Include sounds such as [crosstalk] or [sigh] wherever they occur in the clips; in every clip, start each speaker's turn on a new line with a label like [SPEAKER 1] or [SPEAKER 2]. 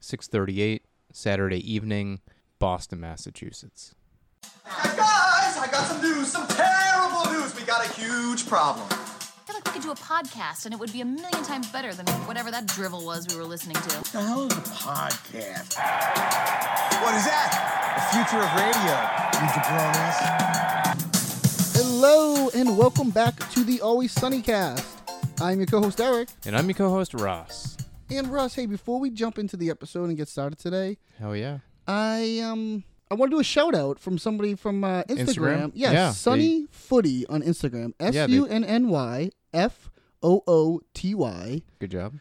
[SPEAKER 1] 638, Saturday evening, Boston, Massachusetts.
[SPEAKER 2] Guys, I got some news, some terrible news. We got a huge problem.
[SPEAKER 3] I feel like we could do a podcast and it would be a million times better than whatever that drivel was we were listening to.
[SPEAKER 4] the hell is a podcast?
[SPEAKER 2] What is that? The future of radio.
[SPEAKER 4] You jabronis.
[SPEAKER 5] Hello and welcome back to the Always Sunny cast. I'm your co-host Eric
[SPEAKER 1] And I'm your co host, Ross.
[SPEAKER 5] and Russ. Hey, before we jump into the episode and get started today,
[SPEAKER 1] Hell yeah.
[SPEAKER 5] I um I want to do a shout out from somebody from uh, Instagram.
[SPEAKER 1] Instagram?
[SPEAKER 5] Yes,
[SPEAKER 1] Yeah,
[SPEAKER 5] Sunny Footy on Instagram. S
[SPEAKER 1] Yeah, they-
[SPEAKER 5] U N N Y F O O T Y.
[SPEAKER 1] Good job.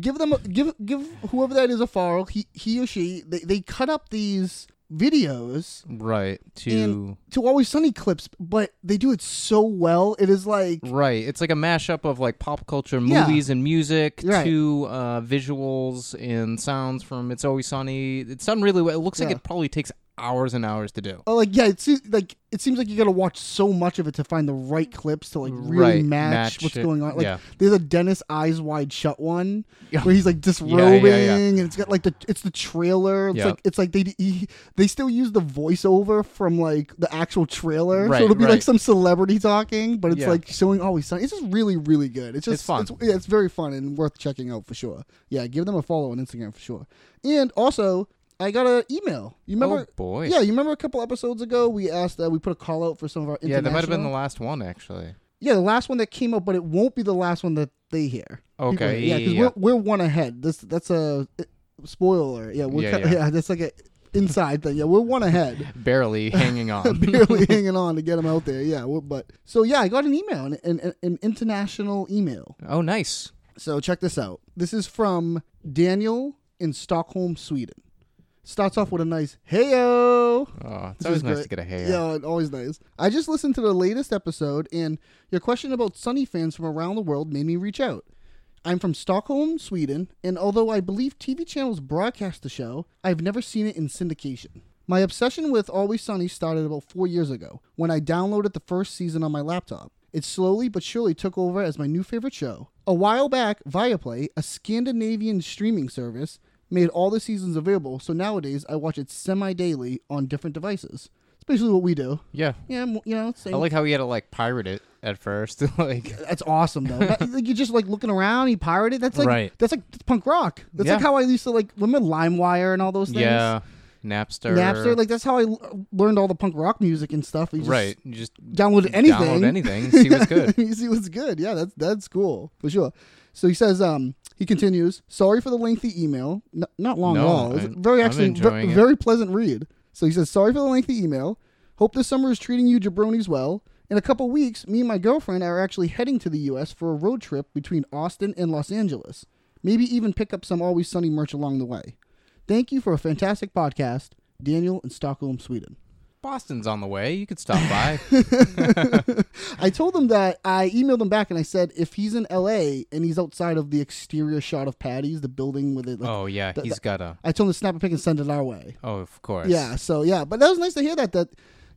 [SPEAKER 5] Give them a, give give whoever that is a follow. He he or she they they cut up these videos
[SPEAKER 1] Right. To.
[SPEAKER 5] and to always sunny clips but they do it so well it is like
[SPEAKER 1] Right, it's like a mashup of like pop culture,
[SPEAKER 5] Yeah.
[SPEAKER 1] movies and music,
[SPEAKER 5] Right.
[SPEAKER 1] to uh, visuals and sounds from "It's Always Sunny." It's done really well. It looks like
[SPEAKER 5] Yeah.
[SPEAKER 1] it probably takes hours and hours to do.
[SPEAKER 5] Oh, like yeah, it seems like it seems like you gotta watch so much of it to find the right clips to like really
[SPEAKER 1] Right,
[SPEAKER 5] match,
[SPEAKER 1] match
[SPEAKER 5] what's
[SPEAKER 1] it,
[SPEAKER 5] going on. Like
[SPEAKER 1] yeah.
[SPEAKER 5] there's a Dennis eyes wide shut one
[SPEAKER 1] [laughs] Yeah.
[SPEAKER 5] where he's like disrobing, and it's got like the it's the trailer. It's
[SPEAKER 1] Yeah.
[SPEAKER 5] like it's like they he, they still use the voiceover from like the actual trailer,
[SPEAKER 1] Right,
[SPEAKER 5] so it'll be
[SPEAKER 1] right.
[SPEAKER 5] like some celebrity talking, but it's
[SPEAKER 1] Yeah.
[SPEAKER 5] like showing always sunny. It's just really really good. It's just
[SPEAKER 1] It's fun.
[SPEAKER 5] It's, yeah, it's very fun and worth checking out for sure. Yeah, give them a follow on Instagram for sure, and also. I got an email. You remember?
[SPEAKER 1] Oh, boy.
[SPEAKER 5] Yeah, Uh, you remember a couple episodes ago we asked uh, we put a call out for some of our
[SPEAKER 1] Yeah, that might have been the
[SPEAKER 5] international-
[SPEAKER 1] last one actually.
[SPEAKER 5] yeah the last one that came up, but it won't be the last one that they hear. People
[SPEAKER 1] Okay,
[SPEAKER 5] hear. yeah,
[SPEAKER 1] yeah,
[SPEAKER 5] because
[SPEAKER 1] yeah,
[SPEAKER 5] we're we're one ahead. This that's a spoiler. Yeah, we're
[SPEAKER 1] Yeah,
[SPEAKER 5] [laughs] yeah,
[SPEAKER 1] yeah.
[SPEAKER 5] that's like a inside thing. Yeah, we're
[SPEAKER 1] [laughs]
[SPEAKER 5] one ahead. [laughs]
[SPEAKER 1] Barely hanging on.
[SPEAKER 5] Barely hanging on to get them out there. Yeah, we're- but so yeah, I got an email, an, an, an international email.
[SPEAKER 1] oh, nice.
[SPEAKER 5] So check this out. This is from Daniel in Stockholm, Sweden. Starts off with a nice heyo.
[SPEAKER 1] Oh, it's
[SPEAKER 5] This
[SPEAKER 1] always
[SPEAKER 5] is
[SPEAKER 1] nice
[SPEAKER 5] great.
[SPEAKER 1] to get a hair.
[SPEAKER 5] Yeah, it always nice. I just listened to the latest episode, and your question about Sunny fans from around the world made me reach out. I'm from Stockholm, Sweden, and although I believe TV channels broadcast the show, I've never seen it in syndication. My obsession with Always Sunny started about four years ago when I downloaded the first season on my laptop. It slowly but surely took over as my new favorite show. A while back, Viaplay, a Scandinavian streaming service, made all the seasons available, so nowadays I watch it semi daily on different devices. It's basically what we do.
[SPEAKER 1] Yeah.
[SPEAKER 5] Yeah, m- you know, same.
[SPEAKER 1] I like how he had to like pirate it at first. [laughs] like,
[SPEAKER 5] That's awesome though. That- like, you're just like looking around. He pirated. That's like
[SPEAKER 1] Right.
[SPEAKER 5] that's like that's punk rock. That's like
[SPEAKER 1] Yeah.
[SPEAKER 5] how I used to like remember LimeWire and all those things.
[SPEAKER 1] yeah, Napster.
[SPEAKER 5] Napster. Like that's how I l- learned all the punk rock music and stuff. You just
[SPEAKER 1] right. You just
[SPEAKER 5] Downloaded anything.
[SPEAKER 1] Download anything. See what's good.
[SPEAKER 5] [laughs] you see what's good. Yeah, that's that's cool for sure. So he says, um, he continues. Sorry for the lengthy email. N- not long
[SPEAKER 1] No,
[SPEAKER 5] at all. It's
[SPEAKER 1] I'm-
[SPEAKER 5] very
[SPEAKER 1] I'm
[SPEAKER 5] actually ver-
[SPEAKER 1] enjoying it.
[SPEAKER 5] very pleasant read. So he says, sorry for the lengthy email. Hope this summer is treating you jabronis well. In a couple weeks, me and my girlfriend are actually heading to the U.S. for a road trip between Austin and Los Angeles. Maybe even pick up some Always Sunny merch along the way. Thank you for a fantastic podcast, Daniel in Stockholm, Sweden.
[SPEAKER 1] Boston's on the way. You could stop
[SPEAKER 5] [laughs]
[SPEAKER 1] by.
[SPEAKER 5] I told him that I emailed him back and I said if he's in LA and he's outside of the exterior shot of Patty's, the building with it. Like,
[SPEAKER 1] oh yeah,
[SPEAKER 5] th-
[SPEAKER 1] he's
[SPEAKER 5] th-
[SPEAKER 1] got a.
[SPEAKER 5] I told him to snap a pic and send it our way.
[SPEAKER 1] Oh, of course.
[SPEAKER 5] Yeah. So yeah, but that was nice to hear that. That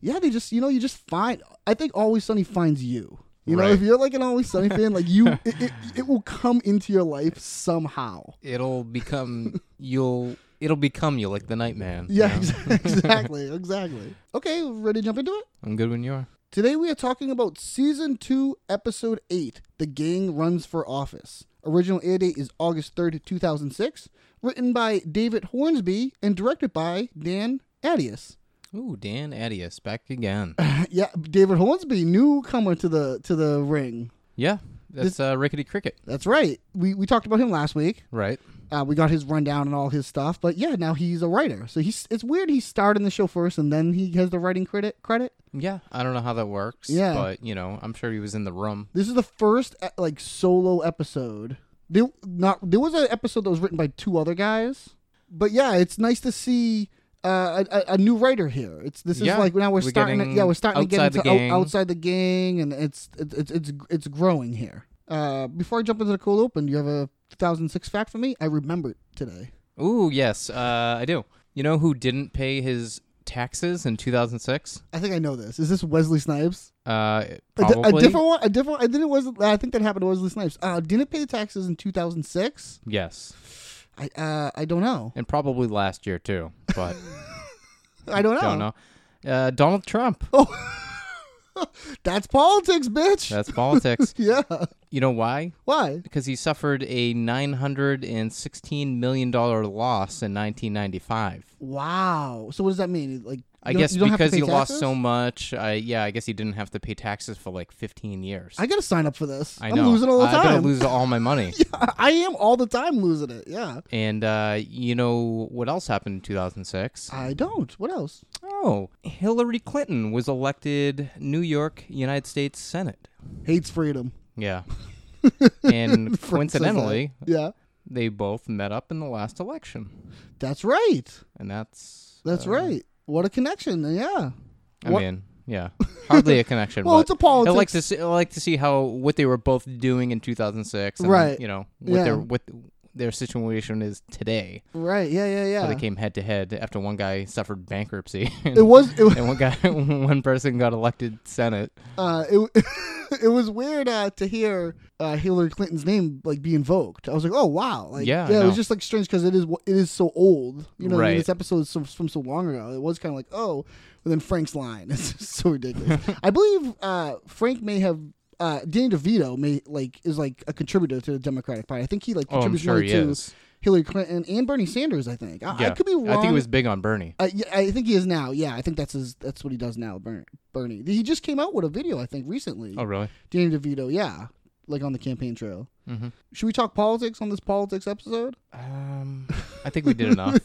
[SPEAKER 5] yeah, they just you know you just find. I think Always Sunny finds you. You know,
[SPEAKER 1] Right.
[SPEAKER 5] if you're like an Always Sunny fan,
[SPEAKER 1] [laughs]
[SPEAKER 5] like you, it, it, it will come into your life somehow.
[SPEAKER 1] It'll become you'll. It'll become you like the Nightman. you
[SPEAKER 5] Yeah,
[SPEAKER 1] know?
[SPEAKER 5] exa- [laughs] exactly,
[SPEAKER 1] [laughs]
[SPEAKER 5] exactly. Okay, ready to jump into it?
[SPEAKER 1] I'm good when you are.
[SPEAKER 5] Today we are talking about season 2, episode 8, The Gang Runs for Office. Original air date is August 3rd, 2006, written by David Hornsby and directed by Dan Adius.
[SPEAKER 1] Ooh, Dan Adius back again.
[SPEAKER 5] [laughs] yeah, David Hornsby, newcomer to the to the ring.
[SPEAKER 1] yeah, that's uh, rickety cricket.
[SPEAKER 5] That's right. We we talked about him last week.
[SPEAKER 1] Right.
[SPEAKER 5] Uh, we got his rundown and all his stuff, but yeah, now he's a writer. So he's it's weird he starred in the show first and then he has the writing credit credit.
[SPEAKER 1] Yeah, I don't know how that works.
[SPEAKER 5] Yeah.
[SPEAKER 1] but you know, I'm sure he was in the room.
[SPEAKER 5] This is the first uh, like solo episode. There not there was an episode that was written by two other guys, but yeah, it's nice to see uh, a, a- a new writer here. It's this
[SPEAKER 1] Yeah,
[SPEAKER 5] is like now we're,
[SPEAKER 1] we're
[SPEAKER 5] starting. To,
[SPEAKER 1] getting
[SPEAKER 5] yeah, we're starting to get
[SPEAKER 1] outside
[SPEAKER 5] into
[SPEAKER 1] the gang.
[SPEAKER 5] Out, outside the gang, and it's it's it's it's, it's growing here. Uh, before I jump into the cold open, do you have a 2006 fact for me? I remembered today.
[SPEAKER 1] Ooh, yes, uh, I do. You know who didn't pay his taxes in 2006?
[SPEAKER 5] I think I know this. Is this Wesley Snipes?
[SPEAKER 1] Uh,
[SPEAKER 5] A di-
[SPEAKER 1] probably.
[SPEAKER 5] A, different one. A different. I think it was. I think that happened to Wesley Snipes. Uh, didn't pay taxes in 2006.
[SPEAKER 1] Yes.
[SPEAKER 5] I uh, I don't know.
[SPEAKER 1] and probably last year too,
[SPEAKER 5] [laughs]
[SPEAKER 1] but
[SPEAKER 5] I don't know.
[SPEAKER 1] don't know. Uh, Donald Trump.
[SPEAKER 5] Oh. That's politics, bitch.
[SPEAKER 1] That's politics. [laughs]
[SPEAKER 5] yeah. [laughs]
[SPEAKER 1] You know why?
[SPEAKER 5] Why?
[SPEAKER 1] Because he suffered a nine hundred and sixteen million dollar loss in nineteen ninety five.
[SPEAKER 5] Wow. So what does that mean? Like
[SPEAKER 1] I
[SPEAKER 5] you don't-
[SPEAKER 1] guess
[SPEAKER 5] you don't have to
[SPEAKER 1] because
[SPEAKER 5] pay
[SPEAKER 1] he lost
[SPEAKER 5] taxes?
[SPEAKER 1] so much. I yeah, I guess he didn't have to pay taxes for like fifteen years.
[SPEAKER 5] I gotta sign up for this.
[SPEAKER 1] I
[SPEAKER 5] am
[SPEAKER 1] know.
[SPEAKER 5] losing all the
[SPEAKER 1] I'm gonna
[SPEAKER 5] time.
[SPEAKER 1] lose all my money.
[SPEAKER 5] [laughs] I am all the time losing it. Yeah.
[SPEAKER 1] And uh, you know what else happened in 2006?
[SPEAKER 5] I don't. What else?
[SPEAKER 1] Oh, Hillary Clinton was elected New York United States Senate.
[SPEAKER 5] Hates freedom. [laughs]
[SPEAKER 1] Yeah. and
[SPEAKER 5] Friend says that.
[SPEAKER 1] coincidentally,
[SPEAKER 5] Yeah.
[SPEAKER 1] they both met up in the last election.
[SPEAKER 5] That's right.
[SPEAKER 1] And that's
[SPEAKER 5] That's
[SPEAKER 1] uh,
[SPEAKER 5] right. What a connection. Yeah.
[SPEAKER 1] I
[SPEAKER 5] What-
[SPEAKER 1] mean, yeah.
[SPEAKER 5] [laughs]
[SPEAKER 1] Hardly a connection.
[SPEAKER 5] Well,
[SPEAKER 1] but
[SPEAKER 5] it's a politics-
[SPEAKER 1] I like to see, I like to see how what they were both doing in 2006 and,
[SPEAKER 5] Right.
[SPEAKER 1] you know, what
[SPEAKER 5] Yeah.
[SPEAKER 1] their what their situation is today.
[SPEAKER 5] Right. Yeah. Yeah. Yeah.
[SPEAKER 1] So they came head to head after one guy suffered bankruptcy. [laughs]
[SPEAKER 5] it was. It,
[SPEAKER 1] and one guy, [laughs] one person got elected senate.
[SPEAKER 5] uh, it, [laughs] it was weird uh, to hear uh, Hillary Clinton's name like be invoked. I was like, oh wow, like
[SPEAKER 1] Yeah, I
[SPEAKER 5] yeah it was
[SPEAKER 1] know.
[SPEAKER 5] just like strange because it is wh- it is so old. You know, what I mean?
[SPEAKER 1] Right.
[SPEAKER 5] this episode is so, from so long ago. It was kind of like oh, but then Frank's line. [laughs] It's just so
[SPEAKER 1] [laughs]
[SPEAKER 5] ridiculous. I believe uh, Frank may have. Uh, Danny DeVito may like is like a contributor to the Democratic Party. I think he like
[SPEAKER 1] Oh, I'm
[SPEAKER 5] contributes
[SPEAKER 1] sure
[SPEAKER 5] money
[SPEAKER 1] he
[SPEAKER 5] to
[SPEAKER 1] is.
[SPEAKER 5] Hillary Clinton and Bernie Sanders. I think I, I could be wrong.
[SPEAKER 1] I think he was big on Bernie.
[SPEAKER 5] I, Uh, yeah, I think he is now. Yeah, I think that's his. That's what he does now, Bernie. Bernie. He just came out with a video, I think, recently.
[SPEAKER 1] Oh, really?
[SPEAKER 5] Danny DeVito. Yeah, like on the campaign trail.
[SPEAKER 1] Mm-hmm.
[SPEAKER 5] Should we talk politics on this politics episode? [laughs]
[SPEAKER 1] Um, I think we did enough.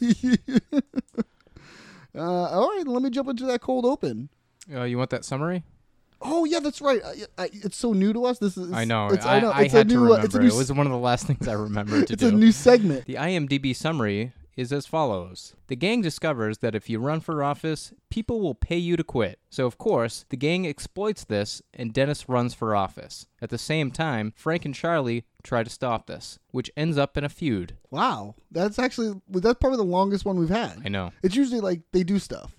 [SPEAKER 5] uh, all right, let me jump into that cold open.
[SPEAKER 1] Uh, you want that summary?
[SPEAKER 5] Oh yeah, that's right. I, I, it's so new to us. This is.
[SPEAKER 1] I know.
[SPEAKER 5] It's,
[SPEAKER 1] I, I
[SPEAKER 5] it's
[SPEAKER 1] had
[SPEAKER 5] a new,
[SPEAKER 1] to
[SPEAKER 5] uh,
[SPEAKER 1] remember.
[SPEAKER 5] It's a new,
[SPEAKER 1] it was one of the last [laughs] things I remembered to
[SPEAKER 5] it's
[SPEAKER 1] do.
[SPEAKER 5] a new segment.
[SPEAKER 1] the IMDb summary is as follows The gang discovers that if you run for office, people will pay you to quit. So, of course, the gang exploits this, and Dennis runs for office. At the same time, Frank and Charlie try to stop this, which ends up in a feud.
[SPEAKER 5] Wow, that's actually that's probably the longest one we've had.
[SPEAKER 1] I know.
[SPEAKER 5] It's usually like they do stuff.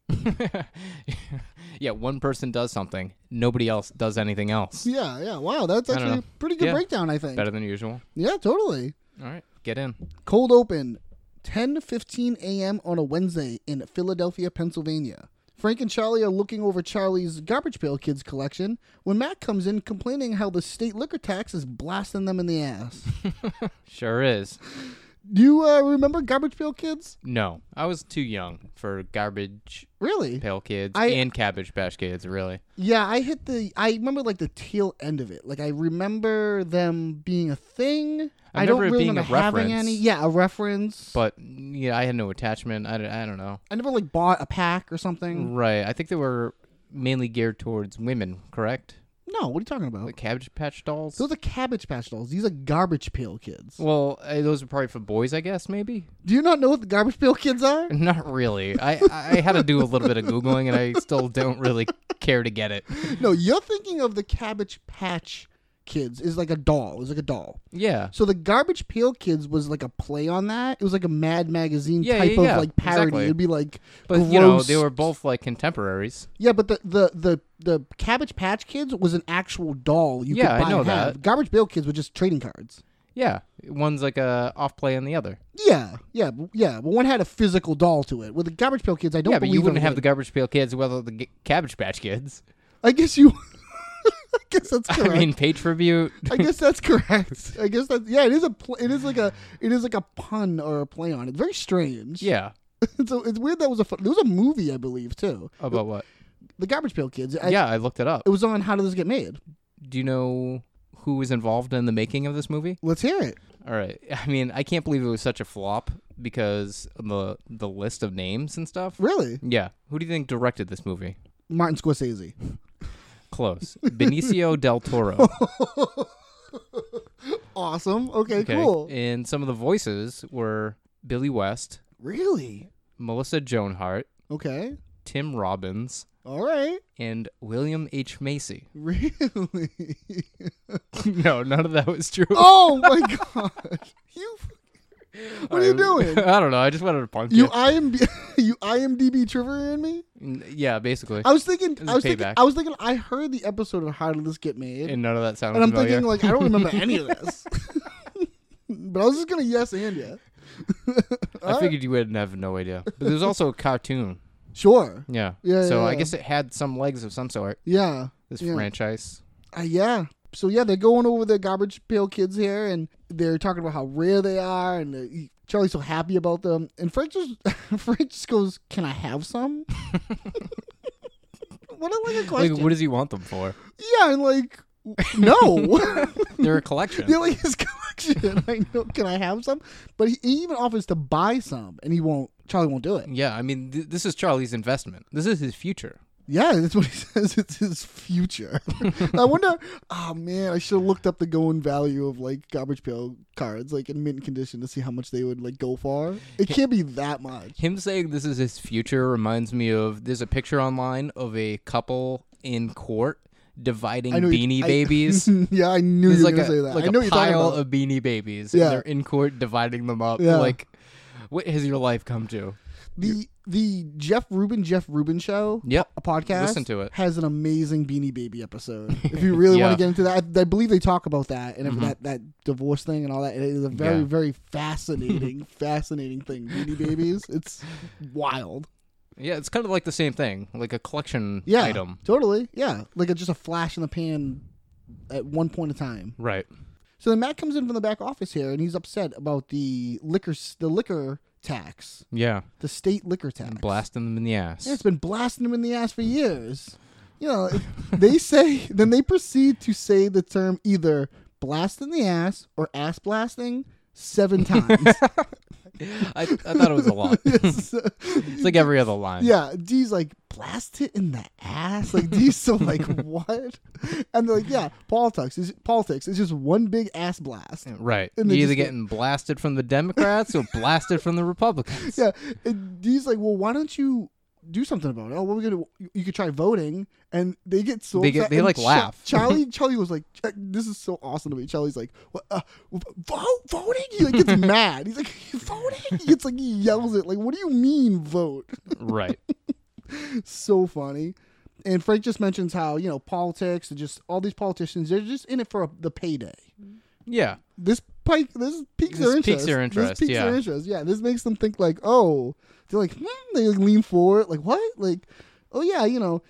[SPEAKER 1] yeah, one person does something, nobody else does anything else.
[SPEAKER 5] Yeah, yeah. Wow, that's
[SPEAKER 1] don't
[SPEAKER 5] actually a
[SPEAKER 1] know.
[SPEAKER 5] pretty good
[SPEAKER 1] Yeah.
[SPEAKER 5] breakdown. I think.
[SPEAKER 1] Better than usual.
[SPEAKER 5] Yeah, totally.
[SPEAKER 1] All right, get in.
[SPEAKER 5] Cold open, 10 15 a.m. on a Wednesday in Philadelphia, Pennsylvania. Frank and Charlie are looking over Charlie's Garbage Pail Kids collection when Matt comes in complaining how the state liquor tax is blasting them in the ass. [laughs]
[SPEAKER 1] Sure is.
[SPEAKER 5] Do you uh, remember Garbage Pail Kids?
[SPEAKER 1] No, I was too young for garbage
[SPEAKER 5] Really?
[SPEAKER 1] pail kids
[SPEAKER 5] I-
[SPEAKER 1] and cabbage patch kids, really.
[SPEAKER 5] Yeah, I hit the. I remember like the tail end of it. Like I remember them being a thing.
[SPEAKER 1] I
[SPEAKER 5] don't
[SPEAKER 1] remember it
[SPEAKER 5] really
[SPEAKER 1] being a
[SPEAKER 5] remember having
[SPEAKER 1] reference.
[SPEAKER 5] any. Yeah, a reference.
[SPEAKER 1] But yeah, I had no attachment. I don't, I don't know.
[SPEAKER 5] I never like bought a pack or something.
[SPEAKER 1] Right. I think they were mainly geared towards women, correct?
[SPEAKER 5] No, what are you talking about?
[SPEAKER 1] The cabbage patch dolls?
[SPEAKER 5] Those are Cabbage Patch Dolls. These are Garbage Pail Kids.
[SPEAKER 1] well, uh, those are probably for boys, I guess, maybe? [laughs]
[SPEAKER 5] Do you not know what the Garbage Pail Kids are?
[SPEAKER 1] Not really. I, I had to do a little bit of Googling and I still don't really care to get it.
[SPEAKER 5] No, you're thinking of the Cabbage Patch Kids is like a doll. It was like a doll.
[SPEAKER 1] Yeah.
[SPEAKER 5] So the Garbage Pail Kids was like a play on that. It was like a Mad Magazine
[SPEAKER 1] Yeah,
[SPEAKER 5] type
[SPEAKER 1] yeah, yeah,
[SPEAKER 5] of like parody.
[SPEAKER 1] exactly.
[SPEAKER 5] It'd be like,
[SPEAKER 1] But, you know,
[SPEAKER 5] gross-
[SPEAKER 1] they were both like contemporaries.
[SPEAKER 5] yeah. But the the the the Cabbage Patch Kids was an actual doll. You
[SPEAKER 1] Yeah, I
[SPEAKER 5] could buy
[SPEAKER 1] know
[SPEAKER 5] and have.
[SPEAKER 1] that.
[SPEAKER 5] Garbage Pail Kids were just trading cards.
[SPEAKER 1] Yeah. One's like a off play on the other.
[SPEAKER 5] Yeah, yeah, b- yeah. But one had a physical doll to it. With the Garbage Pail Kids, I don't.
[SPEAKER 1] yeah, but you
[SPEAKER 5] believe
[SPEAKER 1] wouldn't
[SPEAKER 5] ever
[SPEAKER 1] have
[SPEAKER 5] did.
[SPEAKER 1] the garbage pail kids without the g- cabbage patch kids.
[SPEAKER 5] I guess you. [laughs] I guess that's
[SPEAKER 1] [laughs]
[SPEAKER 5] correct.
[SPEAKER 1] I mean, pay tribute.
[SPEAKER 5] I guess that's correct. I guess that's yeah. It is a pl- it is like a it is like a pun or a play on it. Very
[SPEAKER 1] [laughs]
[SPEAKER 5] strange.
[SPEAKER 1] yeah.
[SPEAKER 5] [laughs] so it's weird that was a fu- there was a movie I believe too.
[SPEAKER 1] About what?
[SPEAKER 5] The Garbage Pail Kids. I,
[SPEAKER 1] yeah, I looked it up.
[SPEAKER 5] It was on How Did This Get Made?
[SPEAKER 1] Do you know who was involved in the making of this movie?
[SPEAKER 5] Let's hear it.
[SPEAKER 1] All right. [laughs] I mean, I can't believe it was such a flop because of the the list of names and stuff.
[SPEAKER 5] Really,
[SPEAKER 1] Yeah. Who do you think directed this movie?
[SPEAKER 5] Martin Scorsese. [laughs]
[SPEAKER 1] Close. Benicio del Toro.
[SPEAKER 5] Oh, Awesome. Okay, cool.
[SPEAKER 1] And some of the voices were Billy West,
[SPEAKER 5] Really.
[SPEAKER 1] Melissa Joan Hart,
[SPEAKER 5] Okay.
[SPEAKER 1] Tim Robbins,
[SPEAKER 5] All right. [laughs]
[SPEAKER 1] and William H. Macy.
[SPEAKER 5] Really.
[SPEAKER 1] no, none of that was true.
[SPEAKER 5] oh my [laughs] god. You. What are you
[SPEAKER 1] I- [laughs]
[SPEAKER 5] doing?
[SPEAKER 1] I don't know. I just wanted to punk
[SPEAKER 5] You
[SPEAKER 1] you.
[SPEAKER 5] IMD, [laughs] you IMDb trivia in me.
[SPEAKER 1] N- yeah, basically.
[SPEAKER 5] I was thinking,
[SPEAKER 1] was
[SPEAKER 5] I was
[SPEAKER 1] a
[SPEAKER 5] thinking,
[SPEAKER 1] payback.
[SPEAKER 5] I was thinking, I heard the episode of How Did This Get Made, and,
[SPEAKER 1] and none of that sounded
[SPEAKER 5] I'm
[SPEAKER 1] familiar.
[SPEAKER 5] [laughs] thinking like I don't remember any of this. but I was just gonna yes and yeah.
[SPEAKER 1] I figured you wouldn't have no idea. But there's also a cartoon.
[SPEAKER 5] Sure.
[SPEAKER 1] Yeah.
[SPEAKER 5] Yeah,
[SPEAKER 1] So
[SPEAKER 5] yeah,
[SPEAKER 1] I
[SPEAKER 5] yeah.
[SPEAKER 1] guess it had some legs of some sort.
[SPEAKER 5] Yeah.
[SPEAKER 1] This
[SPEAKER 5] yeah.
[SPEAKER 1] franchise.
[SPEAKER 5] Uh, yeah. So yeah, they're going over the garbage pail kids here, and they're talking about how rare they are, and uh, Charlie's so happy about them. And Fred just, [laughs] Fred just goes, "Can I have some?" what a like a
[SPEAKER 1] Like,
[SPEAKER 5] question.
[SPEAKER 1] what does he want them
[SPEAKER 5] [laughs]
[SPEAKER 1] for?
[SPEAKER 5] yeah, and like, no.
[SPEAKER 1] They're a collection.
[SPEAKER 5] They're like his [laughs] collection. I know. Can I have some? But he, he even offers to buy some, and he won't. Charlie won't do it.
[SPEAKER 1] yeah, I mean, th- this is Charlie's investment. This is his future.
[SPEAKER 5] Yeah, that's what he [laughs] says. It's
[SPEAKER 1] [laughs]
[SPEAKER 5] his future. I wonder. Oh man, I should have looked up the going value of like garbage pail cards, like in mint condition, to see how much they would like go for. It can't be that much.
[SPEAKER 1] Him saying this is his future reminds me of there's a picture online of a couple in court dividing
[SPEAKER 5] I know you-
[SPEAKER 1] beanie
[SPEAKER 5] I- [laughs]
[SPEAKER 1] babies.
[SPEAKER 5] yeah, I knew
[SPEAKER 1] There's
[SPEAKER 5] you were
[SPEAKER 1] like
[SPEAKER 5] gonna
[SPEAKER 1] a,
[SPEAKER 5] say that.
[SPEAKER 1] like
[SPEAKER 5] I
[SPEAKER 1] a
[SPEAKER 5] know what you're talking
[SPEAKER 1] pile
[SPEAKER 5] about.
[SPEAKER 1] of beanie babies.
[SPEAKER 5] Yeah.
[SPEAKER 1] And they're in court dividing them up.
[SPEAKER 5] Yeah.
[SPEAKER 1] Like, what has your life come to?
[SPEAKER 5] the the Jeff Rubin Jeff Rubin show.
[SPEAKER 1] Yep.
[SPEAKER 5] a podcast.
[SPEAKER 1] Listen to it.
[SPEAKER 5] Has an amazing Beanie Baby episode. If
[SPEAKER 1] [laughs]
[SPEAKER 5] you really want
[SPEAKER 1] Yeah. Mm-hmm.
[SPEAKER 5] to get into that, I, I believe they talk about that and that that divorce thing and all that. It is a very
[SPEAKER 1] Yeah.
[SPEAKER 5] very
[SPEAKER 1] [laughs]
[SPEAKER 5] fascinating fascinating thing. Beanie Babies. It's wild.
[SPEAKER 1] Yeah, it's kind of like the same thing, like a collection
[SPEAKER 5] Yeah.
[SPEAKER 1] item.
[SPEAKER 5] Totally. Yeah. Like a, just a flash in the pan at one point in time.
[SPEAKER 1] Right.
[SPEAKER 5] So then Matt comes in from the back office here and he's upset about the liquor s- the liquor tax,
[SPEAKER 1] Yeah.
[SPEAKER 5] the state liquor tax.
[SPEAKER 1] Blasting them in the ass.
[SPEAKER 5] Yeah, it's been blasting him in the ass for years. You know, they say, then they proceed to say the term either blast in the ass or ass blasting seven times. [laughs]
[SPEAKER 1] I, I thought it was a lot.
[SPEAKER 5] Yes.
[SPEAKER 1] It's like every other line.
[SPEAKER 5] yeah, D's like, blast it in the ass? Like, D's so like, what? And they're like, yeah, politics is, politics is just one big ass blast.
[SPEAKER 1] Right.
[SPEAKER 5] And
[SPEAKER 1] You're
[SPEAKER 5] they
[SPEAKER 1] either
[SPEAKER 5] just go-
[SPEAKER 1] getting blasted from the Democrats or blasted from the Republicans.
[SPEAKER 5] [laughs] Yeah, and D's like, well, why don't you do something about it? Oh, well, we're gonna you- you could try voting, and they get so
[SPEAKER 1] They get-
[SPEAKER 5] upset,
[SPEAKER 1] they,
[SPEAKER 5] and
[SPEAKER 1] like, laugh. [laughs]
[SPEAKER 5] Charlie, Charlie was like, "Ch- this is so awesome to me. Charlie's like, what, uh, vote, voting. He like
[SPEAKER 1] [laughs]
[SPEAKER 5] gets mad. He's like, voting. He gets like he yells it. Like, what do you mean vote? [laughs]
[SPEAKER 1] Right.
[SPEAKER 5] so funny. And Frank just mentions how you know politics and just all these politicians they're just in it for the payday.
[SPEAKER 1] Yeah.
[SPEAKER 5] This pike, this piques
[SPEAKER 1] This
[SPEAKER 5] their interest.
[SPEAKER 1] piques their interest,
[SPEAKER 5] This piques their
[SPEAKER 1] yeah.
[SPEAKER 5] interest. Yeah, this makes them think like, oh, they're like, hmm, they like lean forward, like what, like, oh yeah, you know,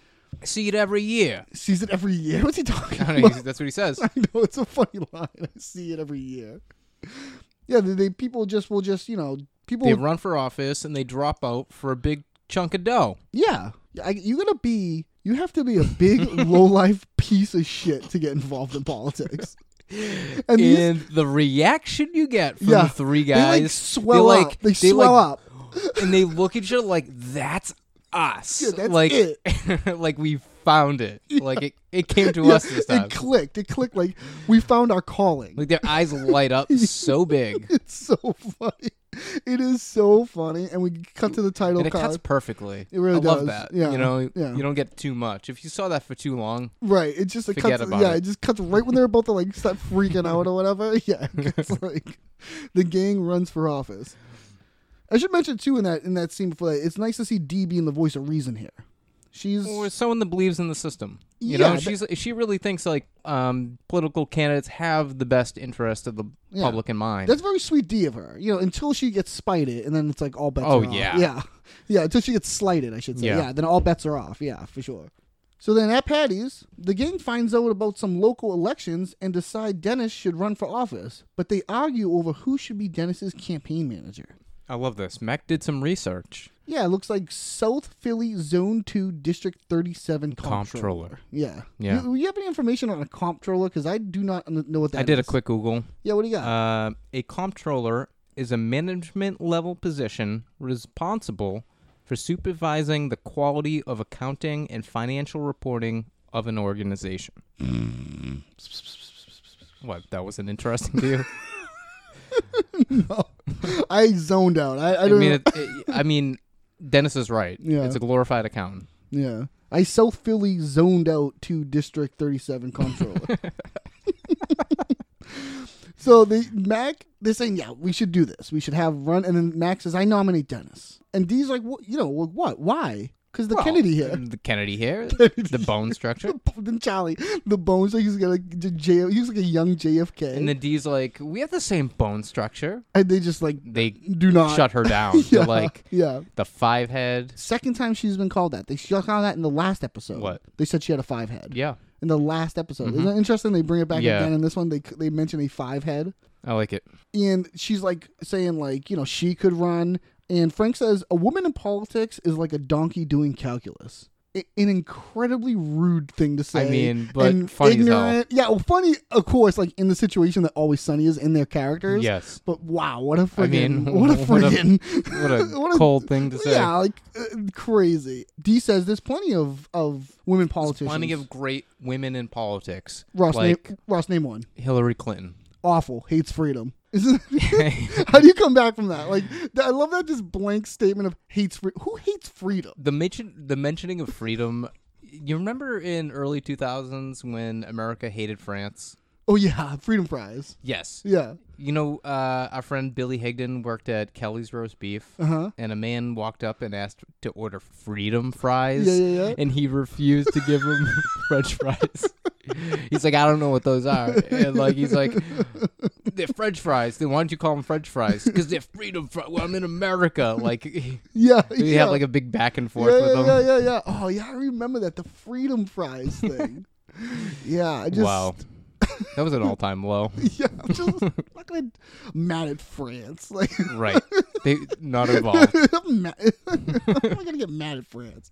[SPEAKER 1] I see it every
[SPEAKER 5] [laughs]
[SPEAKER 1] year. [laughs]
[SPEAKER 5] sees it every year. What's he talking
[SPEAKER 1] I
[SPEAKER 5] about?
[SPEAKER 1] don't know, he's- that's what he says.
[SPEAKER 5] [laughs] I know it's a funny line. I see it every year. Yeah, they, they people just will just you know people.
[SPEAKER 1] They run for office and they drop out for a big chunk of dough.
[SPEAKER 5] yeah, I, you gotta be. You have to be
[SPEAKER 1] [laughs]
[SPEAKER 5] a big low life piece of shit to get involved
[SPEAKER 1] [laughs]
[SPEAKER 5] in politics. And these-
[SPEAKER 1] And the reaction you get from the three guys,
[SPEAKER 5] they like swell
[SPEAKER 1] they, like,
[SPEAKER 5] up. They,
[SPEAKER 1] they,
[SPEAKER 5] swell
[SPEAKER 1] like,
[SPEAKER 5] up.
[SPEAKER 1] and they look at each other like that's us.
[SPEAKER 5] Yeah, that's
[SPEAKER 1] like, [laughs]
[SPEAKER 5] it.
[SPEAKER 1] like we found it. Like it, it came to us
[SPEAKER 5] Yeah,
[SPEAKER 1] this time.
[SPEAKER 5] It clicked. It clicked like we found our calling.
[SPEAKER 1] like their eyes light up so big.
[SPEAKER 5] [laughs] it's so funny. It is so funny. And we cut to the title
[SPEAKER 1] And it
[SPEAKER 5] card.
[SPEAKER 1] cuts perfectly.
[SPEAKER 5] It really
[SPEAKER 1] I love
[SPEAKER 5] does.
[SPEAKER 1] that.
[SPEAKER 5] Yeah,
[SPEAKER 1] You know,
[SPEAKER 5] yeah.
[SPEAKER 1] you don't get too much. If you saw that for too long,
[SPEAKER 5] right. It just it
[SPEAKER 1] Forget
[SPEAKER 5] cuts
[SPEAKER 1] about
[SPEAKER 5] Yeah,
[SPEAKER 1] it.
[SPEAKER 5] it just cuts right when they're about to like start freaking out or whatever. [laughs] Yeah.
[SPEAKER 1] [laughs]
[SPEAKER 5] It's like the gang runs for office. I should mention too in that in that scene before that, it's nice to see D being the voice of reason here. She's
[SPEAKER 1] or someone that believes in the system. You
[SPEAKER 5] Yeah,
[SPEAKER 1] know,
[SPEAKER 5] that-
[SPEAKER 1] she's she really thinks like um, political candidates have the best interest of the
[SPEAKER 5] Yeah.
[SPEAKER 1] public in mind.
[SPEAKER 5] That's very sweet D of her. You know, until she gets spited, and then it's like all bets
[SPEAKER 1] Oh,
[SPEAKER 5] are off.
[SPEAKER 1] yeah.
[SPEAKER 5] Yeah. [laughs] Yeah, until she gets slighted, I should say. Yeah.
[SPEAKER 1] Yeah.
[SPEAKER 5] then all bets are off. Yeah, for sure. So then at Patty's, the gang finds out about some local elections and decide Dennis should run for office, but they argue over who should be Dennis's campaign manager.
[SPEAKER 1] I love this. Mac did some research.
[SPEAKER 5] Yeah, it looks like South Philly Zone 2 District 37 comptroller.
[SPEAKER 1] Comptroller.
[SPEAKER 5] Yeah.
[SPEAKER 1] Yeah.
[SPEAKER 5] You, you have any information on a comptroller? Because I do not kn- know what that
[SPEAKER 1] I did a
[SPEAKER 5] is.
[SPEAKER 1] quick Google.
[SPEAKER 5] Yeah, what do you got?
[SPEAKER 1] Uh, a comptroller is a management level position responsible for supervising the quality of accounting and financial reporting of an organization.
[SPEAKER 5] Mm.
[SPEAKER 1] what? That wasn't interesting to you?
[SPEAKER 5] [laughs] I zoned out. I, I
[SPEAKER 1] Uh, I
[SPEAKER 5] don't
[SPEAKER 1] mean,
[SPEAKER 5] know.
[SPEAKER 1] it, it, I mean, Dennis is right.
[SPEAKER 5] Yeah.
[SPEAKER 1] It's a glorified accountant.
[SPEAKER 5] Yeah. I South Philly zoned out to District
[SPEAKER 1] [laughs]
[SPEAKER 5] 37 comptroller. [laughs] so the Mac, they're saying, yeah, we should do this. We should have run. And then Mac says, I nominate Dennis. And D's like, well, you know, well, what? Why? because the
[SPEAKER 1] Well,
[SPEAKER 5] Kennedy here.
[SPEAKER 1] Mm, The Kennedy hair. the bone structure.
[SPEAKER 5] [laughs] Then Charlie, the bones like he's gonna j- J. He's like a young JFK,
[SPEAKER 1] And the D's like, we have the same bone structure.
[SPEAKER 5] and they just like
[SPEAKER 1] They
[SPEAKER 5] do not [laughs]
[SPEAKER 1] shut her down.
[SPEAKER 5] Uh, Yeah,
[SPEAKER 1] to like
[SPEAKER 5] yeah.
[SPEAKER 1] the five head.
[SPEAKER 5] Second time she's been called that. They she got called that in the last episode.
[SPEAKER 1] What?
[SPEAKER 5] they said she had a five head.
[SPEAKER 1] Yeah,
[SPEAKER 5] in the last episode. Isn't that interesting? They bring it back
[SPEAKER 1] Mm-hmm. Yeah.
[SPEAKER 5] again in this one. They they mention a five head,
[SPEAKER 1] I like it.
[SPEAKER 5] and she's like saying like you know she could run. And Frank says a woman in politics is like a donkey doing calculus. I- An incredibly rude thing to say.
[SPEAKER 1] mean, but funny as hell.
[SPEAKER 5] Yeah, well, funny, of course, like in the situation that always Sunny is in their characters.
[SPEAKER 1] Yes.
[SPEAKER 5] But wow, what a friggin',
[SPEAKER 1] I mean,
[SPEAKER 5] what
[SPEAKER 1] [laughs]
[SPEAKER 5] a
[SPEAKER 1] what a-
[SPEAKER 5] friggin',
[SPEAKER 1] What
[SPEAKER 5] [laughs]
[SPEAKER 1] a cold thing to say.
[SPEAKER 5] Yeah, like uh, crazy. D says there's plenty of of women politicians.
[SPEAKER 1] Plenty of great women in politics.
[SPEAKER 5] Ross,
[SPEAKER 1] like
[SPEAKER 5] name, Ross, name one.
[SPEAKER 1] Hillary Clinton.
[SPEAKER 5] Awful. Hates
[SPEAKER 1] [laughs]
[SPEAKER 5] freedom. [laughs] Isn't how do you come back from that? Like, th- I love that just blank statement of hates. Free- who hates freedom?
[SPEAKER 1] the mention the mentioning of freedom you remember in early 2000s when america hated france
[SPEAKER 5] Oh yeah, freedom fries.
[SPEAKER 1] yes
[SPEAKER 5] Yeah.
[SPEAKER 1] you know uh, our friend billy higdon worked at kelly's roast beef
[SPEAKER 5] Uh-huh.
[SPEAKER 1] and a man walked up and asked to order freedom fries
[SPEAKER 5] Yeah, yeah, yeah.
[SPEAKER 1] and he refused to give
[SPEAKER 5] [laughs]
[SPEAKER 1] him french fries he's like i don't know what those are and like he's like they're french fries then why don't you call them french fries because they're freedom fries well i'm in america like [laughs]
[SPEAKER 5] Yeah.
[SPEAKER 1] we
[SPEAKER 5] yeah.
[SPEAKER 1] have like a big back and
[SPEAKER 5] yeah,
[SPEAKER 1] forth with
[SPEAKER 5] yeah,
[SPEAKER 1] them
[SPEAKER 5] yeah, yeah, yeah. Oh yeah, I remember that the
[SPEAKER 1] [laughs]
[SPEAKER 5] freedom fries thing. yeah, I just.
[SPEAKER 1] Wow. That was an all time low.
[SPEAKER 5] [laughs] Yeah, I'm just I'm not gonna mad at France. [laughs] Like,
[SPEAKER 1] Right. They not involved.
[SPEAKER 5] I'm mad. I'm gonna get mad at France.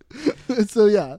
[SPEAKER 5] [laughs] so yeah,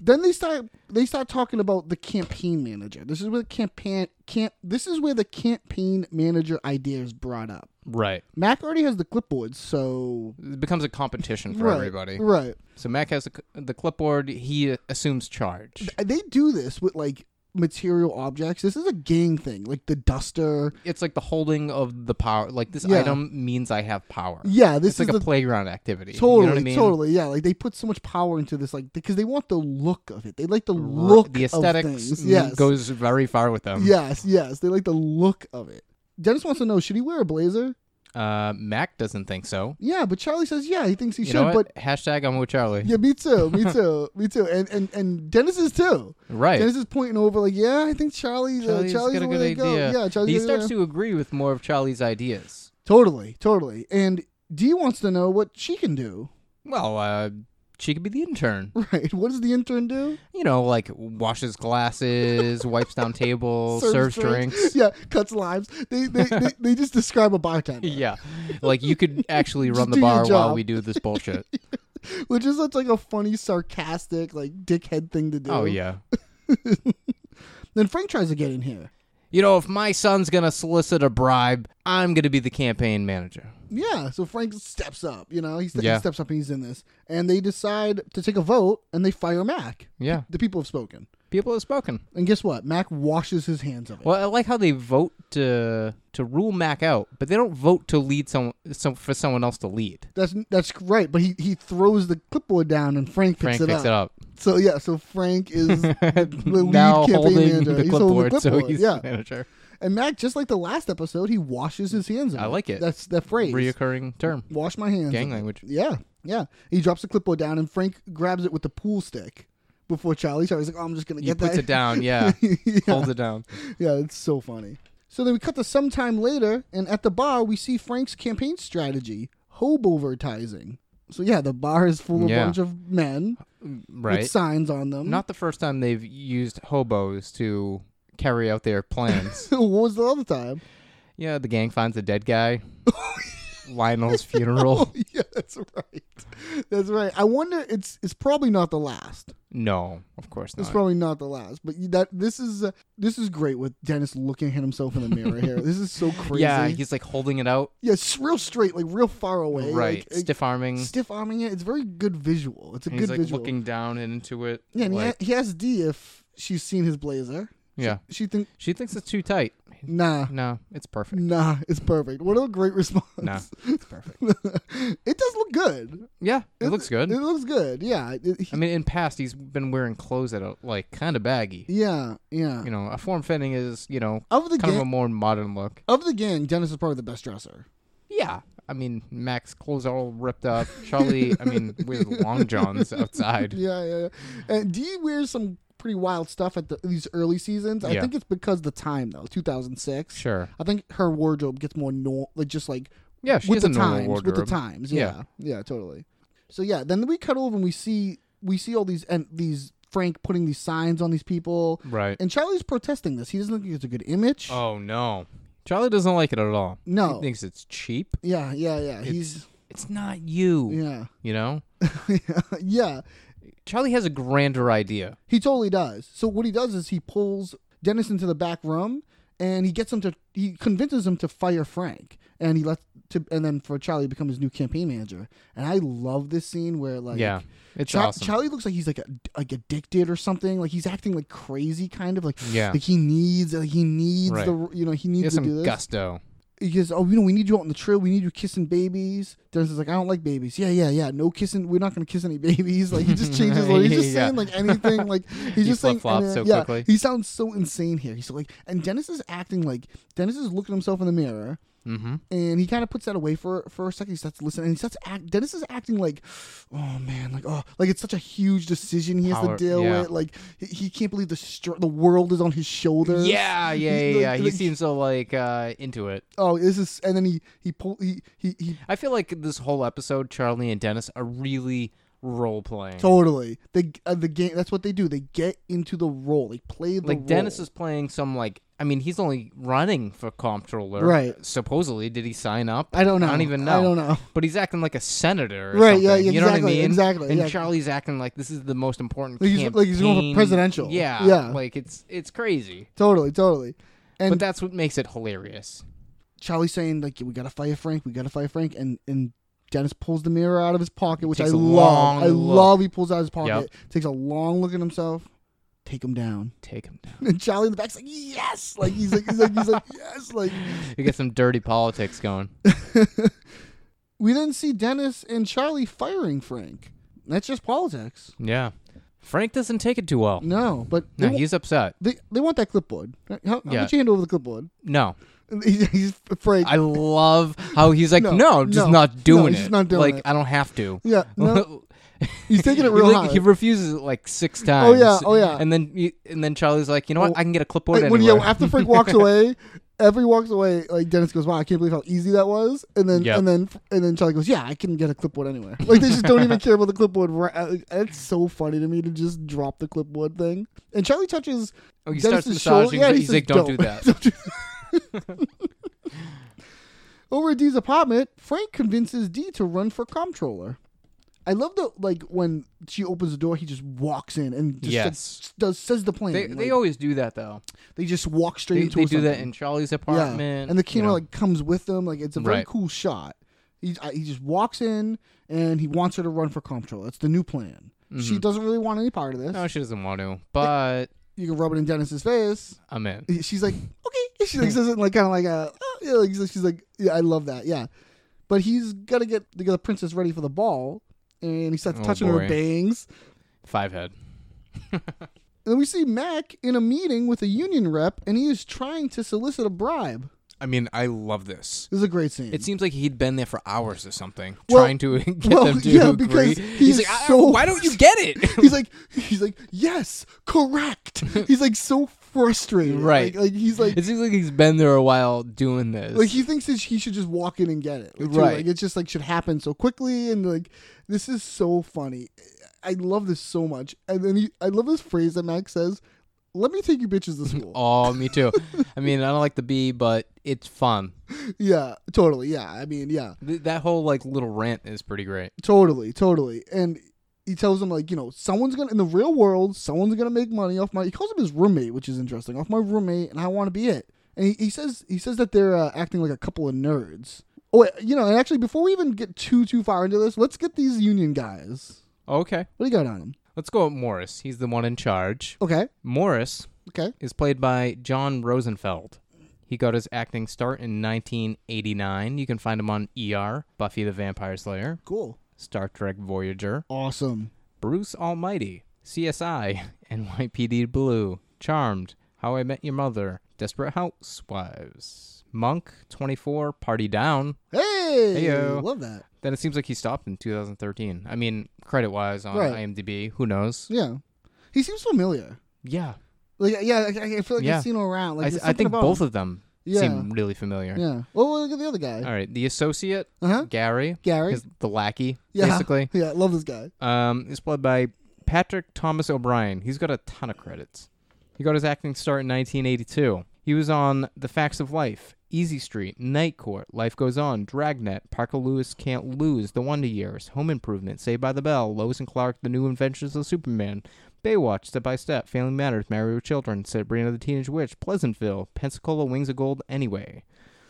[SPEAKER 5] then they start they start talking about the campaign manager. This is where the campaign camp. This is where the campaign manager idea is brought up.
[SPEAKER 1] Right.
[SPEAKER 5] Mac already has the clipboard, so
[SPEAKER 1] It becomes a competition for
[SPEAKER 5] right,
[SPEAKER 1] everybody.
[SPEAKER 5] Right.
[SPEAKER 1] So Mac has the, c- the clipboard. He assumes charge.
[SPEAKER 5] They do this with like material objects. This is a gang thing, like the duster.
[SPEAKER 1] It's like the holding of the power. Like this
[SPEAKER 5] Yeah.
[SPEAKER 1] item means I have power.
[SPEAKER 5] Yeah, this
[SPEAKER 1] It's like
[SPEAKER 5] is
[SPEAKER 1] a
[SPEAKER 5] the
[SPEAKER 1] playground activity. You know
[SPEAKER 5] Totally,
[SPEAKER 1] what I mean?
[SPEAKER 5] totally, yeah. Like they put so much power into this, like because they want the look of it. They like the
[SPEAKER 1] R-
[SPEAKER 5] look,
[SPEAKER 1] the
[SPEAKER 5] Of
[SPEAKER 1] aesthetics
[SPEAKER 5] things.
[SPEAKER 1] mm,
[SPEAKER 5] Yes,
[SPEAKER 1] goes very far with them.
[SPEAKER 5] yes, yes. They like the look of it. Dennis wants to know: Should he wear a blazer?
[SPEAKER 1] Uh, Mac doesn't think so.
[SPEAKER 5] Yeah, but Charlie says, yeah, he thinks he
[SPEAKER 1] You
[SPEAKER 5] should.
[SPEAKER 1] know
[SPEAKER 5] But
[SPEAKER 1] what? Hashtag I'm with Charlie.
[SPEAKER 5] yeah, me
[SPEAKER 1] [laughs]
[SPEAKER 5] too, me too, me too. And and and Dennis is too.
[SPEAKER 1] Right.
[SPEAKER 5] Dennis is pointing over, like, yeah, I think Charlie,
[SPEAKER 1] Charlie's
[SPEAKER 5] uh, Charlie's
[SPEAKER 1] got a
[SPEAKER 5] the way
[SPEAKER 1] good
[SPEAKER 5] to go.
[SPEAKER 1] idea.
[SPEAKER 5] Yeah, Charlie's
[SPEAKER 1] he
[SPEAKER 5] the way
[SPEAKER 1] starts
[SPEAKER 5] to
[SPEAKER 1] to agree with more of Charlie's ideas.
[SPEAKER 5] totally, totally. And Dee wants to know what she can do. [laughs]
[SPEAKER 1] Well, uh, she could be the intern.
[SPEAKER 5] Right? What does the intern do?
[SPEAKER 1] you know, like washes glasses, wipes
[SPEAKER 5] [laughs]
[SPEAKER 1] down tables, serves, drinks.
[SPEAKER 5] Yeah, cuts limes. They they,
[SPEAKER 1] [laughs]
[SPEAKER 5] they they just describe a bartender.
[SPEAKER 1] Yeah. Like you could actually
[SPEAKER 5] Just
[SPEAKER 1] run the
[SPEAKER 5] do your
[SPEAKER 1] bar while
[SPEAKER 5] job.
[SPEAKER 1] we do this
[SPEAKER 5] [laughs]
[SPEAKER 1] bullshit.
[SPEAKER 5] which is such like a funny, sarcastic, like dickhead thing to do.
[SPEAKER 1] oh yeah.
[SPEAKER 5] Then Frank tries to get in here.
[SPEAKER 1] You know, if my son's gonna solicit a bribe, I'm gonna be the campaign manager.
[SPEAKER 5] Yeah, so Frank steps up. You know, he, st-
[SPEAKER 1] Yeah.
[SPEAKER 5] he steps up and he's in this, and they decide to take a vote and they fire Mac.
[SPEAKER 1] Yeah.
[SPEAKER 5] the people have spoken,
[SPEAKER 1] People have spoken.
[SPEAKER 5] and guess what? Mac washes his hands of it.
[SPEAKER 1] Well, I like how they vote to to rule Mac out, but they don't vote to lead someone some for someone else to lead.
[SPEAKER 5] That's that's right, but he, he throws the clipboard down and Frank picks,
[SPEAKER 1] Frank
[SPEAKER 5] it,
[SPEAKER 1] picks
[SPEAKER 5] up.
[SPEAKER 1] it up.
[SPEAKER 5] So yeah, so
[SPEAKER 1] [laughs]
[SPEAKER 5] Frank is the lead
[SPEAKER 1] now
[SPEAKER 5] campaign
[SPEAKER 1] holding
[SPEAKER 5] manager.
[SPEAKER 1] the,
[SPEAKER 5] He's holding
[SPEAKER 1] clipboard,
[SPEAKER 5] the
[SPEAKER 1] so
[SPEAKER 5] clipboard.
[SPEAKER 1] he's
[SPEAKER 5] yeah,
[SPEAKER 1] the manager.
[SPEAKER 5] and Mac
[SPEAKER 1] [laughs]
[SPEAKER 5] just like the last episode, he washes his hands. Of
[SPEAKER 1] I like it.
[SPEAKER 5] That's that phrase.
[SPEAKER 1] Reoccurring term.
[SPEAKER 5] [laughs] Wash my hands.
[SPEAKER 1] Gang
[SPEAKER 5] of it.
[SPEAKER 1] language.
[SPEAKER 5] Yeah, yeah. He drops the clipboard down, and Frank grabs it with the pool stick before Charlie. Charlie's like, "Oh, I'm just gonna
[SPEAKER 1] He
[SPEAKER 5] get
[SPEAKER 1] puts
[SPEAKER 5] that."
[SPEAKER 1] it down, yeah.
[SPEAKER 5] [laughs] yeah.
[SPEAKER 1] Holds it down.
[SPEAKER 5] yeah, it's so funny. So then we cut to sometime later, and at the bar we see Frank's campaign strategy: hobovertising. So yeah, the bar is full of
[SPEAKER 1] Yeah.
[SPEAKER 5] a bunch of men
[SPEAKER 1] Right.
[SPEAKER 5] with signs on them. [laughs]
[SPEAKER 1] Not the first time they've used hobos to carry out their
[SPEAKER 5] [laughs]
[SPEAKER 1] plans.
[SPEAKER 5] what was the other time? [laughs]
[SPEAKER 1] yeah, the gang finds a dead guy. Lionel's funeral.
[SPEAKER 5] yeah, that's right. That's right. I wonder. It's it's probably not the last.
[SPEAKER 1] No, of course
[SPEAKER 5] It's
[SPEAKER 1] not.
[SPEAKER 5] probably not the last, but you- that this is uh, this is great with Dennis looking at himself in the mirror here. This is so
[SPEAKER 1] [laughs]
[SPEAKER 5] crazy.
[SPEAKER 1] yeah, he's like holding it out.
[SPEAKER 5] yeah, it's real straight, like real far away,
[SPEAKER 1] Right.
[SPEAKER 5] like,
[SPEAKER 1] Stiff arming.
[SPEAKER 5] uh, stiff arming it. It's very good visual. It's a
[SPEAKER 1] and
[SPEAKER 5] good
[SPEAKER 1] he's like
[SPEAKER 5] visual.
[SPEAKER 1] looking down into it.
[SPEAKER 5] yeah, and he
[SPEAKER 1] like-
[SPEAKER 5] he, he asked D if she's seen his blazer.
[SPEAKER 1] yeah.
[SPEAKER 5] She think
[SPEAKER 1] She thinks it's too tight.
[SPEAKER 5] nah,
[SPEAKER 1] No, it's perfect.
[SPEAKER 5] [laughs] nah, it's perfect. What a great response.
[SPEAKER 1] Nah.
[SPEAKER 5] it's perfect. [laughs] it does look good.
[SPEAKER 1] Yeah, it looks good.
[SPEAKER 5] It looks good. Yeah. It- he-
[SPEAKER 1] I mean, in past, he's been wearing clothes that are like kind of baggy.
[SPEAKER 5] yeah. Yeah.
[SPEAKER 1] You know, a form fitting is, you know,
[SPEAKER 5] of the
[SPEAKER 1] kind of a
[SPEAKER 5] gang,
[SPEAKER 1] more modern look.
[SPEAKER 5] of the gang, Dennis is probably the best dresser.
[SPEAKER 1] Yeah, I mean, Max clothes all ripped up. Charlie, I
[SPEAKER 5] [laughs]
[SPEAKER 1] mean, wears long johns outside.
[SPEAKER 5] Yeah, yeah, yeah. And D wears some pretty wild stuff at the, these early seasons. I
[SPEAKER 1] Yeah.
[SPEAKER 5] think it's because the time though, 2006.
[SPEAKER 1] Sure.
[SPEAKER 5] I think her wardrobe gets more normal, like just like
[SPEAKER 1] Yeah, she
[SPEAKER 5] with
[SPEAKER 1] has
[SPEAKER 5] the
[SPEAKER 1] a normal
[SPEAKER 5] times, with the
[SPEAKER 1] wardrobe.
[SPEAKER 5] times. Yeah.
[SPEAKER 1] Yeah.
[SPEAKER 5] yeah, totally. So yeah, then we cut over and we see we see all these and these Frank putting these signs on these people.
[SPEAKER 1] Right.
[SPEAKER 5] And Charlie's protesting this. He doesn't think it's a good image.
[SPEAKER 1] Oh no, Charlie doesn't like it at all.
[SPEAKER 5] No.
[SPEAKER 1] he thinks it's cheap.
[SPEAKER 5] yeah, yeah, yeah. He's
[SPEAKER 1] It's not you.
[SPEAKER 5] yeah, [laughs]
[SPEAKER 1] You know,
[SPEAKER 5] yeah.
[SPEAKER 1] Charlie has a grander idea.
[SPEAKER 5] He totally does. So what he does is he pulls Dennis into the back room and he gets him to he convinces him to fire Frank and he lets to and then for Charlie to become his new campaign manager. And I love this scene where like
[SPEAKER 1] Yeah, it's
[SPEAKER 5] Cha-
[SPEAKER 1] awesome.
[SPEAKER 5] Charlie looks like he's like a, like addicted or something. Like he's acting like crazy, kind of like
[SPEAKER 1] Yeah.
[SPEAKER 5] Like he needs, like he needs
[SPEAKER 1] Right.
[SPEAKER 5] the you know he needs
[SPEAKER 1] He has
[SPEAKER 5] to do
[SPEAKER 1] some
[SPEAKER 5] this.
[SPEAKER 1] gusto.
[SPEAKER 5] He goes, oh you know we need you out on the trail. We need you kissing babies. Dennis is like I don't like babies. Yeah yeah yeah. No kissing. We're not gonna kiss any babies. Like
[SPEAKER 1] [laughs]
[SPEAKER 5] he just changes. Like, he's just
[SPEAKER 1] Yeah.
[SPEAKER 5] saying like
[SPEAKER 1] [laughs]
[SPEAKER 5] anything. Like he's
[SPEAKER 1] He
[SPEAKER 5] just saying
[SPEAKER 1] flip-flops
[SPEAKER 5] and,
[SPEAKER 1] so
[SPEAKER 5] yeah,
[SPEAKER 1] quickly.
[SPEAKER 5] He sounds so insane here. He's like and Dennis is acting like Dennis is looking himself in the mirror
[SPEAKER 1] Mm-hmm.
[SPEAKER 5] and he kind of puts that away for for a second. He starts listening, and he starts act. Dennis is acting like, oh man, like oh, like it's such a huge decision he has
[SPEAKER 1] Power-
[SPEAKER 5] to deal
[SPEAKER 1] yeah.
[SPEAKER 5] with. Like he, he can't believe the str- the world is on his shoulders.
[SPEAKER 1] Yeah, yeah, yeah.
[SPEAKER 5] He's like-
[SPEAKER 1] yeah. He
[SPEAKER 5] like,
[SPEAKER 1] seems so like uh, into it.
[SPEAKER 5] Oh, this is, and then he he pull he he, he
[SPEAKER 1] I feel like this whole episode, Charlie and Dennis are really role playing.
[SPEAKER 5] totally the uh, the game. That's what they do. They get into the role. They play the
[SPEAKER 1] like
[SPEAKER 5] role.
[SPEAKER 1] Dennis is playing some like I mean he's only running for comptroller
[SPEAKER 5] Right.
[SPEAKER 1] supposedly did he sign up
[SPEAKER 5] I don't know.
[SPEAKER 1] I don't even
[SPEAKER 5] I
[SPEAKER 1] know
[SPEAKER 5] don't know. [laughs]
[SPEAKER 1] but he's acting like a senator or
[SPEAKER 5] Right, yeah,
[SPEAKER 1] something,
[SPEAKER 5] yeah,
[SPEAKER 1] you know what I
[SPEAKER 5] exactly,
[SPEAKER 1] mean
[SPEAKER 5] exactly,
[SPEAKER 1] and
[SPEAKER 5] yeah.
[SPEAKER 1] Charlie's acting like this is the most important
[SPEAKER 5] Like he's- like he's going for
[SPEAKER 1] campaign.
[SPEAKER 5] presidential.
[SPEAKER 1] yeah
[SPEAKER 5] Yeah.
[SPEAKER 1] like it's it's crazy
[SPEAKER 5] Totally, totally. And
[SPEAKER 1] but that's what makes it hilarious
[SPEAKER 5] Charlie's saying like we gotta fire Frank, we gotta fire Frank, and and Dennis pulls the mirror out of his pocket, which I
[SPEAKER 1] Takes a
[SPEAKER 5] love.
[SPEAKER 1] long
[SPEAKER 5] I
[SPEAKER 1] look.
[SPEAKER 5] love he pulls out his pocket,
[SPEAKER 1] Yep.
[SPEAKER 5] takes a long look at himself, take him down, [laughs]
[SPEAKER 1] take him down
[SPEAKER 5] and Charlie in the back's like yes, like he's like he's like he's like yes, like
[SPEAKER 1] you get some
[SPEAKER 5] [laughs]
[SPEAKER 1] dirty politics going
[SPEAKER 5] we then see Dennis and Charlie firing Frank. That's just politics.
[SPEAKER 1] yeah Frank doesn't take it too well
[SPEAKER 5] No, but they,
[SPEAKER 1] no
[SPEAKER 5] wa-
[SPEAKER 1] he's upset
[SPEAKER 5] they they want that clipboard. How, how
[SPEAKER 1] Yeah.
[SPEAKER 5] much you hand over the clipboard? [laughs]
[SPEAKER 1] no
[SPEAKER 5] He's, he's afraid.
[SPEAKER 1] I love how he's like,
[SPEAKER 5] No,
[SPEAKER 1] no, I'm just
[SPEAKER 5] no, no,
[SPEAKER 1] not doing
[SPEAKER 5] he's
[SPEAKER 1] it.
[SPEAKER 5] not doing
[SPEAKER 1] like,
[SPEAKER 5] it."
[SPEAKER 1] I don't have to.
[SPEAKER 5] Yeah,
[SPEAKER 1] [laughs]
[SPEAKER 5] no. he's taking it real
[SPEAKER 1] he,
[SPEAKER 5] hard.
[SPEAKER 1] like, he refuses it like six times.
[SPEAKER 5] yeah, oh, yeah.
[SPEAKER 1] And then he, and then Charlie's like, you know what?
[SPEAKER 5] Well,
[SPEAKER 1] I can get a clipboard
[SPEAKER 5] Like, when
[SPEAKER 1] anywhere.
[SPEAKER 5] yo, after
[SPEAKER 1] [laughs]
[SPEAKER 5] Frank walks away, after he walks away, like Dennis goes, "Wow, I can't believe how easy that was." And then
[SPEAKER 1] Yep.
[SPEAKER 5] and then and then Charlie goes, "Yeah, I can get a clipboard anywhere." Like they just don't even care about the clipboard. Right? It's so funny to me to just drop the clipboard thing. And Charlie touches.
[SPEAKER 1] Oh, he
[SPEAKER 5] Dennis's
[SPEAKER 1] starts massaging.
[SPEAKER 5] shoulder. Yeah,
[SPEAKER 1] he's
[SPEAKER 5] he says,
[SPEAKER 1] like, don't, do that.
[SPEAKER 5] [laughs] Don't do that." Over at Dee's apartment, Frank convinces Dee to run for comptroller. I love the like when she opens the door, he just walks in and just
[SPEAKER 1] Yes.
[SPEAKER 5] like, does says the plan.
[SPEAKER 1] they,
[SPEAKER 5] like,
[SPEAKER 1] they always do that though.
[SPEAKER 5] they just walk straight
[SPEAKER 1] They,
[SPEAKER 5] into
[SPEAKER 1] they
[SPEAKER 5] us
[SPEAKER 1] do that
[SPEAKER 5] something.
[SPEAKER 1] in Charlie's
[SPEAKER 5] yeah.
[SPEAKER 1] apartment.
[SPEAKER 5] and the
[SPEAKER 1] you
[SPEAKER 5] camera
[SPEAKER 1] know.
[SPEAKER 5] like comes with them. Like it's a very
[SPEAKER 1] Right.
[SPEAKER 5] cool shot. He I, he just walks in and he wants her to run for comptroller. That's the new plan. She doesn't really want any part of this.
[SPEAKER 1] Mm-hmm. no, she doesn't want
[SPEAKER 5] [laughs]
[SPEAKER 1] to, but
[SPEAKER 5] you can rub it in Dennis's face.
[SPEAKER 1] I'm in.
[SPEAKER 5] He- She's like, okay. [laughs] She like says it like kind of like a oh, yeah. Like, she's like, yeah, I love that. Yeah, but he's got to get the, the princess ready for the ball, and he starts
[SPEAKER 1] Oh,
[SPEAKER 5] touching her
[SPEAKER 1] boy.
[SPEAKER 5] bangs.
[SPEAKER 1] Five head.
[SPEAKER 5] And then we see Mac in a meeting with a union rep, and he is trying to solicit a bribe.
[SPEAKER 1] I mean, I love this.
[SPEAKER 5] This is a great scene.
[SPEAKER 1] It seems like he'd been there for hours or something,
[SPEAKER 5] Well-
[SPEAKER 1] trying to [laughs] get
[SPEAKER 5] well,
[SPEAKER 1] them to
[SPEAKER 5] yeah,
[SPEAKER 1] agree.
[SPEAKER 5] because he's
[SPEAKER 1] He's, like, I-
[SPEAKER 5] so-
[SPEAKER 1] why don't you get it?
[SPEAKER 5] [laughs] [laughs]
[SPEAKER 1] [laughs]
[SPEAKER 5] he's like he's like yes correct he's like so frustrated
[SPEAKER 1] Right.
[SPEAKER 5] like, like, he's like
[SPEAKER 1] It seems like he's been there a while doing this.
[SPEAKER 5] like he thinks that he should just walk in and get it like, too.
[SPEAKER 1] Right.
[SPEAKER 5] like it just like should happen so quickly and like this is so funny i love this so much and then he, i love this phrase that max says let me take you
[SPEAKER 1] [laughs]
[SPEAKER 5] bitches to school
[SPEAKER 1] oh, me
[SPEAKER 5] [laughs]
[SPEAKER 1] too. I mean, I don't like the bee, but it's fun.
[SPEAKER 5] yeah totally yeah i mean yeah
[SPEAKER 1] Th- that whole like little rant is pretty great.
[SPEAKER 5] totally totally and he tells him like you know someone's gonna in the real world someone's gonna make money off my he calls him his roommate which is interesting off my roommate and i want to be it and he, he says he says that they're uh, acting like a couple of nerds oh wait, you know and actually before we even get too too far into this let's get these union guys
[SPEAKER 1] Okay,
[SPEAKER 5] what do you got on them
[SPEAKER 1] let's go with Morris. He's the one in charge.
[SPEAKER 5] okay
[SPEAKER 1] Morris
[SPEAKER 5] okay
[SPEAKER 1] is played by John Rosenfeld. He got his acting start in 1989. You can find him on ER, Buffy the Vampire Slayer,
[SPEAKER 5] cool
[SPEAKER 1] Star Trek Voyager,
[SPEAKER 5] awesome
[SPEAKER 1] Bruce Almighty, [laughs] CSI, NYPD Blue, Charmed, How I Met Your Mother, Desperate Housewives, Monk, 24, Party Down,
[SPEAKER 5] hey Hey,
[SPEAKER 1] Heyo.
[SPEAKER 5] love that.
[SPEAKER 1] Then it seems like he stopped in 2013. I mean, credit wise on
[SPEAKER 5] Right.
[SPEAKER 1] IMDb, who knows?
[SPEAKER 5] Yeah, he seems familiar.
[SPEAKER 1] Yeah,
[SPEAKER 5] Like yeah, I, I feel like
[SPEAKER 1] Yeah.
[SPEAKER 5] I've seen him around. Like
[SPEAKER 1] I,
[SPEAKER 5] there's
[SPEAKER 1] I think
[SPEAKER 5] something about
[SPEAKER 1] both
[SPEAKER 5] him.
[SPEAKER 1] of them
[SPEAKER 5] Yeah.
[SPEAKER 1] seem really familiar.
[SPEAKER 5] Yeah. Well, look at the other guy.
[SPEAKER 1] All right, the associate
[SPEAKER 5] Uh huh.
[SPEAKER 1] Gary,
[SPEAKER 5] Gary.
[SPEAKER 1] his, the lackey,
[SPEAKER 5] Yeah.
[SPEAKER 1] basically,
[SPEAKER 5] [laughs] Yeah, love this guy.
[SPEAKER 1] um, is played by Patrick Thomas O'Brien. He's got a ton of credits. He got his acting start in 1982. He was on The Facts of Life, Easy Street, Night Court, Life Goes On, Dragnet, Parker Lewis Can't Lose, The Wonder Years, Home Improvement, Saved by the Bell, Lois and Clark, The New Adventures of Superman, Baywatch, Step by Step, Family Matters, Married with Children, Sabrina the Teenage Witch, Pleasantville, Pensacola Wings of Gold, Anyway.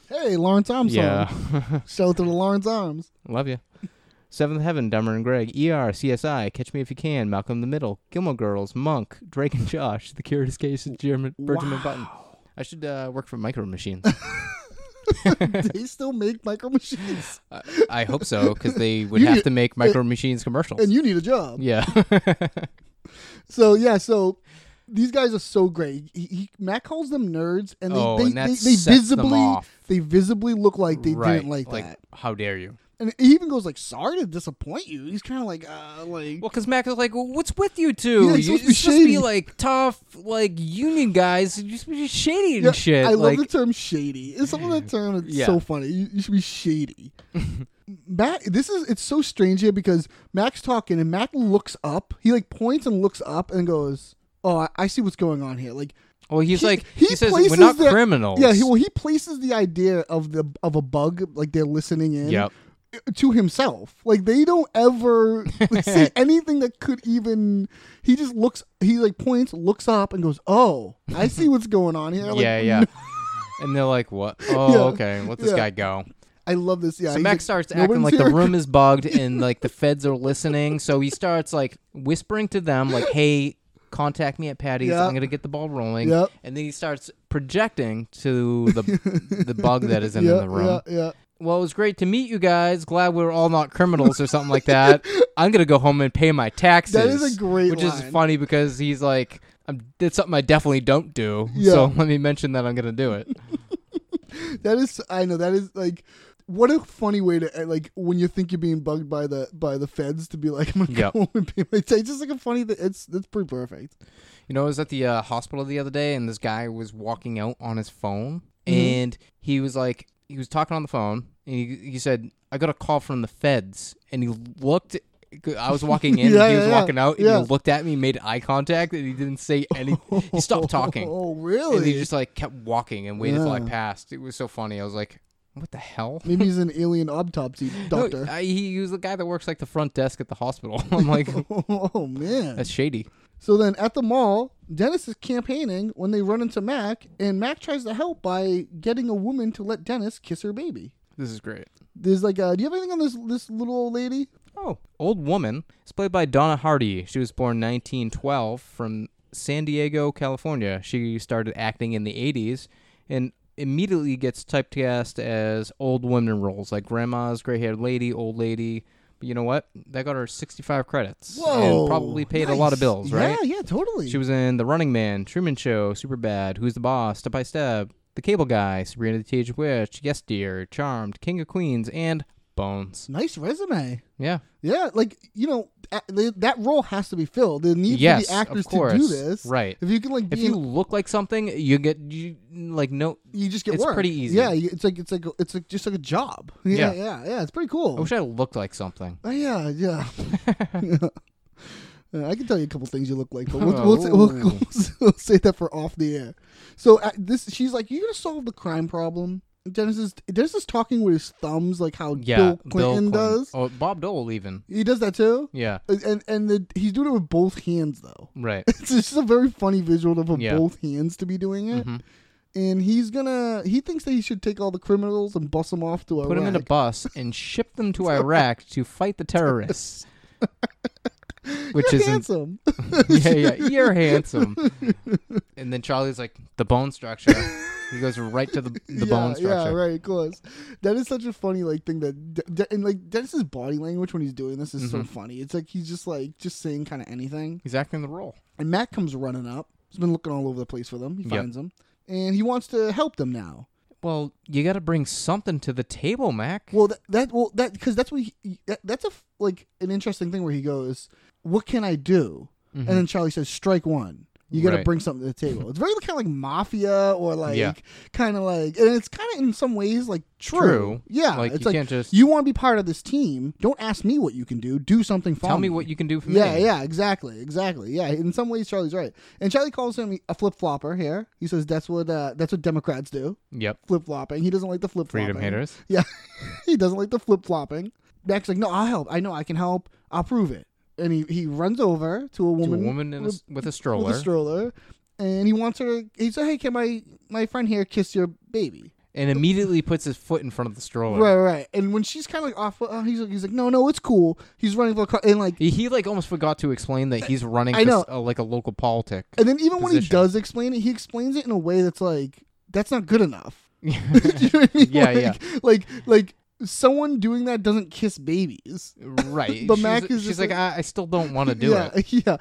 [SPEAKER 5] Hey, Lawrence Armstrong.
[SPEAKER 1] Yeah.
[SPEAKER 5] [laughs] Shout out to the Lawrence Arms. [laughs]
[SPEAKER 1] Love you. Seventh Heaven, Dumber and Greg, ER, CSI, Catch Me If You Can, Malcolm in the Middle, Gilmore Girls, Monk, Drake and Josh, The Curious Case of German, Benjamin Button. I should uh, work for Micro
[SPEAKER 5] [laughs]
[SPEAKER 1] Machines.
[SPEAKER 5] they still make
[SPEAKER 1] [laughs]
[SPEAKER 5] micro machines,
[SPEAKER 1] I, I hope so, because they would
[SPEAKER 5] You
[SPEAKER 1] have
[SPEAKER 5] need-
[SPEAKER 1] to make Micro Machines commercials.
[SPEAKER 5] and you need a
[SPEAKER 1] [laughs]
[SPEAKER 5] job.
[SPEAKER 1] yeah.
[SPEAKER 5] So yeah, so these guys are so great. He, he, Matt calls them nerds, and they
[SPEAKER 1] Oh,
[SPEAKER 5] they,
[SPEAKER 1] and that
[SPEAKER 5] they, they
[SPEAKER 1] sets them
[SPEAKER 5] visibly
[SPEAKER 1] off.
[SPEAKER 5] they visibly look like they
[SPEAKER 1] right.
[SPEAKER 5] didn't like, that.
[SPEAKER 1] How dare you?
[SPEAKER 5] And he even goes like, "Sorry to disappoint you." He's kind of like, uh, like
[SPEAKER 1] Well, because Mac is like, well, what's with you two?
[SPEAKER 5] Yeah, he's
[SPEAKER 1] You're
[SPEAKER 5] supposed to be
[SPEAKER 1] supposed to be
[SPEAKER 5] shady."
[SPEAKER 1] like tough, like union guys. You're supposed to be shady and
[SPEAKER 5] Yeah,
[SPEAKER 1] shit.
[SPEAKER 5] I
[SPEAKER 1] like,
[SPEAKER 5] love the term shady. It's some of that term that's
[SPEAKER 1] Yeah.
[SPEAKER 5] so funny. You, you should
[SPEAKER 1] [laughs]
[SPEAKER 5] be shady. Mac, this is it's so strange here because Mac's talking and Mac looks up. He like points and looks up and goes, "Oh, I, I see what's going on here." Like
[SPEAKER 1] well, he's
[SPEAKER 5] he-
[SPEAKER 1] like,
[SPEAKER 5] he
[SPEAKER 1] he, says, we're
[SPEAKER 5] places
[SPEAKER 1] not
[SPEAKER 5] the-
[SPEAKER 1] criminals.
[SPEAKER 5] Yeah, he, well, he places the idea of the of a bug, like they're listening in,
[SPEAKER 1] Yep.
[SPEAKER 5] to himself. Like they don't
[SPEAKER 1] [laughs]
[SPEAKER 5] ever say anything that could even. He just looks. He like points, looks up, and goes, "Oh, I see what's going on
[SPEAKER 1] [laughs]
[SPEAKER 5] here." Like,
[SPEAKER 1] yeah, yeah.
[SPEAKER 5] [laughs]
[SPEAKER 1] and they're like, "What? Oh,
[SPEAKER 5] Yeah,
[SPEAKER 1] okay. Let this
[SPEAKER 5] yeah.
[SPEAKER 1] guy go."
[SPEAKER 5] I love this. Yeah,
[SPEAKER 1] So
[SPEAKER 5] he's
[SPEAKER 1] Max
[SPEAKER 5] like,
[SPEAKER 1] starts
[SPEAKER 5] "No
[SPEAKER 1] acting
[SPEAKER 5] one's
[SPEAKER 1] like the
[SPEAKER 5] here."
[SPEAKER 1] room is bugged
[SPEAKER 5] [laughs]
[SPEAKER 1] and like the feds are listening. So he starts like whispering to them,
[SPEAKER 5] [laughs]
[SPEAKER 1] like, "Hey, contact me at Patty's.
[SPEAKER 5] Yeah.
[SPEAKER 1] I'm gonna get the ball rolling."
[SPEAKER 5] Yep.
[SPEAKER 1] And then he starts projecting to the the bug that is in,
[SPEAKER 5] [laughs] Yeah,
[SPEAKER 1] the room.
[SPEAKER 5] yeah, yeah.
[SPEAKER 1] Well, it was great to meet you guys. Glad we are all not criminals or something like
[SPEAKER 5] [laughs]
[SPEAKER 1] that. I'm gonna go home and pay my taxes.
[SPEAKER 5] That is a great
[SPEAKER 1] which
[SPEAKER 5] line.
[SPEAKER 1] is funny because he's like, I'm, "That's something I definitely don't do."
[SPEAKER 5] Yeah.
[SPEAKER 1] So [laughs] let me mention that I'm gonna do it.
[SPEAKER 5] That is, I know that is like, what a funny way to uh, like when you think you're being bugged by the by the feds to be like, I'm gonna
[SPEAKER 1] Yep.
[SPEAKER 5] go home and pay my tax. It's just like a funny. Th- it's that's pretty perfect.
[SPEAKER 1] You know, I was at the uh, hospital the other day, and this guy was walking out on his phone,
[SPEAKER 5] Mm-hmm.
[SPEAKER 1] and he was like, he was talking on the phone, and he, he said, "I got a call from the feds," and he looked. I was
[SPEAKER 5] [laughs]
[SPEAKER 1] walking in,
[SPEAKER 5] Yeah,
[SPEAKER 1] and he was
[SPEAKER 5] yeah, yeah.
[SPEAKER 1] walking out, and
[SPEAKER 5] Yeah.
[SPEAKER 1] he looked at me, made eye contact, and he didn't
[SPEAKER 5] [laughs]
[SPEAKER 1] say anything. he stopped talking,
[SPEAKER 5] Oh,
[SPEAKER 1] and
[SPEAKER 5] really?
[SPEAKER 1] he just like kept walking and waited till I
[SPEAKER 5] Yeah.
[SPEAKER 1] passed. It was so funny. I was like, "What the hell?"
[SPEAKER 5] Maybe he's an alien autopsy
[SPEAKER 1] [laughs] No,
[SPEAKER 5] doctor.
[SPEAKER 1] I, he was the guy that works like the front desk at the hospital. [laughs] I'm like,
[SPEAKER 5] [laughs] oh man.
[SPEAKER 1] that's shady.
[SPEAKER 5] So then at the mall, Dennis is campaigning when they run into Mac, and Mac tries to help by getting a woman to let Dennis kiss her baby.
[SPEAKER 1] This is great.
[SPEAKER 5] There's like, uh do you have anything on this this little old lady?
[SPEAKER 1] Oh, old woman is played by Donna Hardy. She was born 1912 from San Diego, California. She started acting in the 80s and immediately gets typecast as old woman roles like grandma's gray-haired lady, old lady. But you know what? That got her 65 credits and probably paid a lot of
[SPEAKER 5] nice.
[SPEAKER 1] bills, right?
[SPEAKER 5] Yeah, yeah, totally.
[SPEAKER 1] She was in The Running Man, Truman Show, Superbad, Who's the Boss, Step by Step, The Cable Guy, Sabrina the Teenage Witch, Yes Dear, Charmed, King of Queens, and Bones.
[SPEAKER 5] nice resume.
[SPEAKER 1] Yeah.
[SPEAKER 5] Yeah, like you know, a- they- that role has to be filled. The need
[SPEAKER 1] Yes,
[SPEAKER 5] for the actors
[SPEAKER 1] of course.
[SPEAKER 5] to do this,
[SPEAKER 1] Right.
[SPEAKER 5] If you can like, be
[SPEAKER 1] if
[SPEAKER 5] in-
[SPEAKER 1] you look like something, you get you like no.
[SPEAKER 5] you just get
[SPEAKER 1] it's
[SPEAKER 5] work.
[SPEAKER 1] pretty easy.
[SPEAKER 5] Yeah, you- it's like it's like it's like just like a job.
[SPEAKER 1] Yeah.
[SPEAKER 5] Yeah,
[SPEAKER 1] Oh,
[SPEAKER 5] yeah, yeah. It's pretty cool.
[SPEAKER 1] I wish I looked like something.
[SPEAKER 5] Oh,
[SPEAKER 1] [laughs]
[SPEAKER 5] yeah, yeah. Yeah, I can tell you a couple things you look like, but we'll, we'll, say, we'll,
[SPEAKER 1] Oh.
[SPEAKER 5] [laughs] we'll, say that for off the air. So uh, this, she's like, "You're gonna solve the crime problem." Dennis is Dennis is talking with his thumbs, like how
[SPEAKER 1] Yeah,
[SPEAKER 5] Bill, Clinton does.
[SPEAKER 1] Oh, Bob Dole even.
[SPEAKER 5] He does that too,
[SPEAKER 1] Yeah,
[SPEAKER 5] and and the, he's doing it with both hands though. [laughs]
[SPEAKER 1] right.
[SPEAKER 5] It's just a very funny visual of
[SPEAKER 1] Yeah. Mm-hmm.
[SPEAKER 5] both hands to be doing it. And he's gonna. He thinks that he should take all the criminals and bust them off to Iraq.
[SPEAKER 1] Put them in a bus and ship them
[SPEAKER 5] [laughs]
[SPEAKER 1] to Iraq to fight the terrorists. Which
[SPEAKER 5] You're
[SPEAKER 1] isn't.
[SPEAKER 5] handsome.
[SPEAKER 1] [laughs] Yeah, yeah. You're
[SPEAKER 5] [laughs]
[SPEAKER 1] handsome. And then Charlie's like the bone structure. He goes right
[SPEAKER 5] [laughs]
[SPEAKER 1] to the the bone structure.
[SPEAKER 5] Yeah, right, of course. That is such a funny like thing that De- De- and like Dennis's body language when he's doing this is
[SPEAKER 1] Mm-hmm.
[SPEAKER 5] so funny. It's like he's just like just saying kind of anything.
[SPEAKER 1] He's acting the role.
[SPEAKER 5] And Matt comes running up. He's been looking all over the place for them. He
[SPEAKER 1] Yep.
[SPEAKER 5] finds them, and he wants to help them now.
[SPEAKER 1] Well, you got to bring something to the table, Mac.
[SPEAKER 5] Well, that, that well that because that's what he, that, that's a f- like an interesting thing where he goes, "What can I do?" And then Charlie says, "Strike one." You got to
[SPEAKER 1] Mm-hmm. Right.
[SPEAKER 5] bring something to the table. It's very kind of like mafia or like
[SPEAKER 1] Yeah.
[SPEAKER 5] kind of like, and it's kind of in some ways like true.
[SPEAKER 1] True.
[SPEAKER 5] Yeah,
[SPEAKER 1] Like,
[SPEAKER 5] it's
[SPEAKER 1] you
[SPEAKER 5] like
[SPEAKER 1] can't just-
[SPEAKER 5] you want to be part of this team. Don't ask me what you can do. Do something for
[SPEAKER 1] Tell
[SPEAKER 5] me.
[SPEAKER 1] me what you can do for
[SPEAKER 5] Yeah,
[SPEAKER 1] me.
[SPEAKER 5] yeah, exactly, exactly. Yeah, in some ways, Charlie's right. And Charlie calls him a flip flopper. Here, he says that's what uh, that's what Democrats do.
[SPEAKER 1] Yep.
[SPEAKER 5] Flip flopping. He doesn't like the flip flopping.
[SPEAKER 1] Freedom haters.
[SPEAKER 5] Yeah, [laughs] he doesn't like the flip flopping. Mac's like, no, I'll help. I know I can help. I'll prove it. And he, he runs over to a
[SPEAKER 1] To a
[SPEAKER 5] woman,
[SPEAKER 1] woman in a,
[SPEAKER 5] with,
[SPEAKER 1] s- with a
[SPEAKER 5] with
[SPEAKER 1] stroller.
[SPEAKER 5] a stroller, and he wants her. to, He said, hey, can my my friend here kiss your baby?
[SPEAKER 1] and immediately puts his foot in front of the stroller.
[SPEAKER 5] Right, right. And when she's kind of like off, uh, he's like, he's like, no, no, it's cool. He's running for a car, and like,
[SPEAKER 1] He, he like almost forgot to explain that he's running
[SPEAKER 5] I
[SPEAKER 1] for
[SPEAKER 5] know.
[SPEAKER 1] s- uh, like a local politic.
[SPEAKER 5] and then even when he
[SPEAKER 1] Position.
[SPEAKER 5] does explain it, he explains it in a way that's like, that's not
[SPEAKER 1] [laughs]
[SPEAKER 5] good enough. [laughs] Do you know what I mean?
[SPEAKER 1] Yeah,
[SPEAKER 5] like,
[SPEAKER 1] yeah.
[SPEAKER 5] Like, like someone doing that doesn't kiss babies. [laughs]
[SPEAKER 1] right.
[SPEAKER 5] But
[SPEAKER 1] she's,
[SPEAKER 5] Mac is
[SPEAKER 1] she's
[SPEAKER 5] just
[SPEAKER 1] like,
[SPEAKER 5] like-
[SPEAKER 1] I, I still don't want
[SPEAKER 5] [laughs]
[SPEAKER 1] to do
[SPEAKER 5] yeah,
[SPEAKER 1] it.
[SPEAKER 5] yeah.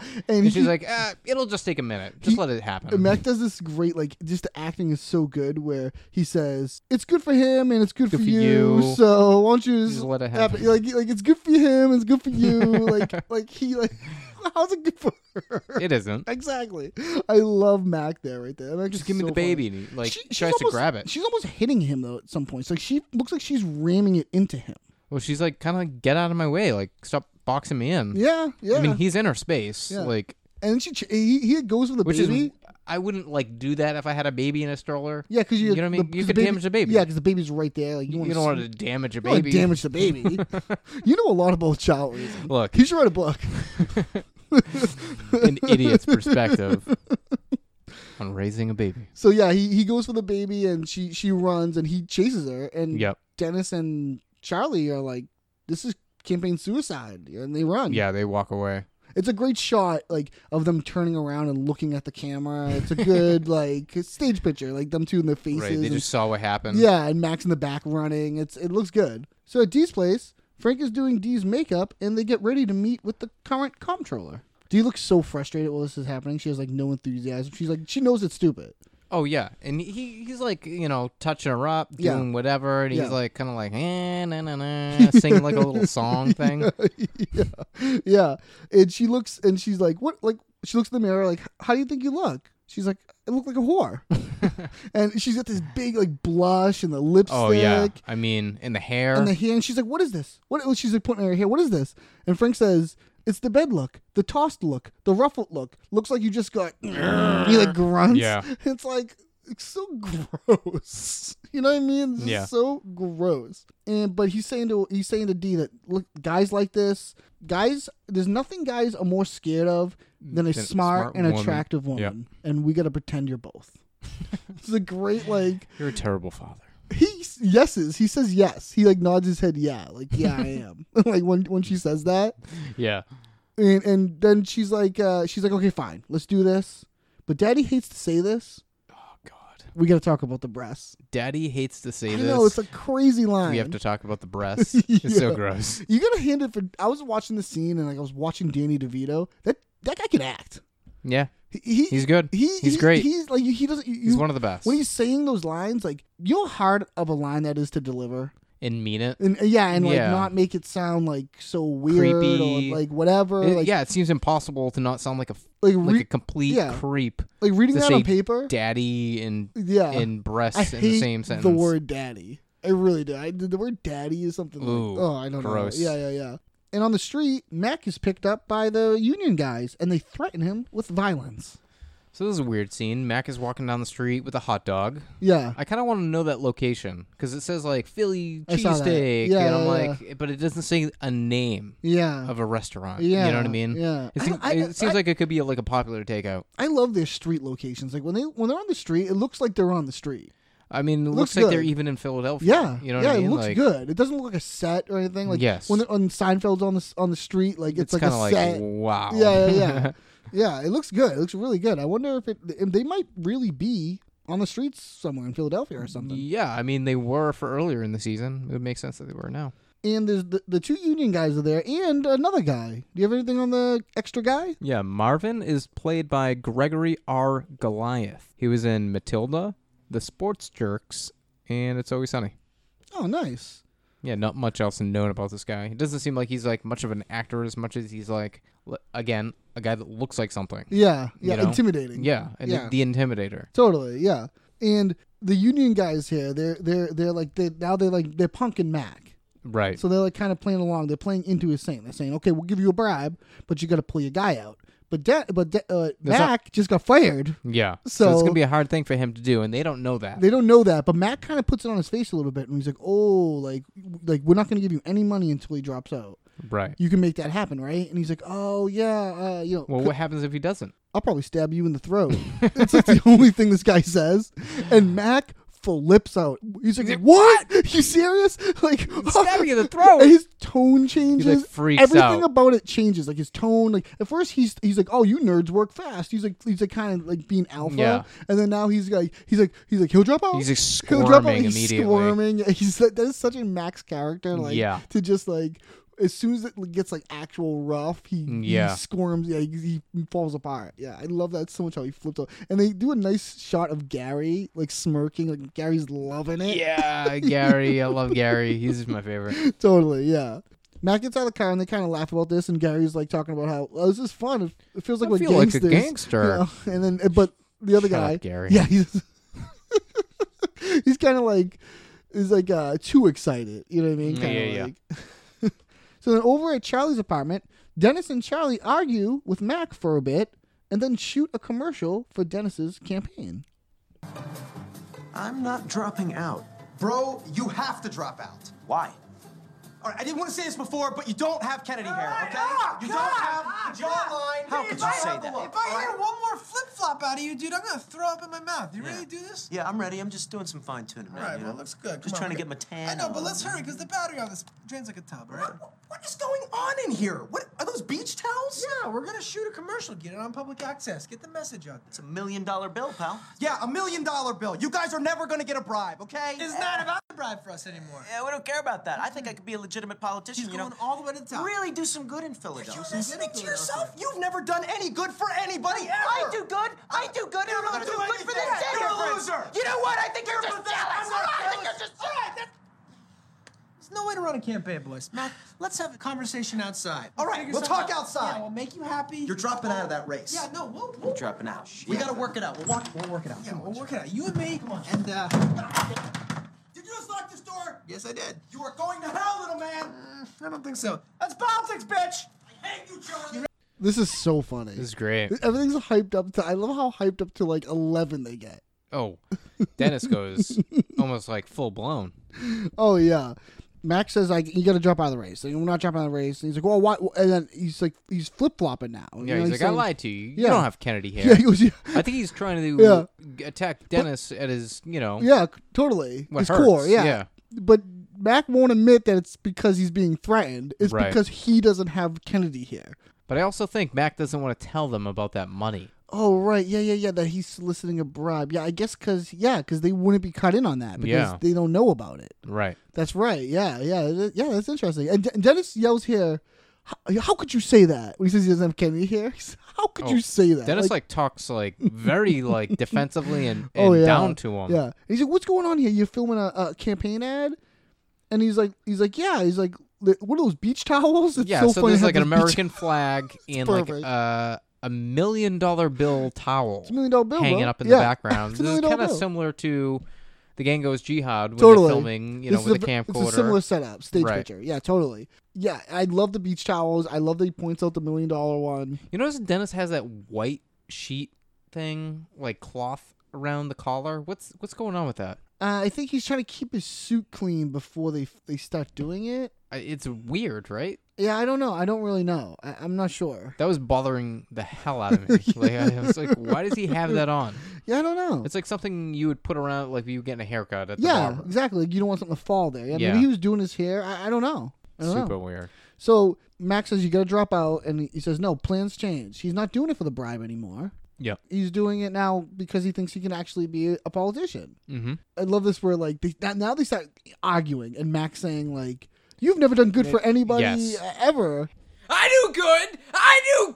[SPEAKER 1] And
[SPEAKER 5] And,
[SPEAKER 1] she's
[SPEAKER 5] [laughs] he-
[SPEAKER 1] like, ah, it'll just take a minute. Just
[SPEAKER 5] He-
[SPEAKER 1] let it happen.
[SPEAKER 5] And Mac does this great, like, just the acting is so good where he says, It's good for him and it's good, for,
[SPEAKER 1] for
[SPEAKER 5] you,
[SPEAKER 1] you.
[SPEAKER 5] So why don't you just,
[SPEAKER 1] Just let it happen.
[SPEAKER 5] Like, like, it's good for him, it's good
[SPEAKER 1] [laughs]
[SPEAKER 5] for you. like, like he, like, [laughs] how's it good for her?
[SPEAKER 1] [laughs] it isn't.
[SPEAKER 5] [laughs] exactly. I love Mac there, right there. Mac
[SPEAKER 1] Just
[SPEAKER 5] is
[SPEAKER 1] give me
[SPEAKER 5] so
[SPEAKER 1] the
[SPEAKER 5] funny.
[SPEAKER 1] baby. and he, Like
[SPEAKER 5] She- she's
[SPEAKER 1] tries to
[SPEAKER 5] almost-
[SPEAKER 1] grab it.
[SPEAKER 5] She's almost hitting him, though, at some points. Like, she looks like she's ramming it into him.
[SPEAKER 1] well, she's like, kind of like, get out of my way. Like stop boxing me in.
[SPEAKER 5] Yeah, yeah.
[SPEAKER 1] I mean, he's in her space.
[SPEAKER 5] Yeah.
[SPEAKER 1] Like
[SPEAKER 5] and then she, ch- he, he goes for the
[SPEAKER 1] which
[SPEAKER 5] baby.
[SPEAKER 1] is I wouldn't like do that if I had a baby in a stroller.
[SPEAKER 5] yeah, because you,
[SPEAKER 1] you know what I mean.
[SPEAKER 5] the-
[SPEAKER 1] you
[SPEAKER 5] 'cause
[SPEAKER 1] could damage the baby.
[SPEAKER 5] Yeah, because the baby's right there. Like you,
[SPEAKER 1] you
[SPEAKER 5] wanna
[SPEAKER 1] don't
[SPEAKER 5] sn-
[SPEAKER 1] want to damage a
[SPEAKER 5] You don't wanna
[SPEAKER 1] baby.
[SPEAKER 5] damage
[SPEAKER 1] [laughs]
[SPEAKER 5] the baby. you know a lot about child raising.
[SPEAKER 1] Look,
[SPEAKER 5] You should write a book.
[SPEAKER 1] an idiot's [laughs] perspective on raising a baby.
[SPEAKER 5] So yeah, he, he goes for the baby and she she runs and he chases her and
[SPEAKER 1] Yep.
[SPEAKER 5] Dennis and Charlie are like, this is campaign suicide and they run.
[SPEAKER 1] Yeah, they walk away.
[SPEAKER 5] It's a great shot like of them turning around and looking at the camera. It's
[SPEAKER 1] [laughs]
[SPEAKER 5] a good like stage picture like them two in their faces.
[SPEAKER 1] Right. They
[SPEAKER 5] and-
[SPEAKER 1] just saw what happened.
[SPEAKER 5] Yeah, and Max in the back running. It's it looks good. So at Dee's place, Frank is doing Dee's makeup, and they get ready to meet with the current comptroller. Dee looks so frustrated while this is happening. She has like no enthusiasm. She's like she knows it's stupid.
[SPEAKER 1] Oh yeah, and he he's like you know touching her up,
[SPEAKER 5] Yeah.
[SPEAKER 1] doing whatever, and
[SPEAKER 5] Yeah.
[SPEAKER 1] he's like kind of like eh, na na
[SPEAKER 5] [laughs]
[SPEAKER 1] na, singing like a little song thing.
[SPEAKER 5] yeah, yeah. And she looks and she's like, what? Like she looks in the mirror like, how do you think you look? She's like, I look like
[SPEAKER 1] [laughs]
[SPEAKER 5] a whore. and she's got this big like blush and the lipstick.
[SPEAKER 1] Oh yeah, I mean, and the hair.
[SPEAKER 5] and the hair, and she's like, "What is this?" What oh, she's like pointing at her hair. What is this? And Frank says, "It's the bed look, the tossed look, the ruffled look. Looks like you just got." [clears throat] he like grunts.
[SPEAKER 1] Yeah.
[SPEAKER 5] [laughs] it's like it's so gross. [laughs] You know what I mean? It's
[SPEAKER 1] Yeah.
[SPEAKER 5] just so gross. And but he's saying to he's saying to D that look, guys like this, guys, there's nothing guys are more scared of than
[SPEAKER 1] Than
[SPEAKER 5] a
[SPEAKER 1] a
[SPEAKER 5] smart,
[SPEAKER 1] smart
[SPEAKER 5] and
[SPEAKER 1] woman.
[SPEAKER 5] attractive woman, and we got to pretend you're both. [laughs] it's a great like
[SPEAKER 1] You're a terrible father.
[SPEAKER 5] he s- yeses. He says yes. He like nods his head. Yeah, like yeah,
[SPEAKER 1] [laughs]
[SPEAKER 5] I am. [laughs] like when when she says that,
[SPEAKER 1] Yeah,
[SPEAKER 5] and and then she's like uh, she's like okay, fine, let's do this. But Daddy hates to say this.
[SPEAKER 1] Oh, God,
[SPEAKER 5] We got to talk about the breasts.
[SPEAKER 1] Daddy hates to say
[SPEAKER 5] I
[SPEAKER 1] this.
[SPEAKER 5] know it's a crazy line.
[SPEAKER 1] we have to talk about the breasts. It's so
[SPEAKER 5] [laughs] Yeah.
[SPEAKER 1] gross.
[SPEAKER 5] You gotta hand it for. I was watching the scene and like I was watching Danny DeVito. That that guy can act.
[SPEAKER 1] Yeah,
[SPEAKER 5] He, he-
[SPEAKER 1] He's good.
[SPEAKER 5] He,
[SPEAKER 1] He's
[SPEAKER 5] he-
[SPEAKER 1] great.
[SPEAKER 5] He's like he doesn't. You,
[SPEAKER 1] he's one of the best.
[SPEAKER 5] when he's saying those lines, like you know how hard of a line that is to deliver.
[SPEAKER 1] and mean it.
[SPEAKER 5] and uh, yeah, and like
[SPEAKER 1] Yeah.
[SPEAKER 5] not make it sound like so weird
[SPEAKER 1] Creepy.
[SPEAKER 5] or like whatever.
[SPEAKER 1] It-
[SPEAKER 5] like
[SPEAKER 1] yeah, it seems impossible to not sound like a f-
[SPEAKER 5] like,
[SPEAKER 1] like
[SPEAKER 5] re-
[SPEAKER 1] a complete
[SPEAKER 5] yeah.
[SPEAKER 1] creep.
[SPEAKER 5] like reading
[SPEAKER 1] to
[SPEAKER 5] that on
[SPEAKER 1] say
[SPEAKER 5] paper.
[SPEAKER 1] Daddy and
[SPEAKER 5] yeah,
[SPEAKER 1] and breasts
[SPEAKER 5] I
[SPEAKER 1] in
[SPEAKER 5] hate
[SPEAKER 1] the same sentence.
[SPEAKER 5] the word daddy. I really do. I, the word daddy is something
[SPEAKER 1] Ooh,
[SPEAKER 5] like oh I don't
[SPEAKER 1] gross.
[SPEAKER 5] know. Yeah, yeah, yeah. And on the street, Mac is picked up by the union guys, and they threaten him with violence.
[SPEAKER 1] So this is a weird scene. Mac is walking down the street with a hot dog.
[SPEAKER 5] Yeah,
[SPEAKER 1] I kind of want to know that location because it says like Philly
[SPEAKER 5] I saw that.
[SPEAKER 1] cheesesteak,
[SPEAKER 5] Yeah,
[SPEAKER 1] and I'm
[SPEAKER 5] yeah,
[SPEAKER 1] like, but it doesn't say a name
[SPEAKER 5] yeah.
[SPEAKER 1] of a restaurant.
[SPEAKER 5] yeah,
[SPEAKER 1] you know what I mean?
[SPEAKER 5] yeah.
[SPEAKER 1] It
[SPEAKER 5] I-
[SPEAKER 1] seems,
[SPEAKER 5] I-
[SPEAKER 1] it seems
[SPEAKER 5] I-
[SPEAKER 1] like it could be like a popular takeout.
[SPEAKER 5] I love their street locations. Like when they when they're on the street, it looks like they're on the street.
[SPEAKER 1] I mean, it looks,
[SPEAKER 5] Looks
[SPEAKER 1] like they're
[SPEAKER 5] good.
[SPEAKER 1] even in Philadelphia.
[SPEAKER 5] Yeah,
[SPEAKER 1] you know
[SPEAKER 5] yeah,
[SPEAKER 1] what I mean?
[SPEAKER 5] it looks
[SPEAKER 1] like,
[SPEAKER 5] good. It doesn't look like a set or anything. Like
[SPEAKER 1] Yes.
[SPEAKER 5] when they're on Seinfeld's on the s- on the street, like
[SPEAKER 1] It's,
[SPEAKER 5] it's, like
[SPEAKER 1] kind
[SPEAKER 5] a
[SPEAKER 1] of like
[SPEAKER 5] set.
[SPEAKER 1] wow.
[SPEAKER 5] Yeah, yeah,
[SPEAKER 1] [laughs]
[SPEAKER 5] yeah, yeah. It looks good. It looks really good. I wonder if it and they might really be on the streets somewhere in Philadelphia or something.
[SPEAKER 1] Yeah, I mean they were for earlier in the season. It would make sense that they were now.
[SPEAKER 5] And there's the, the two union guys are there and another guy. Do you have anything on the extra guy?
[SPEAKER 1] Yeah, Marvin is played by Gregory R. Goliath. He was in Matilda, The Sports Jerks, and it's always sunny.
[SPEAKER 5] Oh, nice.
[SPEAKER 1] Yeah, not much else known about this guy. It doesn't seem like he's like much of an actor as much as he's like l- again a guy that looks like something.
[SPEAKER 5] Yeah, yeah,
[SPEAKER 1] You know?
[SPEAKER 5] intimidating.
[SPEAKER 1] Yeah, and
[SPEAKER 5] Yeah.
[SPEAKER 1] the Intimidator.
[SPEAKER 5] Totally, yeah. And the union guys here, they're they're they're like they now they're like they're punking Mac.
[SPEAKER 1] Right.
[SPEAKER 5] So they're like kind of playing along. They're playing into his saying. They're saying, "Okay, we'll give you a bribe, but you got to pull your guy out." But De- but De- uh,
[SPEAKER 1] That's not-
[SPEAKER 5] Mac just got fired.
[SPEAKER 1] yeah. So, it's
[SPEAKER 5] So-
[SPEAKER 1] gonna be a hard thing for him to do, and they don't know that.
[SPEAKER 5] They don't know that, but Mac kind of puts it on his face a little bit, and he's like, "Oh, like like we're not going to give you any money until he drops out.
[SPEAKER 1] right.
[SPEAKER 5] You can make that happen, right?" And he's like, "Oh yeah, uh, you know,
[SPEAKER 1] Well, what happens if he doesn't?
[SPEAKER 5] I'll probably stab you in the throat." [laughs] it's like the only thing this guy says, and Mac flips out. He's like, "What? You serious? [laughs] Like
[SPEAKER 1] Stabbing in the throat.
[SPEAKER 5] And [laughs] his tone changes.
[SPEAKER 1] freaks
[SPEAKER 5] Everything
[SPEAKER 1] out.
[SPEAKER 5] about it changes. Like his tone. Like at first he's he's like, "Oh, you nerds work fast." He's like he's like kind of like being alpha.
[SPEAKER 1] Yeah.
[SPEAKER 5] And then now he's like he's like he's like he'll drop out.
[SPEAKER 1] He's, like,
[SPEAKER 5] He'll drop out.
[SPEAKER 1] squirming
[SPEAKER 5] He's
[SPEAKER 1] immediately.
[SPEAKER 5] squirming. [laughs] He's that is such a max character. Like
[SPEAKER 1] Yeah.
[SPEAKER 5] to just like. As soon as it gets like actual rough, he,
[SPEAKER 1] Yeah.
[SPEAKER 5] he squirms. Yeah, he, he falls apart. Yeah, I love that so much how he flips out. And they do a nice shot of Gary like smirking, like Gary's loving it.
[SPEAKER 1] Yeah, Gary. I
[SPEAKER 5] [laughs]
[SPEAKER 1] love Gary. He's my favorite.
[SPEAKER 5] Totally, yeah. Matt gets out of the car and they kind of laugh about this, and Gary's like talking about how oh, this is fun. It- It feels like
[SPEAKER 1] I
[SPEAKER 5] we're
[SPEAKER 1] feel like a
[SPEAKER 5] gangsters,"
[SPEAKER 1] gangster.
[SPEAKER 5] you know? And then, uh, but the other
[SPEAKER 1] Shut
[SPEAKER 5] guy,
[SPEAKER 1] up, Gary.
[SPEAKER 5] yeah, he's [laughs] he's kind of like he's like uh, too excited. You know what I mean?
[SPEAKER 1] Yeah,
[SPEAKER 5] Kinda
[SPEAKER 1] yeah, yeah.
[SPEAKER 5] like- [laughs] so then, over at Charlie's apartment, Dennis and Charlie argue with Mac for a bit, and then shoot a commercial for Dennis's campaign.
[SPEAKER 6] I'm not dropping out.
[SPEAKER 2] Bro, you have to drop out.
[SPEAKER 6] Why?
[SPEAKER 2] All right, I didn't want to say this before, but you don't have Kennedy hair, okay? you don't have the jawline.
[SPEAKER 6] How could you say that?
[SPEAKER 2] If I hear one more flip flop out of you, dude, I'm gonna throw up in my mouth. You
[SPEAKER 6] Yeah.
[SPEAKER 2] ready to do this?
[SPEAKER 6] Yeah, I'm ready. I'm just doing some fine tuning.
[SPEAKER 2] All right,
[SPEAKER 6] you
[SPEAKER 2] well,
[SPEAKER 6] know?
[SPEAKER 2] it looks good. Come
[SPEAKER 6] Just
[SPEAKER 2] on,
[SPEAKER 6] trying to
[SPEAKER 2] we-
[SPEAKER 6] get my tan.
[SPEAKER 2] I know, but
[SPEAKER 6] on.
[SPEAKER 2] let's hurry because the battery on this drains like a tub, all right?
[SPEAKER 6] What-
[SPEAKER 2] what is going on in here? What are those beach towels? Yeah, we're gonna shoot a commercial. Get it on public access. Get the message out
[SPEAKER 6] It's a million dollar bill, pal.
[SPEAKER 2] Yeah, a million dollar bill. You guys are never gonna get a bribe, okay? It's not about the bribe for us anymore.
[SPEAKER 6] Yeah, we don't care about that. I think I could be a legitimate politician.
[SPEAKER 2] She's
[SPEAKER 6] you
[SPEAKER 2] going
[SPEAKER 6] know,
[SPEAKER 2] all the way to the top.
[SPEAKER 6] really do some good in Philadelphia.
[SPEAKER 2] You listening to yourself? You've never done any good for anybody ever.
[SPEAKER 6] I do good. I do good.
[SPEAKER 2] You're
[SPEAKER 6] and I'm
[SPEAKER 2] not
[SPEAKER 6] gonna do
[SPEAKER 2] doing
[SPEAKER 6] good for the
[SPEAKER 2] anything.
[SPEAKER 6] sake
[SPEAKER 2] You're
[SPEAKER 6] of
[SPEAKER 2] a
[SPEAKER 6] it.
[SPEAKER 2] loser.
[SPEAKER 6] You know what? I think you're, just jealous. I think you're just jealous.
[SPEAKER 7] There's no way to run a campaign, boys. Matt, let's have a conversation outside.
[SPEAKER 2] All right,
[SPEAKER 7] Figure
[SPEAKER 2] we'll
[SPEAKER 7] something
[SPEAKER 2] talk
[SPEAKER 7] out.
[SPEAKER 2] outside.
[SPEAKER 7] Yeah, we'll make you happy.
[SPEAKER 2] You're dropping out of that race.
[SPEAKER 7] yeah, no, we'll, we'll
[SPEAKER 6] Dropping out.
[SPEAKER 2] We gotta work it out. We'll walk. We'll work it out.
[SPEAKER 7] Yeah, we'll work it out. You and me. Come on. And uh,
[SPEAKER 2] Did you just lock this door?
[SPEAKER 7] yes, I did.
[SPEAKER 2] You are going to hell, little man.
[SPEAKER 7] I don't think so. That's politics, bitch.
[SPEAKER 2] I hate you, Charlie.
[SPEAKER 5] This is so funny.
[SPEAKER 1] This is great.
[SPEAKER 5] Everything's hyped up to. I love how hyped up to like eleven they get.
[SPEAKER 1] Oh, Dennis goes almost like full blown.
[SPEAKER 5] [laughs] Oh yeah. Max says like you got to drop out of the race. Like, we're not dropping out of the race. And he's like, well, why? And then he's like, he's flip flopping now. You
[SPEAKER 1] Yeah,
[SPEAKER 5] know,
[SPEAKER 1] he's like, I
[SPEAKER 5] saying-
[SPEAKER 1] lied to you. You
[SPEAKER 5] Yeah.
[SPEAKER 1] don't have Kennedy hair.
[SPEAKER 5] [laughs] Yeah, he goes, yeah,
[SPEAKER 1] I think he's trying to
[SPEAKER 5] Yeah.
[SPEAKER 1] g- attack Dennis at his, you know,
[SPEAKER 5] yeah, c- totally.
[SPEAKER 1] What
[SPEAKER 5] his
[SPEAKER 1] hurts,
[SPEAKER 5] core, yeah.
[SPEAKER 1] yeah.
[SPEAKER 5] But Mac won't admit that it's because he's being threatened. It's
[SPEAKER 1] Right.
[SPEAKER 5] because he doesn't have Kennedy here.
[SPEAKER 1] But I also think Mac doesn't want to tell them about that money.
[SPEAKER 5] Oh right, yeah, yeah, yeah. That he's soliciting a bribe. Yeah, I guess because yeah, because they wouldn't be cut in on that because
[SPEAKER 1] Yeah.
[SPEAKER 5] they don't know about it.
[SPEAKER 1] Right.
[SPEAKER 5] That's right. Yeah, yeah, th- yeah. That's interesting. And De- Dennis yells here, "How- "How could you say that?" When he says he doesn't have Kennedy [laughs] here, He's, how could you say that?
[SPEAKER 1] Oh, Dennis like, talks like
[SPEAKER 5] [laughs]
[SPEAKER 1] very like defensively and, and
[SPEAKER 5] oh, yeah,
[SPEAKER 1] down to him.
[SPEAKER 5] Yeah. And he's like, "What's going on here? You're filming a, a campaign ad?" And he's like, "He's like, yeah." He's like, "Li- "What are those beach towels?" It's
[SPEAKER 1] Yeah,
[SPEAKER 5] so,
[SPEAKER 1] so,
[SPEAKER 5] funny
[SPEAKER 1] there's
[SPEAKER 5] how
[SPEAKER 1] like an
[SPEAKER 5] those beach-
[SPEAKER 1] American
[SPEAKER 5] [laughs]
[SPEAKER 1] flag and like
[SPEAKER 5] perfect.
[SPEAKER 1] uh, a million dollar bill towel
[SPEAKER 5] a million dollar bill,
[SPEAKER 1] hanging
[SPEAKER 5] bro.
[SPEAKER 1] up in
[SPEAKER 5] Yeah. [laughs]
[SPEAKER 1] the background.
[SPEAKER 5] It's a
[SPEAKER 1] this is
[SPEAKER 5] million dollar
[SPEAKER 1] kind of
[SPEAKER 5] bill.
[SPEAKER 1] similar to the Gang Goes Jihad when
[SPEAKER 5] totally
[SPEAKER 1] they're filming,
[SPEAKER 5] [laughs]
[SPEAKER 1] you know,
[SPEAKER 5] This is
[SPEAKER 1] with a,
[SPEAKER 5] a,
[SPEAKER 1] camcorder.
[SPEAKER 5] It's a similar setup, stage
[SPEAKER 1] Right.
[SPEAKER 5] picture. Yeah, totally. Yeah, I love the beach towels. I love that he points out the million dollar one.
[SPEAKER 1] You notice Dennis has that white sheet thing, like cloth around the collar. What's what's going on with that?
[SPEAKER 5] Uh, I think he's trying to keep his suit clean before they they start doing it.
[SPEAKER 1] I- It's weird, right?
[SPEAKER 5] Yeah, I don't know. I don't really know. I, I'm not sure.
[SPEAKER 1] That was bothering the hell out
[SPEAKER 5] [laughs]
[SPEAKER 1] of me. like I was like, why does he have that on?
[SPEAKER 5] Yeah, I don't know.
[SPEAKER 1] It's like something you would put around, like you getting a haircut at the
[SPEAKER 5] yeah,
[SPEAKER 1] barber.
[SPEAKER 5] exactly. Like, you don't want something to fall there. Yeah,
[SPEAKER 1] Yeah.
[SPEAKER 5] maybe he was doing his hair. I, I don't know. I don't
[SPEAKER 1] Super
[SPEAKER 5] know.
[SPEAKER 1] weird.
[SPEAKER 5] So Max says you got to drop out, and he- he says no. Plans change. He's not doing it for the bribe anymore.
[SPEAKER 1] Yeah.
[SPEAKER 5] He's doing it now because he thinks he can actually be a politician.
[SPEAKER 1] Mm-hmm.
[SPEAKER 5] I love this where like they, now- now they start arguing, and Max saying like, "You've never done good for anybody
[SPEAKER 1] Yes.
[SPEAKER 5] uh, ever." [laughs]
[SPEAKER 6] I
[SPEAKER 8] I do good. I do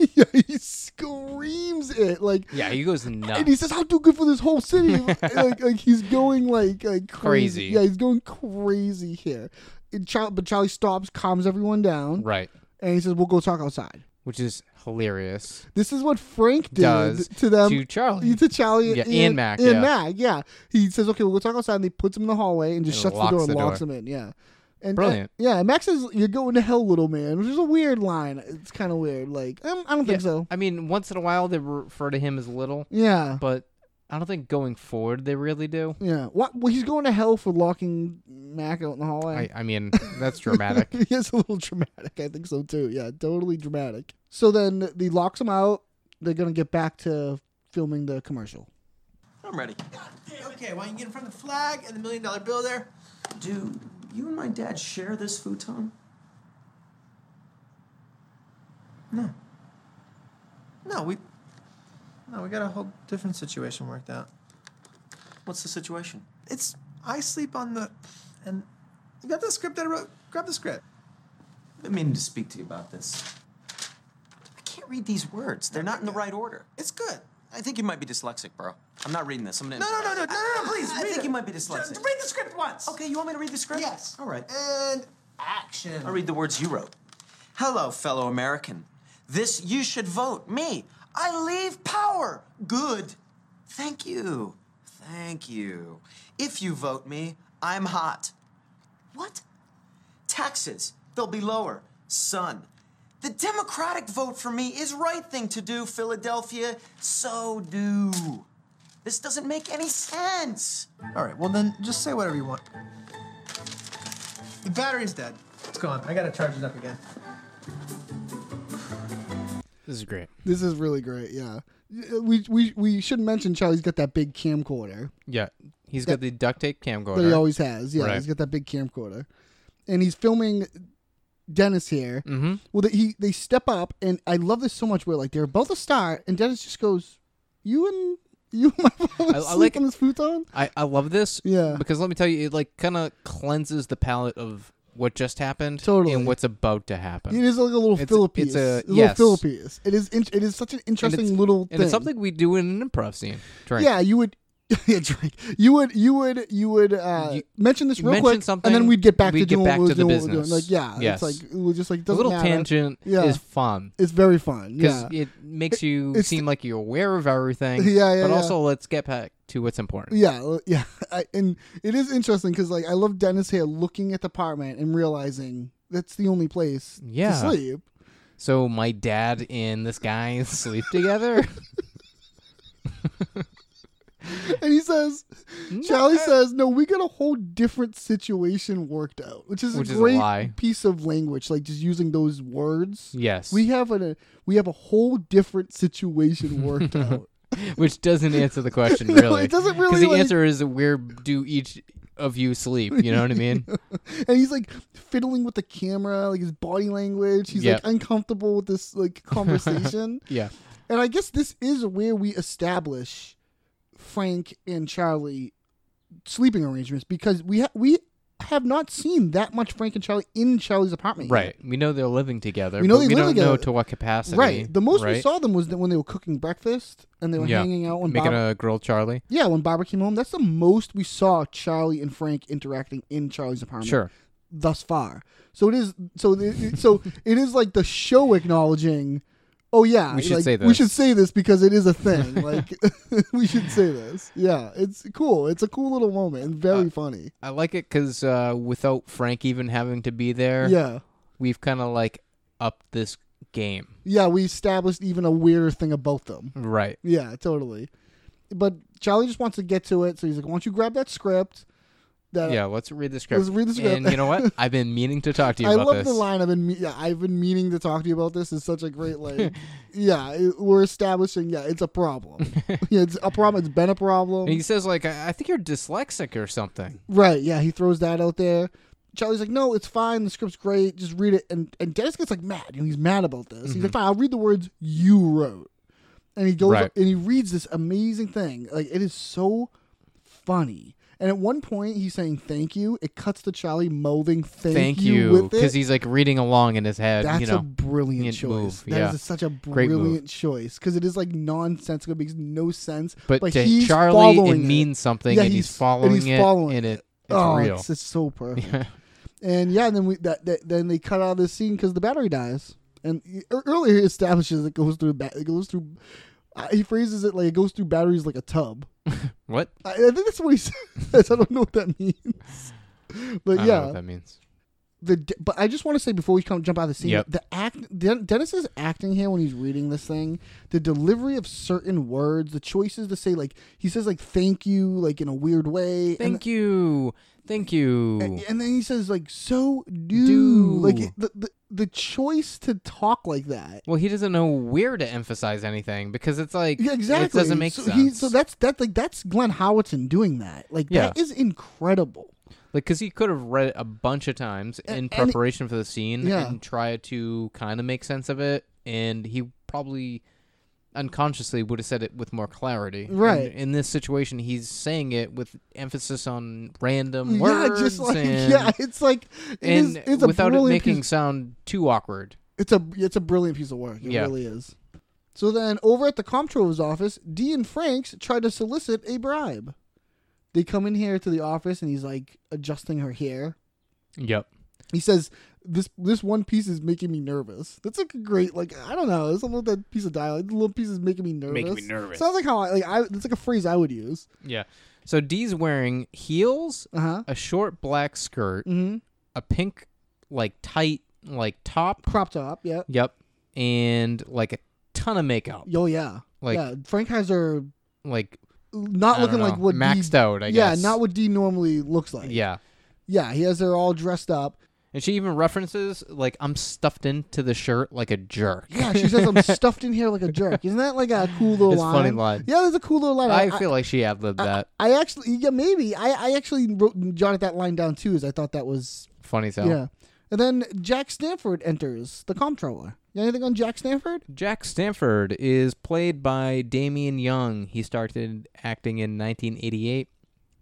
[SPEAKER 8] good.
[SPEAKER 5] yeah, he screams it like
[SPEAKER 1] Yeah, he goes
[SPEAKER 5] [laughs] and he
[SPEAKER 1] nuts.
[SPEAKER 5] says, "I'll do good for this
[SPEAKER 1] [laughs]
[SPEAKER 5] whole city." like, like he's going like
[SPEAKER 1] Crazy.
[SPEAKER 5] like crazy. Yeah, he's going crazy here. And Char- but Charlie stops, calms everyone down,
[SPEAKER 1] Right,
[SPEAKER 5] and he says, "We'll go talk outside."
[SPEAKER 1] which is hilarious.
[SPEAKER 5] This is what Frank did
[SPEAKER 1] Does
[SPEAKER 5] to them
[SPEAKER 1] to Charlie.
[SPEAKER 5] to Charlie,
[SPEAKER 1] Yeah,
[SPEAKER 5] and,
[SPEAKER 1] and Mac,
[SPEAKER 5] and
[SPEAKER 1] yeah.
[SPEAKER 5] Mac. Yeah, he says, "Okay, we'll go talk outside." And he puts him in the hallway and just
[SPEAKER 1] And
[SPEAKER 5] shuts the
[SPEAKER 1] locks
[SPEAKER 5] door
[SPEAKER 1] the
[SPEAKER 5] and locks
[SPEAKER 1] door.
[SPEAKER 5] him in. Yeah. And,
[SPEAKER 1] Brilliant.
[SPEAKER 5] and- yeah, Max says you're going to hell, little man, which is a weird line. It's kind of weird. Like, um, I don't think so.
[SPEAKER 1] I mean, once in a while they refer to him as little,
[SPEAKER 5] Yeah.
[SPEAKER 1] but I don't think going forward they really do.
[SPEAKER 5] Yeah. What? Well, he's going to hell for locking Mac out in the hallway.
[SPEAKER 1] I, I
[SPEAKER 5] [laughs]
[SPEAKER 1] mean, that's dramatic.
[SPEAKER 5] he is a little dramatic. I think so too. Yeah, totally dramatic. So then he locks him out. They're gonna get back to filming the commercial.
[SPEAKER 6] I'm ready.
[SPEAKER 7] Okay, why don't you get in front of the flag and the million dollar bill there?
[SPEAKER 6] Dude, you and my dad share this futon?
[SPEAKER 7] No, we. No, we got a whole different situation worked out.
[SPEAKER 6] What's the situation?
[SPEAKER 7] It's I sleep on the, and you got the script that I wrote. Grab the script.
[SPEAKER 6] I've been meaning to speak to you about this. I can't read these words. They're not in the right order.
[SPEAKER 7] It's good.
[SPEAKER 6] I think you might be dyslexic, bro. I'm not reading this. I'm gonna.
[SPEAKER 7] No, no, no, no, no, no, no please.
[SPEAKER 6] I
[SPEAKER 7] read
[SPEAKER 6] think
[SPEAKER 7] it.
[SPEAKER 6] you might be
[SPEAKER 7] Just
[SPEAKER 6] dyslexic.
[SPEAKER 7] Read the script once.
[SPEAKER 6] Okay, you want me to read the script?
[SPEAKER 7] Yes.
[SPEAKER 6] All right.
[SPEAKER 7] And action.
[SPEAKER 6] I'll read the words you wrote. Hello, fellow American. This you should vote me. I leave power. Good. Thank you. Thank you. If you vote me, I'm hot. What? Taxes, they'll be lower. Son, the Democratic vote for me is right thing to do, Philadelphia. So do. This doesn't make any sense.
[SPEAKER 7] All right. Well, then just say whatever you want. The battery's dead. It's gone. I gotta charge it up again.
[SPEAKER 1] This is great.
[SPEAKER 5] This is really great. Yeah. We we we should mention Charlie's got that big camcorder
[SPEAKER 1] Yeah, he's got the duct tape camcorder.
[SPEAKER 5] that he always has. Yeah,
[SPEAKER 1] Right.
[SPEAKER 5] he's got that big camcorder, and he's filming Dennis here. Mm-hmm. Well, they, he they step up, and I love this so much. Where like they're both a star, and Dennis just goes, "You and you, and my [laughs] father,
[SPEAKER 1] I
[SPEAKER 5] sleep
[SPEAKER 1] like-
[SPEAKER 5] on this futon."
[SPEAKER 1] I, I love this.
[SPEAKER 5] Yeah.
[SPEAKER 1] Because let me tell you, it like kind of cleanses the palette of what just happened
[SPEAKER 5] Totally.
[SPEAKER 1] and what's about to happen.
[SPEAKER 5] It is like a little
[SPEAKER 1] It's-
[SPEAKER 5] Philippines.
[SPEAKER 1] it's a-
[SPEAKER 5] little
[SPEAKER 1] yes.
[SPEAKER 5] Philippines. It is. In, it is such an
[SPEAKER 1] And
[SPEAKER 5] interesting
[SPEAKER 1] it's-
[SPEAKER 5] little.
[SPEAKER 1] And
[SPEAKER 5] thing.
[SPEAKER 1] it's something we do in an improv scene. Drink.
[SPEAKER 5] Yeah, you would. [laughs] yeah, drink. You would. You would. You would uh,
[SPEAKER 1] You-
[SPEAKER 5] mention this
[SPEAKER 1] you
[SPEAKER 5] real
[SPEAKER 1] mention
[SPEAKER 5] quick,
[SPEAKER 1] something,
[SPEAKER 5] and then we'd get back
[SPEAKER 1] we'd
[SPEAKER 5] to
[SPEAKER 1] get
[SPEAKER 5] doing
[SPEAKER 1] back
[SPEAKER 5] what
[SPEAKER 1] to the
[SPEAKER 5] we was doing.
[SPEAKER 1] business.
[SPEAKER 5] Like, yeah,
[SPEAKER 1] Yes.
[SPEAKER 5] it's like we're just like
[SPEAKER 1] The
[SPEAKER 5] doesn't
[SPEAKER 1] little
[SPEAKER 5] matter.
[SPEAKER 1] tangent
[SPEAKER 5] Yeah.
[SPEAKER 1] is fun
[SPEAKER 5] It's very fun.
[SPEAKER 1] because
[SPEAKER 5] Yeah.
[SPEAKER 1] it makes you
[SPEAKER 5] it's-
[SPEAKER 1] seem like you're aware of everything.
[SPEAKER 5] [laughs] Yeah, yeah,
[SPEAKER 1] But
[SPEAKER 5] yeah.
[SPEAKER 1] also, let's get back to what's important.
[SPEAKER 5] Yeah, l- yeah, [laughs] I, and it is interesting because like I love Dennis here looking at the apartment and realizing that's the only place
[SPEAKER 1] Yeah.
[SPEAKER 5] to sleep.
[SPEAKER 1] So my dad and this guy [laughs] sleep
[SPEAKER 5] [laughs]
[SPEAKER 1] together.
[SPEAKER 5] And he says,
[SPEAKER 1] Mm,
[SPEAKER 5] Charlie says, no, we got a whole different situation worked out, which is
[SPEAKER 1] Which
[SPEAKER 5] a
[SPEAKER 1] is a
[SPEAKER 5] great
[SPEAKER 1] lie.
[SPEAKER 5] piece of language, like just using those words.
[SPEAKER 1] yes.
[SPEAKER 5] We have a we have a whole
[SPEAKER 1] [laughs]
[SPEAKER 5] different situation worked out.
[SPEAKER 1] which doesn't answer the question
[SPEAKER 5] [laughs] No,
[SPEAKER 1] really.
[SPEAKER 5] it doesn't really,
[SPEAKER 1] the
[SPEAKER 5] like-
[SPEAKER 1] answer is where do each of you sleep? You know what I
[SPEAKER 5] [laughs]
[SPEAKER 1] mean?
[SPEAKER 5] And he's like fiddling with the camera, like his body language. He's
[SPEAKER 1] Yep.
[SPEAKER 5] like uncomfortable with
[SPEAKER 1] [laughs]
[SPEAKER 5] this like conversation.
[SPEAKER 1] yeah.
[SPEAKER 5] And I guess this is where we establish Frank and Charlie sleeping arrangements because we ha- we have not seen that much Frank and Charlie in Charlie's apartment. yet.
[SPEAKER 1] Right. We know they're living together.
[SPEAKER 5] We know
[SPEAKER 1] but
[SPEAKER 5] they
[SPEAKER 1] we
[SPEAKER 5] live
[SPEAKER 1] don't know
[SPEAKER 5] together.
[SPEAKER 1] to what capacity.
[SPEAKER 5] Right. The most we
[SPEAKER 1] right?
[SPEAKER 5] saw them was that when they were cooking breakfast and they were
[SPEAKER 1] Yeah.
[SPEAKER 5] hanging out when
[SPEAKER 1] making
[SPEAKER 5] Barbara,
[SPEAKER 1] a girl Charlie.
[SPEAKER 5] yeah when Barbara came home. That's the most we saw Charlie and Frank interacting in Charlie's apartment.
[SPEAKER 1] Sure.
[SPEAKER 5] Thus far, so it is so the, so it is like the show acknowledging. Oh yeah,
[SPEAKER 1] We should
[SPEAKER 5] like,
[SPEAKER 1] say
[SPEAKER 5] We
[SPEAKER 1] this."
[SPEAKER 5] should say this because it is
[SPEAKER 1] [laughs]
[SPEAKER 5] a thing. Like [laughs] we should say this. Yeah, it's cool. It's a cool little moment and very
[SPEAKER 1] Uh,
[SPEAKER 5] funny.
[SPEAKER 1] I like it because uh, without Frank even having to be there,
[SPEAKER 5] Yeah,
[SPEAKER 1] we've kind of like upped this game.
[SPEAKER 5] yeah. We established even a weirder thing about them.
[SPEAKER 1] Right.
[SPEAKER 5] Yeah, totally. But Charlie just wants to get to it, so he's like, "Why don't you grab that script?" That
[SPEAKER 1] yeah. Let's read the script.
[SPEAKER 5] Uh, let's read the script.
[SPEAKER 1] And you know what? I've been meaning to talk
[SPEAKER 5] [laughs]
[SPEAKER 1] to you
[SPEAKER 5] I
[SPEAKER 1] about
[SPEAKER 5] love
[SPEAKER 1] this.
[SPEAKER 5] the line. I've been me- yeah, I've been meaning to talk to you about this. It's such a
[SPEAKER 1] [laughs]
[SPEAKER 5] great like, yeah. It, we're establishing yeah, it's a problem. yeah, it's a problem. It's been a problem.
[SPEAKER 1] And he says like, I-, I think you're dyslexic or something.
[SPEAKER 5] Right. Yeah, he throws that out there. Charlie's like, no, it's fine. The script's great. Just read it. And and Dennis gets like mad. You know, he's mad about this. He's like, fine, I'll read the words you wrote. And he goes
[SPEAKER 1] Mm-hmm. Right.
[SPEAKER 5] up and he reads this amazing thing. Like it is so funny. And at one point, he's saying thank you. It cuts to Charlie mouthing thank,
[SPEAKER 1] Thank
[SPEAKER 5] you,
[SPEAKER 1] you,
[SPEAKER 5] with it.
[SPEAKER 1] because he's like reading along in his head.
[SPEAKER 5] That's
[SPEAKER 1] you know,
[SPEAKER 5] a
[SPEAKER 1] Brilliant
[SPEAKER 5] brilliant choice.
[SPEAKER 1] move,
[SPEAKER 5] That is
[SPEAKER 1] yeah.
[SPEAKER 5] a- such a
[SPEAKER 1] Great move.
[SPEAKER 5] brilliant choice because it is like nonsensical. It makes no sense.
[SPEAKER 1] but, to
[SPEAKER 5] he's
[SPEAKER 1] Charlie, it
[SPEAKER 5] following
[SPEAKER 1] means something,
[SPEAKER 5] Yeah,
[SPEAKER 1] and he's,
[SPEAKER 5] he's- and
[SPEAKER 1] following
[SPEAKER 5] he's
[SPEAKER 1] it,
[SPEAKER 5] following
[SPEAKER 1] and it, it's
[SPEAKER 5] oh,
[SPEAKER 1] real.
[SPEAKER 5] It's, it's so perfect.
[SPEAKER 1] [laughs]
[SPEAKER 5] And yeah, then we that, that then they cut out of this scene because the battery dies. And e- ear- earlier he establishes it goes through. Ba- it goes through. Uh, he phrases it like it goes through batteries like a tub.
[SPEAKER 1] what?
[SPEAKER 5] I, I think that's what he [laughs] says. I don't know what that means. But
[SPEAKER 1] I don't know
[SPEAKER 5] yeah,
[SPEAKER 1] what that means.
[SPEAKER 5] the de- but I just want to say before we come jump out of the scene,
[SPEAKER 1] Yep.
[SPEAKER 5] the act Den- Dennis's acting here when he's reading this thing, the delivery of certain words, the choices to say like he says like thank you like in a weird way, and
[SPEAKER 1] Thank you, thank you.
[SPEAKER 5] and then he says like so do,
[SPEAKER 1] Do.
[SPEAKER 5] like it- the, the the choice to talk like that.
[SPEAKER 1] well, he doesn't know where to emphasize anything because it's like
[SPEAKER 5] Yeah, exactly.
[SPEAKER 1] It doesn't make
[SPEAKER 5] so
[SPEAKER 1] sense.
[SPEAKER 5] He, so that's that like that's Glenn Howerton doing that. Like that
[SPEAKER 1] Yeah.
[SPEAKER 5] is incredible.
[SPEAKER 1] Like, because he could have read it a bunch of times in
[SPEAKER 5] and it-
[SPEAKER 1] preparation for the scene
[SPEAKER 5] Yeah.
[SPEAKER 1] and try to kind of make sense of it, and he probably unconsciously would have said it with more clarity. And
[SPEAKER 5] Right.
[SPEAKER 1] in this situation, he's saying it with emphasis on random
[SPEAKER 5] Yeah,
[SPEAKER 1] words.
[SPEAKER 5] just like [laughs]
[SPEAKER 1] and,
[SPEAKER 5] yeah, it's like it
[SPEAKER 1] and
[SPEAKER 5] is- it's a
[SPEAKER 1] without it
[SPEAKER 5] brilliant
[SPEAKER 1] making
[SPEAKER 5] piece-
[SPEAKER 1] sound too awkward.
[SPEAKER 5] It's a it's a brilliant piece of work. It
[SPEAKER 1] Yeah.
[SPEAKER 5] really is. So then, over at the comptroller's office, Dee and Franks try to solicit a bribe. They come in here to the office, and he's like adjusting her hair.
[SPEAKER 1] Yep.
[SPEAKER 5] He says, "This this one piece is making me nervous." That's like a great like I don't know. It's a little that piece of dialogue. The little piece is making me nervous.
[SPEAKER 9] Making me nervous.
[SPEAKER 5] Sounds like how I like I. That's like a phrase I would use.
[SPEAKER 1] Yeah. So Dee's wearing heels,
[SPEAKER 5] Uh huh.
[SPEAKER 1] a short black skirt,
[SPEAKER 5] Mm-hmm.
[SPEAKER 1] a pink, like tight, like top.
[SPEAKER 5] Crop top. Yeah.
[SPEAKER 1] Yep. And like a ton of makeup.
[SPEAKER 5] Yo, Oh, yeah.
[SPEAKER 1] Like-
[SPEAKER 5] yeah. Frank has her
[SPEAKER 1] Like
[SPEAKER 5] not
[SPEAKER 1] I don't
[SPEAKER 5] looking like
[SPEAKER 1] know,
[SPEAKER 5] what
[SPEAKER 1] maxed
[SPEAKER 5] Dee,
[SPEAKER 1] out, I
[SPEAKER 5] yeah,
[SPEAKER 1] guess.
[SPEAKER 5] not what Dee normally looks like.
[SPEAKER 1] yeah.
[SPEAKER 5] Yeah, he has her all dressed up.
[SPEAKER 1] And she even references like I'm stuffed into the shirt like a jerk.
[SPEAKER 5] Yeah,
[SPEAKER 1] [laughs]
[SPEAKER 5] she says I'm stuffed in here like a jerk. Isn't that like a cool little
[SPEAKER 1] It's a
[SPEAKER 5] line?
[SPEAKER 1] funny line.
[SPEAKER 5] Yeah, there's a cool little line.
[SPEAKER 1] I feel like she ad libbed that.
[SPEAKER 5] I actually, yeah, maybe I, I actually wrote jotted that line down too, as I thought that was
[SPEAKER 1] Funny sound.
[SPEAKER 5] yeah. And then Jack Stanford enters the comptroller. You got anything on Jack Stanford?
[SPEAKER 1] Jack Stanford is played by Damien Young. He started acting in 1988.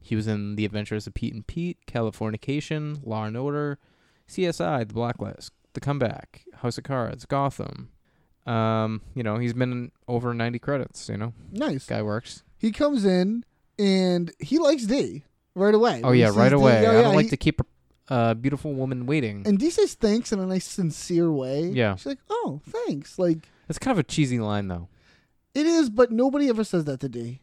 [SPEAKER 1] He was in The Adventures of Pete and Pete, Californication, Law and Order, CSI, The Blacklist, The Comeback, House of Cards, Gotham. Um, you know, he's been in over 90 credits, you know.
[SPEAKER 5] Nice.
[SPEAKER 1] Guy works.
[SPEAKER 5] He comes in and he likes D right away.
[SPEAKER 1] Oh
[SPEAKER 5] When he
[SPEAKER 1] yeah,
[SPEAKER 5] sees
[SPEAKER 1] right
[SPEAKER 5] D,
[SPEAKER 1] away.
[SPEAKER 5] yeah,
[SPEAKER 1] I don't
[SPEAKER 5] yeah,
[SPEAKER 1] like
[SPEAKER 5] he-
[SPEAKER 1] to keep a uh, beautiful woman waiting.
[SPEAKER 5] And D says thanks in a nice, sincere way.
[SPEAKER 1] Yeah.
[SPEAKER 5] She's like, oh, thanks. Like
[SPEAKER 1] That's kind of a cheesy line though.
[SPEAKER 5] it is, but nobody ever says that to D.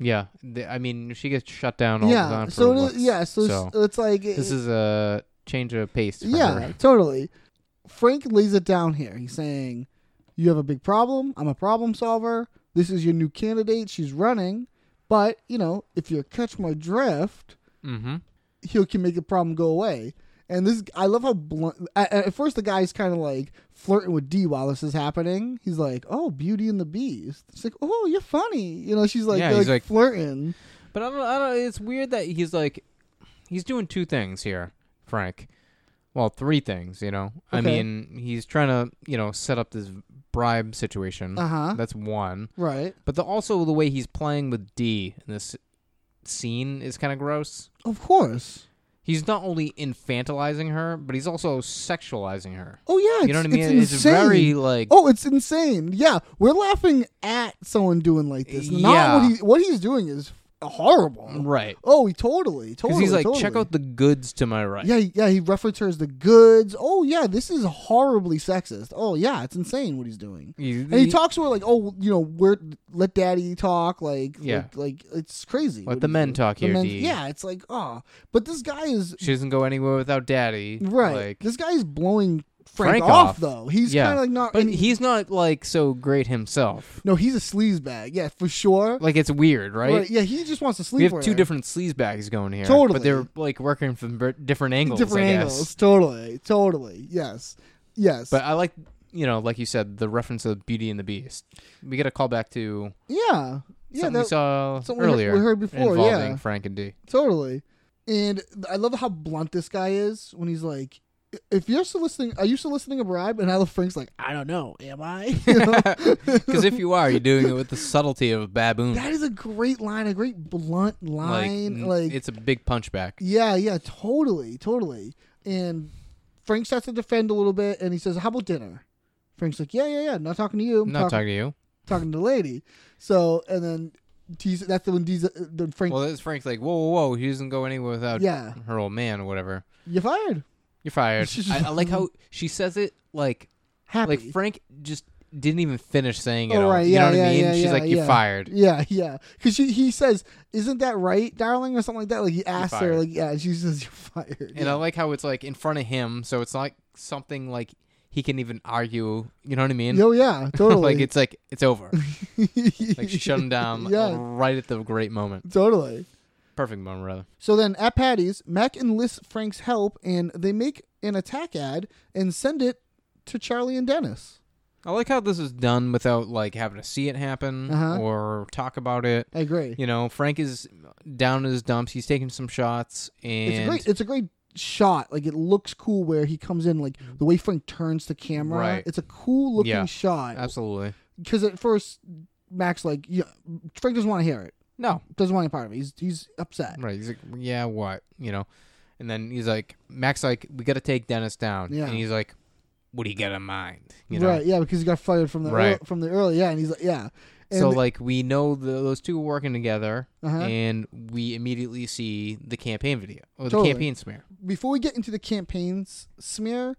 [SPEAKER 1] Yeah, th- I mean, she gets shut down all the time. For
[SPEAKER 5] so it is-
[SPEAKER 1] looks,
[SPEAKER 5] yeah, so, it's, it's like
[SPEAKER 1] this is a change of pace. For
[SPEAKER 5] yeah,
[SPEAKER 1] her.
[SPEAKER 5] totally. Frank lays it down here. He's saying, "You have a big problem. I'm a problem solver. This is your new candidate. She's running, but you know, if you catch my drift,
[SPEAKER 1] Mm-hmm.
[SPEAKER 5] he can make the problem go away." And this, I love how blunt. At, at first, the guy's kind of like flirting with D while this is happening. He's like, "Oh, Beauty and the Beast." She's like, "Oh, you're funny." You know, she's like,
[SPEAKER 1] Yeah,
[SPEAKER 5] they're,
[SPEAKER 1] he's like-
[SPEAKER 5] like flirting.
[SPEAKER 1] But I don't, I don't. It's weird that he's like, he's doing two things here, Frank. Well, three things, you know. I
[SPEAKER 5] Okay.
[SPEAKER 1] mean, he's trying to, you know, set up this bribe situation.
[SPEAKER 5] Uh-huh.
[SPEAKER 1] That's one.
[SPEAKER 5] Right.
[SPEAKER 1] But the, also the way he's playing with D in this scene is kind of gross.
[SPEAKER 5] Of course.
[SPEAKER 1] He's not only infantilizing her, but he's also sexualizing her.
[SPEAKER 5] Oh yeah, it's,
[SPEAKER 1] You know what I mean?
[SPEAKER 5] It's,
[SPEAKER 1] It's very,
[SPEAKER 5] insane.
[SPEAKER 1] like-
[SPEAKER 5] Oh, it's insane. Yeah, we're laughing at someone doing like this. Not
[SPEAKER 1] Yeah.
[SPEAKER 5] what he what he's doing is horrible.
[SPEAKER 1] Right.
[SPEAKER 5] Oh, he totally
[SPEAKER 1] Because
[SPEAKER 5] totally.
[SPEAKER 1] he's like,
[SPEAKER 5] totally.
[SPEAKER 1] check out the goods to my right.
[SPEAKER 5] Yeah, he- yeah. He references her as the goods. Oh yeah, this is horribly sexist. Oh yeah, it's insane what he's doing.
[SPEAKER 1] He-
[SPEAKER 5] and he, talks to her like, oh, you know, we're let daddy talk. Like,
[SPEAKER 1] Yeah.
[SPEAKER 5] like, like, it's crazy.
[SPEAKER 1] Let
[SPEAKER 5] what
[SPEAKER 1] the
[SPEAKER 5] he's
[SPEAKER 1] men
[SPEAKER 5] doing.
[SPEAKER 1] talk
[SPEAKER 5] The
[SPEAKER 1] here,
[SPEAKER 5] men-
[SPEAKER 1] D.
[SPEAKER 5] Yeah, it's like, oh, but this guy is
[SPEAKER 1] She doesn't go anywhere without daddy.
[SPEAKER 5] right.
[SPEAKER 1] Like,
[SPEAKER 5] this guy is blowing Frank,
[SPEAKER 1] Frank
[SPEAKER 5] off,
[SPEAKER 1] off.
[SPEAKER 5] though. He's
[SPEAKER 1] yeah.
[SPEAKER 5] kind of like not.
[SPEAKER 1] But
[SPEAKER 5] and-
[SPEAKER 1] he's not like so great himself.
[SPEAKER 5] No, he's a sleaze bag. Yeah, for sure.
[SPEAKER 1] Like it's weird, right?
[SPEAKER 5] Right, Yeah, he just wants to sleep.
[SPEAKER 1] we have
[SPEAKER 5] with
[SPEAKER 1] two
[SPEAKER 5] her.
[SPEAKER 1] different sleaze bags going here.
[SPEAKER 5] Totally.
[SPEAKER 1] But they're like working from ver- different angles.
[SPEAKER 5] different
[SPEAKER 1] I
[SPEAKER 5] angles.
[SPEAKER 1] Guess.
[SPEAKER 5] Totally, totally. Yes, yes.
[SPEAKER 1] But uh, I like, you know, like you said, the reference of Beauty and the Beast. We get a call back to
[SPEAKER 5] yeah, yeah.
[SPEAKER 1] something we
[SPEAKER 5] That,
[SPEAKER 1] saw
[SPEAKER 5] something we heard-
[SPEAKER 1] earlier.
[SPEAKER 5] we heard before,
[SPEAKER 1] involving
[SPEAKER 5] yeah.
[SPEAKER 1] Frank and D.
[SPEAKER 5] totally. And I love how blunt this guy is when he's like, if you're soliciting, are you soliciting a bribe? And I love Frank's like, I don't know, am
[SPEAKER 1] [laughs]
[SPEAKER 5] I? [laughs] You know?
[SPEAKER 1] Because if you are, you're doing it with the subtlety of a baboon.
[SPEAKER 5] that is a great line, a great blunt
[SPEAKER 1] like,
[SPEAKER 5] line.
[SPEAKER 1] mm,
[SPEAKER 5] Like,
[SPEAKER 1] it's a big punchback.
[SPEAKER 5] yeah, yeah, totally, totally. And Frank starts to defend a little bit, and he says, "How about dinner?" Frank's like, "Yeah, yeah, yeah, not talking to you. I'm
[SPEAKER 1] I'm not
[SPEAKER 5] talk-
[SPEAKER 1] talking to you.
[SPEAKER 5] talking to the lady." So, and then T's, that's when T's, uh, then Frank,
[SPEAKER 1] Well, that's Frank's like, whoa, whoa, whoa. He doesn't go anywhere without
[SPEAKER 5] Yeah.
[SPEAKER 1] her old man or whatever.
[SPEAKER 5] "You're fired."
[SPEAKER 1] You're
[SPEAKER 5] [laughs]
[SPEAKER 1] fired.
[SPEAKER 5] She's
[SPEAKER 1] I,
[SPEAKER 5] just-
[SPEAKER 1] I like how she says it like
[SPEAKER 5] Happy.
[SPEAKER 1] like Frank just didn't even finish saying it.
[SPEAKER 5] Oh,
[SPEAKER 1] all.
[SPEAKER 5] right.
[SPEAKER 1] You
[SPEAKER 5] yeah,
[SPEAKER 1] know what
[SPEAKER 5] yeah,
[SPEAKER 1] I mean?
[SPEAKER 5] yeah,
[SPEAKER 1] She's
[SPEAKER 5] yeah,
[SPEAKER 1] like, you're
[SPEAKER 5] yeah.
[SPEAKER 1] fired.
[SPEAKER 5] Yeah, yeah. Because he says, "Isn't that right, darling?" or something like that. Like he asks her,
[SPEAKER 1] fired.
[SPEAKER 5] like, "Yeah," and she says, "You're fired."
[SPEAKER 1] And I like how it's like in front of him, so it's not something like he can even argue. You know what I mean?
[SPEAKER 5] [laughs] Oh yeah,
[SPEAKER 1] [laughs]
[SPEAKER 5] totally.
[SPEAKER 1] like it's like it's over.
[SPEAKER 5] [laughs]
[SPEAKER 1] like she shut him down Oh.
[SPEAKER 5] Yeah.
[SPEAKER 1] right at the great moment.
[SPEAKER 5] totally.
[SPEAKER 1] Perfect moment, rather.
[SPEAKER 5] So then, at Patty's, Mac enlists Frank's help, and they make an attack ad and send it to Charlie and Dennis.
[SPEAKER 1] I like how this is done without like having to see it happen
[SPEAKER 5] Uh-huh.
[SPEAKER 1] or talk about it.
[SPEAKER 5] I agree.
[SPEAKER 1] You know, Frank is down in his dumps. He's taking some shots, and
[SPEAKER 5] it's a great. It's a great shot. Like it looks cool where he comes in. Like the way Frank turns to camera.
[SPEAKER 1] Right.
[SPEAKER 5] It's a cool looking
[SPEAKER 1] Yeah.
[SPEAKER 5] shot.
[SPEAKER 1] absolutely
[SPEAKER 5] Because at first, Mac's like, "Yeah, Frank doesn't want to hear it.
[SPEAKER 1] no
[SPEAKER 5] Doesn't want any part of it. He's he's upset.
[SPEAKER 1] right. He's like, yeah, what? You know, and then he's like, Max, like, we got to take Dennis down,
[SPEAKER 5] Yeah.
[SPEAKER 1] and he's like, what do you got in mind? You know,
[SPEAKER 5] Right, yeah, because he got fired from the
[SPEAKER 1] Right.
[SPEAKER 5] ear- from the early, yeah, and he's like, yeah, and
[SPEAKER 1] so like we know the, those two are working together,
[SPEAKER 5] Uh-huh.
[SPEAKER 1] and we immediately see the campaign video or the
[SPEAKER 5] Totally.
[SPEAKER 1] campaign smear.
[SPEAKER 5] before we get into the campaigns smear,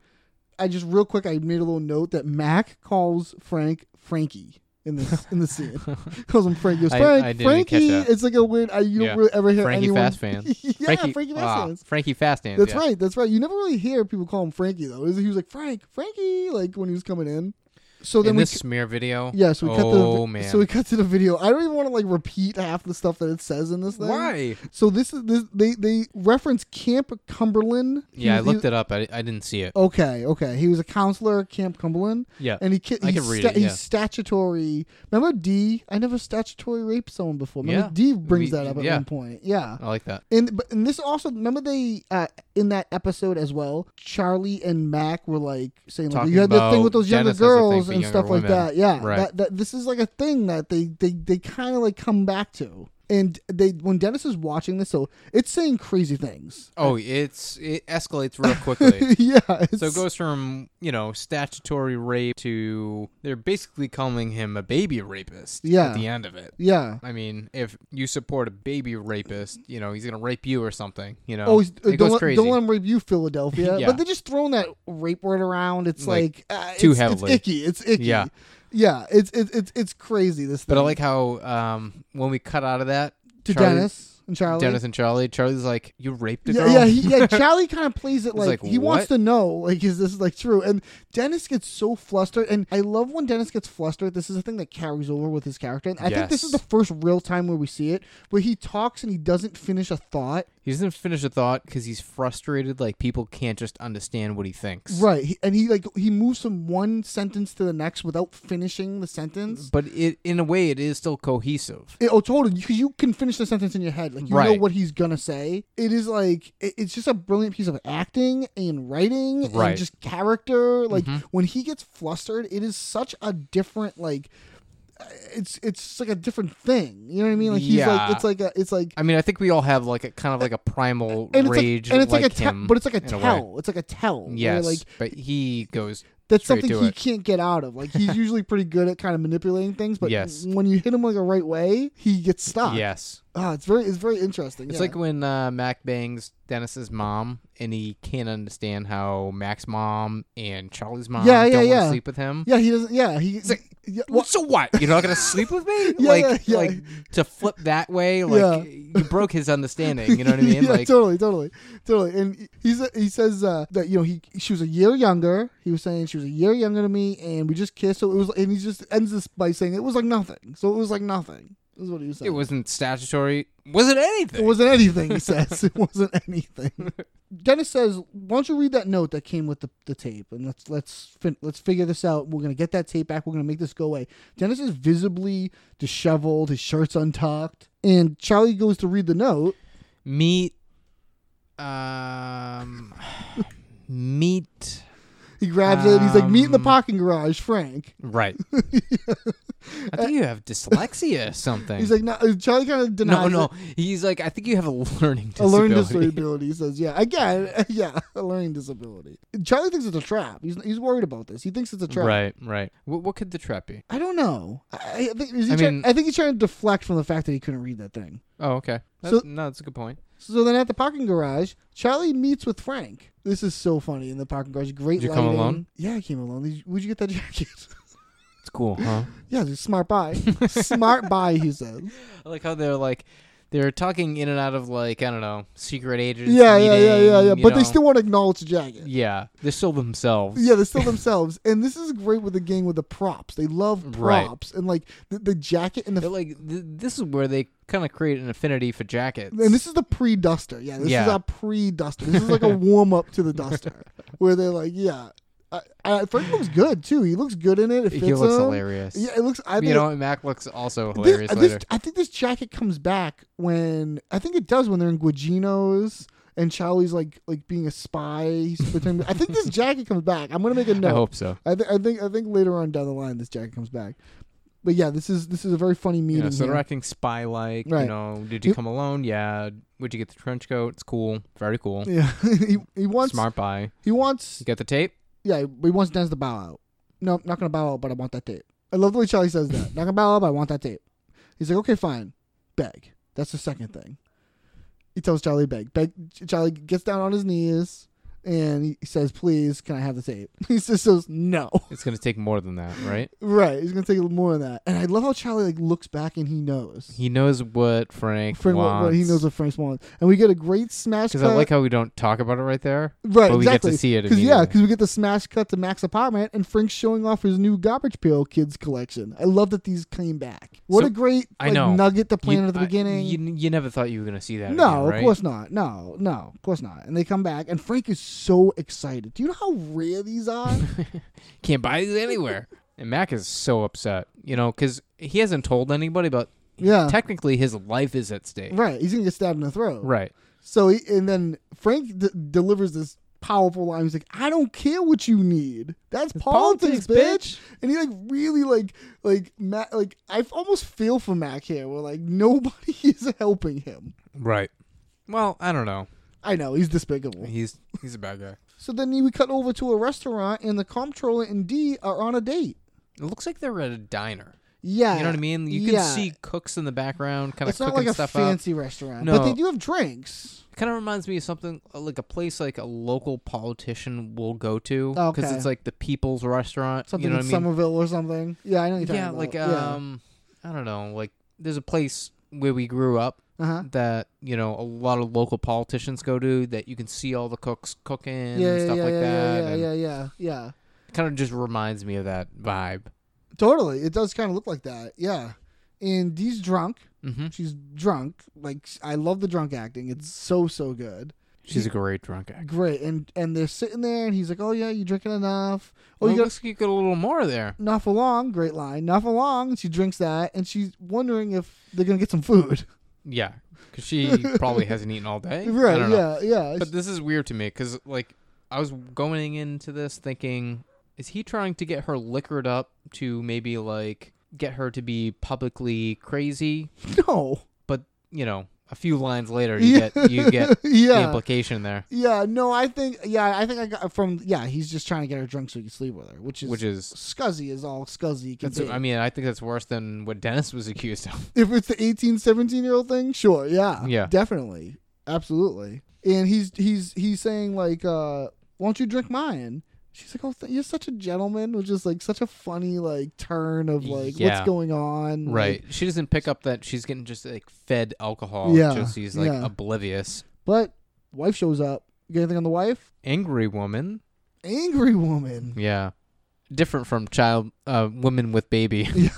[SPEAKER 5] I just real quick I made a little note that Mac calls Frank Frankie in this in
[SPEAKER 1] [laughs]
[SPEAKER 5] the scene. [laughs] calls him Frankie. He goes,
[SPEAKER 1] I-
[SPEAKER 5] Frank,
[SPEAKER 1] I didn't
[SPEAKER 5] Frankie.
[SPEAKER 1] catch that.
[SPEAKER 5] It's like a weird. I, you
[SPEAKER 1] Yeah.
[SPEAKER 5] don't really ever hear
[SPEAKER 1] Frankie
[SPEAKER 5] anyone.
[SPEAKER 1] Fast Fan.
[SPEAKER 5] [laughs] yeah, Frankie,
[SPEAKER 1] Frankie,
[SPEAKER 5] Fast
[SPEAKER 1] ah,
[SPEAKER 5] Fans.
[SPEAKER 1] Frankie Fast Hands,
[SPEAKER 5] That's
[SPEAKER 1] yeah.
[SPEAKER 5] right. That's right. You never really hear people call him Frankie though. He was like Frank, Frankie, like when he was coming in. So then
[SPEAKER 1] in
[SPEAKER 5] we
[SPEAKER 1] this smear video.
[SPEAKER 5] Yeah, so we cut the
[SPEAKER 1] oh, man.
[SPEAKER 5] so we cut to the video. I don't even want to like repeat half the stuff that it says in this thing.
[SPEAKER 1] Why?
[SPEAKER 5] So this is this they they reference Camp Cumberland. He
[SPEAKER 1] Yeah, I
[SPEAKER 5] was- he-
[SPEAKER 1] looked it up. I, I didn't see it.
[SPEAKER 5] Okay, okay. He was a counselor at Camp Cumberland.
[SPEAKER 1] Yeah,
[SPEAKER 5] and he ki-
[SPEAKER 1] I
[SPEAKER 5] he's
[SPEAKER 1] can read
[SPEAKER 5] sta-
[SPEAKER 1] it, yeah.
[SPEAKER 5] He's statutory. Remember D? I never statutory raped someone before. Remember
[SPEAKER 1] Yeah.
[SPEAKER 5] D
[SPEAKER 1] We-
[SPEAKER 5] brings that up at
[SPEAKER 1] yeah.
[SPEAKER 5] one point. Yeah.
[SPEAKER 1] I like that.
[SPEAKER 5] And but and this also remember they uh, in that episode as well. Charlie and Mac were like saying like
[SPEAKER 1] Talking
[SPEAKER 5] you had that thing
[SPEAKER 1] about
[SPEAKER 5] with those younger
[SPEAKER 1] Dennis as a thing
[SPEAKER 5] girls
[SPEAKER 1] for
[SPEAKER 5] and
[SPEAKER 1] younger
[SPEAKER 5] stuff like
[SPEAKER 1] women.
[SPEAKER 5] that. Yeah,
[SPEAKER 1] Right.
[SPEAKER 5] that, that this is like a thing that they they they kind of like come back to. And they when Dennis is watching this, so it's saying crazy things. [laughs]
[SPEAKER 1] Oh, it's it escalates real quickly.
[SPEAKER 5] yeah, it's,
[SPEAKER 1] so it goes from you know statutory rape to they're basically calling him a baby rapist.
[SPEAKER 5] Yeah.
[SPEAKER 1] at the end of it.
[SPEAKER 5] yeah.
[SPEAKER 1] I mean, if you support a baby rapist, you know he's gonna rape you or something. You know,
[SPEAKER 5] Oh, he's-
[SPEAKER 1] it
[SPEAKER 5] don't,
[SPEAKER 1] goes
[SPEAKER 5] let,
[SPEAKER 1] crazy.
[SPEAKER 5] don't let him rape you,
[SPEAKER 1] [laughs]
[SPEAKER 5] Philadelphia.
[SPEAKER 1] Yeah.
[SPEAKER 5] But they're just throwing that rape word around. It's like,
[SPEAKER 1] Like,
[SPEAKER 5] uh,
[SPEAKER 1] too
[SPEAKER 5] it's,
[SPEAKER 1] heavily.
[SPEAKER 5] It's icky. It's icky.
[SPEAKER 1] Yeah.
[SPEAKER 5] yeah. It's it's it's it's crazy. This thing.
[SPEAKER 1] but I like how um, when we cut out of that
[SPEAKER 5] to
[SPEAKER 1] Charlie-
[SPEAKER 5] Dennis and Charlie.
[SPEAKER 1] Dennis and Charlie, Charlie's like, "You raped a
[SPEAKER 5] yeah,
[SPEAKER 1] girl."
[SPEAKER 5] yeah, he,
[SPEAKER 1] [laughs]
[SPEAKER 5] yeah. Charlie kind of plays it
[SPEAKER 1] He's
[SPEAKER 5] like,
[SPEAKER 1] like,
[SPEAKER 5] he wants
[SPEAKER 1] "What?"
[SPEAKER 5] to know, like, is this like true? And Dennis gets so flustered, and I love when Dennis gets flustered. This is a thing that carries over with his character, and I think this is the
[SPEAKER 1] Yes.
[SPEAKER 5] first real time where we see it, where he talks and he doesn't finish a thought.
[SPEAKER 1] he doesn't finish a thought because he's frustrated. Like people can't just understand what he thinks.
[SPEAKER 5] Right, he, and he like he moves from one sentence to the next without finishing the sentence.
[SPEAKER 1] But it, in a way, it is still cohesive.
[SPEAKER 5] It- oh, totally. Because you can finish the sentence in your head, like you know
[SPEAKER 1] Right.
[SPEAKER 5] what he's gonna say. It is like it- it's just a brilliant piece of acting and writing and
[SPEAKER 1] Right. Mm-hmm.
[SPEAKER 5] just character. Like when he gets flustered, it is such a different like. uh, It's it's like a different thing. You know what I mean? Like he's like
[SPEAKER 1] Yeah.
[SPEAKER 5] it's like a it's like
[SPEAKER 1] I mean, I think we all have like a kind of like a primal
[SPEAKER 5] and it's
[SPEAKER 1] rage,
[SPEAKER 5] like and it's like, a te-
[SPEAKER 1] him,
[SPEAKER 5] but it's like a
[SPEAKER 1] in way.
[SPEAKER 5] tell. It's like a tell. where,
[SPEAKER 1] Yes,
[SPEAKER 5] Like
[SPEAKER 1] but he goes.
[SPEAKER 5] that's
[SPEAKER 1] straight
[SPEAKER 5] something
[SPEAKER 1] to
[SPEAKER 5] he
[SPEAKER 1] it.
[SPEAKER 5] can't get out of. Like
[SPEAKER 1] [laughs]
[SPEAKER 5] he's usually pretty good at kind of manipulating things, but
[SPEAKER 1] Yes.
[SPEAKER 5] when you hit him like a right way, he gets stuck.
[SPEAKER 1] Yes,
[SPEAKER 5] Ah, it's very it's very interesting.
[SPEAKER 1] it's
[SPEAKER 5] yeah.
[SPEAKER 1] like when uh, Mac bangs Dennis's mom, and he can't understand how Mac's mom and Charlie's mom
[SPEAKER 5] Yeah, yeah,
[SPEAKER 1] don't want
[SPEAKER 5] yeah.
[SPEAKER 1] to sleep with him.
[SPEAKER 5] yeah, he doesn't. Yeah, he.
[SPEAKER 1] like-
[SPEAKER 5] yeah,
[SPEAKER 1] Well,
[SPEAKER 5] well,
[SPEAKER 1] so what? You're not gonna sleep with me?
[SPEAKER 5] [laughs] Yeah,
[SPEAKER 1] like,
[SPEAKER 5] yeah, yeah.
[SPEAKER 1] like to flip that way? Like you broke his understanding. You know what I mean?
[SPEAKER 5] [laughs] yeah,
[SPEAKER 1] like,
[SPEAKER 5] totally, totally, totally. And he's he says uh, that you know he she was a year younger. He was saying she was a year younger than me, and we just kissed. So it was, and he just ends this by saying it was like nothing. So it was like nothing. Is what he was saying.
[SPEAKER 1] it wasn't statutory. Was it anything?
[SPEAKER 5] It wasn't anything,
[SPEAKER 1] [laughs]
[SPEAKER 5] he says. It wasn't anything. Dennis says, "Why don't you read that note that came with the, the tape, and let's let's fin- let's figure this out. We're gonna get that tape back. We're gonna make this go away." Dennis is visibly disheveled. His shirt's untucked, and Charlie goes to read the note.
[SPEAKER 1] meet um meet.
[SPEAKER 5] He grabs it. He's like, "Meet
[SPEAKER 1] Um,
[SPEAKER 5] in the parking garage, Frank." [laughs]
[SPEAKER 1] Right. I think you have dyslexia or something.
[SPEAKER 5] He's like, "No." Charlie kind of
[SPEAKER 1] no,
[SPEAKER 5] denies.
[SPEAKER 1] no.
[SPEAKER 5] it.
[SPEAKER 1] He's like, I think you have a learning disability.
[SPEAKER 5] A learning disability. He says, "Yeah, again, [laughs] yeah, a learning disability." Charlie thinks it's a trap. He's he's worried about this. He thinks it's a trap.
[SPEAKER 1] [laughs] Right, right. What, what could the trap be?
[SPEAKER 5] I don't know. I, I think is he
[SPEAKER 1] I
[SPEAKER 5] try-
[SPEAKER 1] mean-
[SPEAKER 5] I think he's trying to deflect from the fact that he couldn't read that thing.
[SPEAKER 1] Oh, okay.
[SPEAKER 5] So-
[SPEAKER 1] That's- no, that's a good point.
[SPEAKER 5] So then at the parking garage, Charlie meets with Frank. This is so funny in the parking garage. Great.
[SPEAKER 1] Did you come
[SPEAKER 5] lighting.
[SPEAKER 1] alone?
[SPEAKER 5] Yeah, I came alone. Did you- Where'd you get that [laughs] jacket?
[SPEAKER 1] It's cool, huh?
[SPEAKER 5] yeah, it's a
[SPEAKER 1] [laughs]
[SPEAKER 5] smart buy. smart buy, he says.
[SPEAKER 1] I like how they're like, they're talking in and out of like, I don't know, secret agents.
[SPEAKER 5] Yeah, yeah, yeah, yeah, yeah.
[SPEAKER 1] meeting, you
[SPEAKER 5] But they
[SPEAKER 1] know.
[SPEAKER 5] still won't acknowledge the jacket.
[SPEAKER 1] Yeah, they're still themselves.
[SPEAKER 5] Yeah, they're still themselves. And this is great with the gang with the props. They love
[SPEAKER 1] Right.
[SPEAKER 5] props and like the, the jacket and the.
[SPEAKER 1] They're like, th- this is where they kind of create an affinity for jackets.
[SPEAKER 5] and this is the pre duster. Yeah, this is
[SPEAKER 1] Yeah.
[SPEAKER 5] a pre duster. This is
[SPEAKER 1] [laughs]
[SPEAKER 5] like a warm up to the duster, where they're like, yeah, I, I, Frank looks good too. He looks good in it. it
[SPEAKER 1] He
[SPEAKER 5] fits
[SPEAKER 1] looks
[SPEAKER 5] him.
[SPEAKER 1] hilarious.
[SPEAKER 5] Yeah, it looks. I think
[SPEAKER 1] you
[SPEAKER 5] it-
[SPEAKER 1] know, and Mac looks also
[SPEAKER 5] This-
[SPEAKER 1] hilarious
[SPEAKER 5] this-
[SPEAKER 1] later.
[SPEAKER 5] I think this jacket comes back when I think it does when they're in Guiginos and Charlie's like like being a spy. He's pretending- I
[SPEAKER 1] [laughs]
[SPEAKER 5] think this jacket comes back. I'm gonna make a note.
[SPEAKER 1] I hope so.
[SPEAKER 5] I, thi- I think I think later on down the line this jacket comes back. But yeah, this is this is a very funny meeting.
[SPEAKER 1] Yeah, so they're
[SPEAKER 5] here.
[SPEAKER 1] acting spy like.
[SPEAKER 5] Right.
[SPEAKER 1] You know, did you
[SPEAKER 5] You-
[SPEAKER 1] come alone? Yeah. Would you get the trench coat? It's cool. Very cool.
[SPEAKER 5] [laughs] yeah, he, he wants
[SPEAKER 1] Smart buy.
[SPEAKER 5] he wants
[SPEAKER 1] You get the tape?
[SPEAKER 5] yeah he wants Dennis to bow out. No, I'm not gonna bow out, but I want that tape. I love the way Charlie says that. not gonna bow out, but I want that tape. He's like, okay, fine, beg. That's the second thing. He tells Charlie beg. Beg. Charlie gets down on his knees and he says, please, can I have the tape? [laughs] He just says no. [laughs]
[SPEAKER 1] It's gonna take more than that, right?
[SPEAKER 5] Right. He's gonna take a little more than that. And I love how Charlie like looks back and he knows.
[SPEAKER 1] He knows what Frank,
[SPEAKER 5] Frank Wa-
[SPEAKER 1] wants.
[SPEAKER 5] right, he knows what Frank wants, and we get a great smash cut.
[SPEAKER 1] Because I like how we don't talk about it right there.
[SPEAKER 5] Uh, right,
[SPEAKER 1] But we
[SPEAKER 5] exactly.
[SPEAKER 1] get to see it.
[SPEAKER 5] Cause, yeah,
[SPEAKER 1] immediately.
[SPEAKER 5] because we get the smash cut to Mac's apartment, and Frank's showing off his new garbage pail kids collection. I love that these came back. What
[SPEAKER 1] So-
[SPEAKER 5] a great
[SPEAKER 1] I
[SPEAKER 5] like,
[SPEAKER 1] know.
[SPEAKER 5] nugget to plan
[SPEAKER 1] You-
[SPEAKER 5] at the
[SPEAKER 1] I-
[SPEAKER 5] beginning.
[SPEAKER 1] you, you never thought you were gonna see that.
[SPEAKER 5] no,
[SPEAKER 1] again, right?
[SPEAKER 5] of course not. No, no, of course not. And they come back, and Frank is so excited. Do you know how rare
[SPEAKER 1] [laughs]
[SPEAKER 5] these are?
[SPEAKER 1] Can't buy these anywhere. and Mac is so upset, you know, because he hasn't told anybody, but
[SPEAKER 5] Yeah.
[SPEAKER 1] technically his life is at stake.
[SPEAKER 5] right, he's gonna get stabbed in the throat.
[SPEAKER 1] Right.
[SPEAKER 5] So he, and then Frank d- delivers this powerful line. He's like, "I don't care what you need. That's politics,
[SPEAKER 1] politics, bitch."
[SPEAKER 5] bitch. And he like really like like Mac like I almost feel for Mac here. Where like nobody [laughs] is helping him.
[SPEAKER 1] Right. Well, I don't know.
[SPEAKER 5] I know he's despicable.
[SPEAKER 1] He's he's a bad guy.
[SPEAKER 5] So then he, we cut over to a restaurant, and the comptroller and D are on a date.
[SPEAKER 1] It looks like they're at a diner.
[SPEAKER 5] Yeah,
[SPEAKER 1] You know what I mean? You can
[SPEAKER 5] yeah.
[SPEAKER 1] see cooks in the background, kind of
[SPEAKER 5] It's not
[SPEAKER 1] cooking
[SPEAKER 5] like a
[SPEAKER 1] stuff
[SPEAKER 5] fancy restaurant, but
[SPEAKER 1] No.
[SPEAKER 5] they do have drinks.
[SPEAKER 1] up. Kind of reminds me of something uh, like a place like a local politician will go to
[SPEAKER 5] Okay.
[SPEAKER 1] it's like the people's restaurant.
[SPEAKER 5] Something
[SPEAKER 1] you know
[SPEAKER 5] in
[SPEAKER 1] what I mean?
[SPEAKER 5] Somerville or something. Yeah, I know what you're
[SPEAKER 1] yeah,
[SPEAKER 5] talking
[SPEAKER 1] like
[SPEAKER 5] about. Yeah.
[SPEAKER 1] um, I don't know. Like there's a place where we grew up
[SPEAKER 5] Uh-huh.
[SPEAKER 1] that you know a lot of local politicians go to that you can see all the cooks cooking
[SPEAKER 5] yeah,
[SPEAKER 1] and
[SPEAKER 5] yeah,
[SPEAKER 1] stuff
[SPEAKER 5] yeah,
[SPEAKER 1] like
[SPEAKER 5] yeah,
[SPEAKER 1] that.
[SPEAKER 5] yeah,
[SPEAKER 1] and
[SPEAKER 5] yeah, yeah, yeah.
[SPEAKER 1] Kind of just reminds me of that vibe.
[SPEAKER 5] Totally. It does kind of look like that. Yeah. And Dee's drunk.
[SPEAKER 1] Mm-hmm.
[SPEAKER 5] She's drunk. Like I love the drunk acting. It's so so good.
[SPEAKER 1] She's a great drunk actor.
[SPEAKER 5] Great. And and they're sitting there and he's like, "Oh yeah, you drinking enough?"
[SPEAKER 1] Oh,
[SPEAKER 5] Oh, you
[SPEAKER 1] you
[SPEAKER 5] got
[SPEAKER 1] looks like you got a little more there.
[SPEAKER 5] enough along. Great line. Enough along. She drinks that and she's wondering if they're going to get some food.
[SPEAKER 1] Yeah, because
[SPEAKER 5] [laughs]
[SPEAKER 1] she probably hasn't eaten all day. [laughs] I
[SPEAKER 5] right.
[SPEAKER 1] don't know.
[SPEAKER 5] Yeah. Yeah.
[SPEAKER 1] But this is weird to me because, like, I was going into this thinking, is he trying to get her liquored up to maybe, like, get her to be publicly crazy?
[SPEAKER 5] [laughs] no.
[SPEAKER 1] But, you know, a few lines later, you
[SPEAKER 5] Yeah.
[SPEAKER 1] get,
[SPEAKER 5] [laughs]
[SPEAKER 1] you get the
[SPEAKER 5] Yeah.
[SPEAKER 1] implication there,
[SPEAKER 5] yeah, no, I think yeah, I think I got from yeah, he's just trying to get her drunk so he can sleep with her, which is
[SPEAKER 1] which is.
[SPEAKER 5] scuzzy is all scuzzy can
[SPEAKER 1] That's,
[SPEAKER 5] be.
[SPEAKER 1] I mean, I think that's worse than what Dennis was accused of.
[SPEAKER 5] if it's the 18 17 year old thing sure yeah
[SPEAKER 1] Yeah.
[SPEAKER 5] definitely absolutely and he's he's he's saying like uh won't you drink mine she's like oh th- you're such a gentleman which is like such a funny like turn of like
[SPEAKER 1] Yeah.
[SPEAKER 5] what's going on like,
[SPEAKER 1] Right. She doesn't pick up that she's getting just, like, fed alcohol.
[SPEAKER 5] Yeah,
[SPEAKER 1] Yeah. Josie's, like,
[SPEAKER 5] yeah.
[SPEAKER 1] oblivious.
[SPEAKER 5] but wife shows up you got anything on the wife
[SPEAKER 1] Angry woman.
[SPEAKER 5] angry
[SPEAKER 1] [laughs]
[SPEAKER 5] woman [laughs]
[SPEAKER 1] Yeah. Different from child uh woman with baby.
[SPEAKER 5] yeah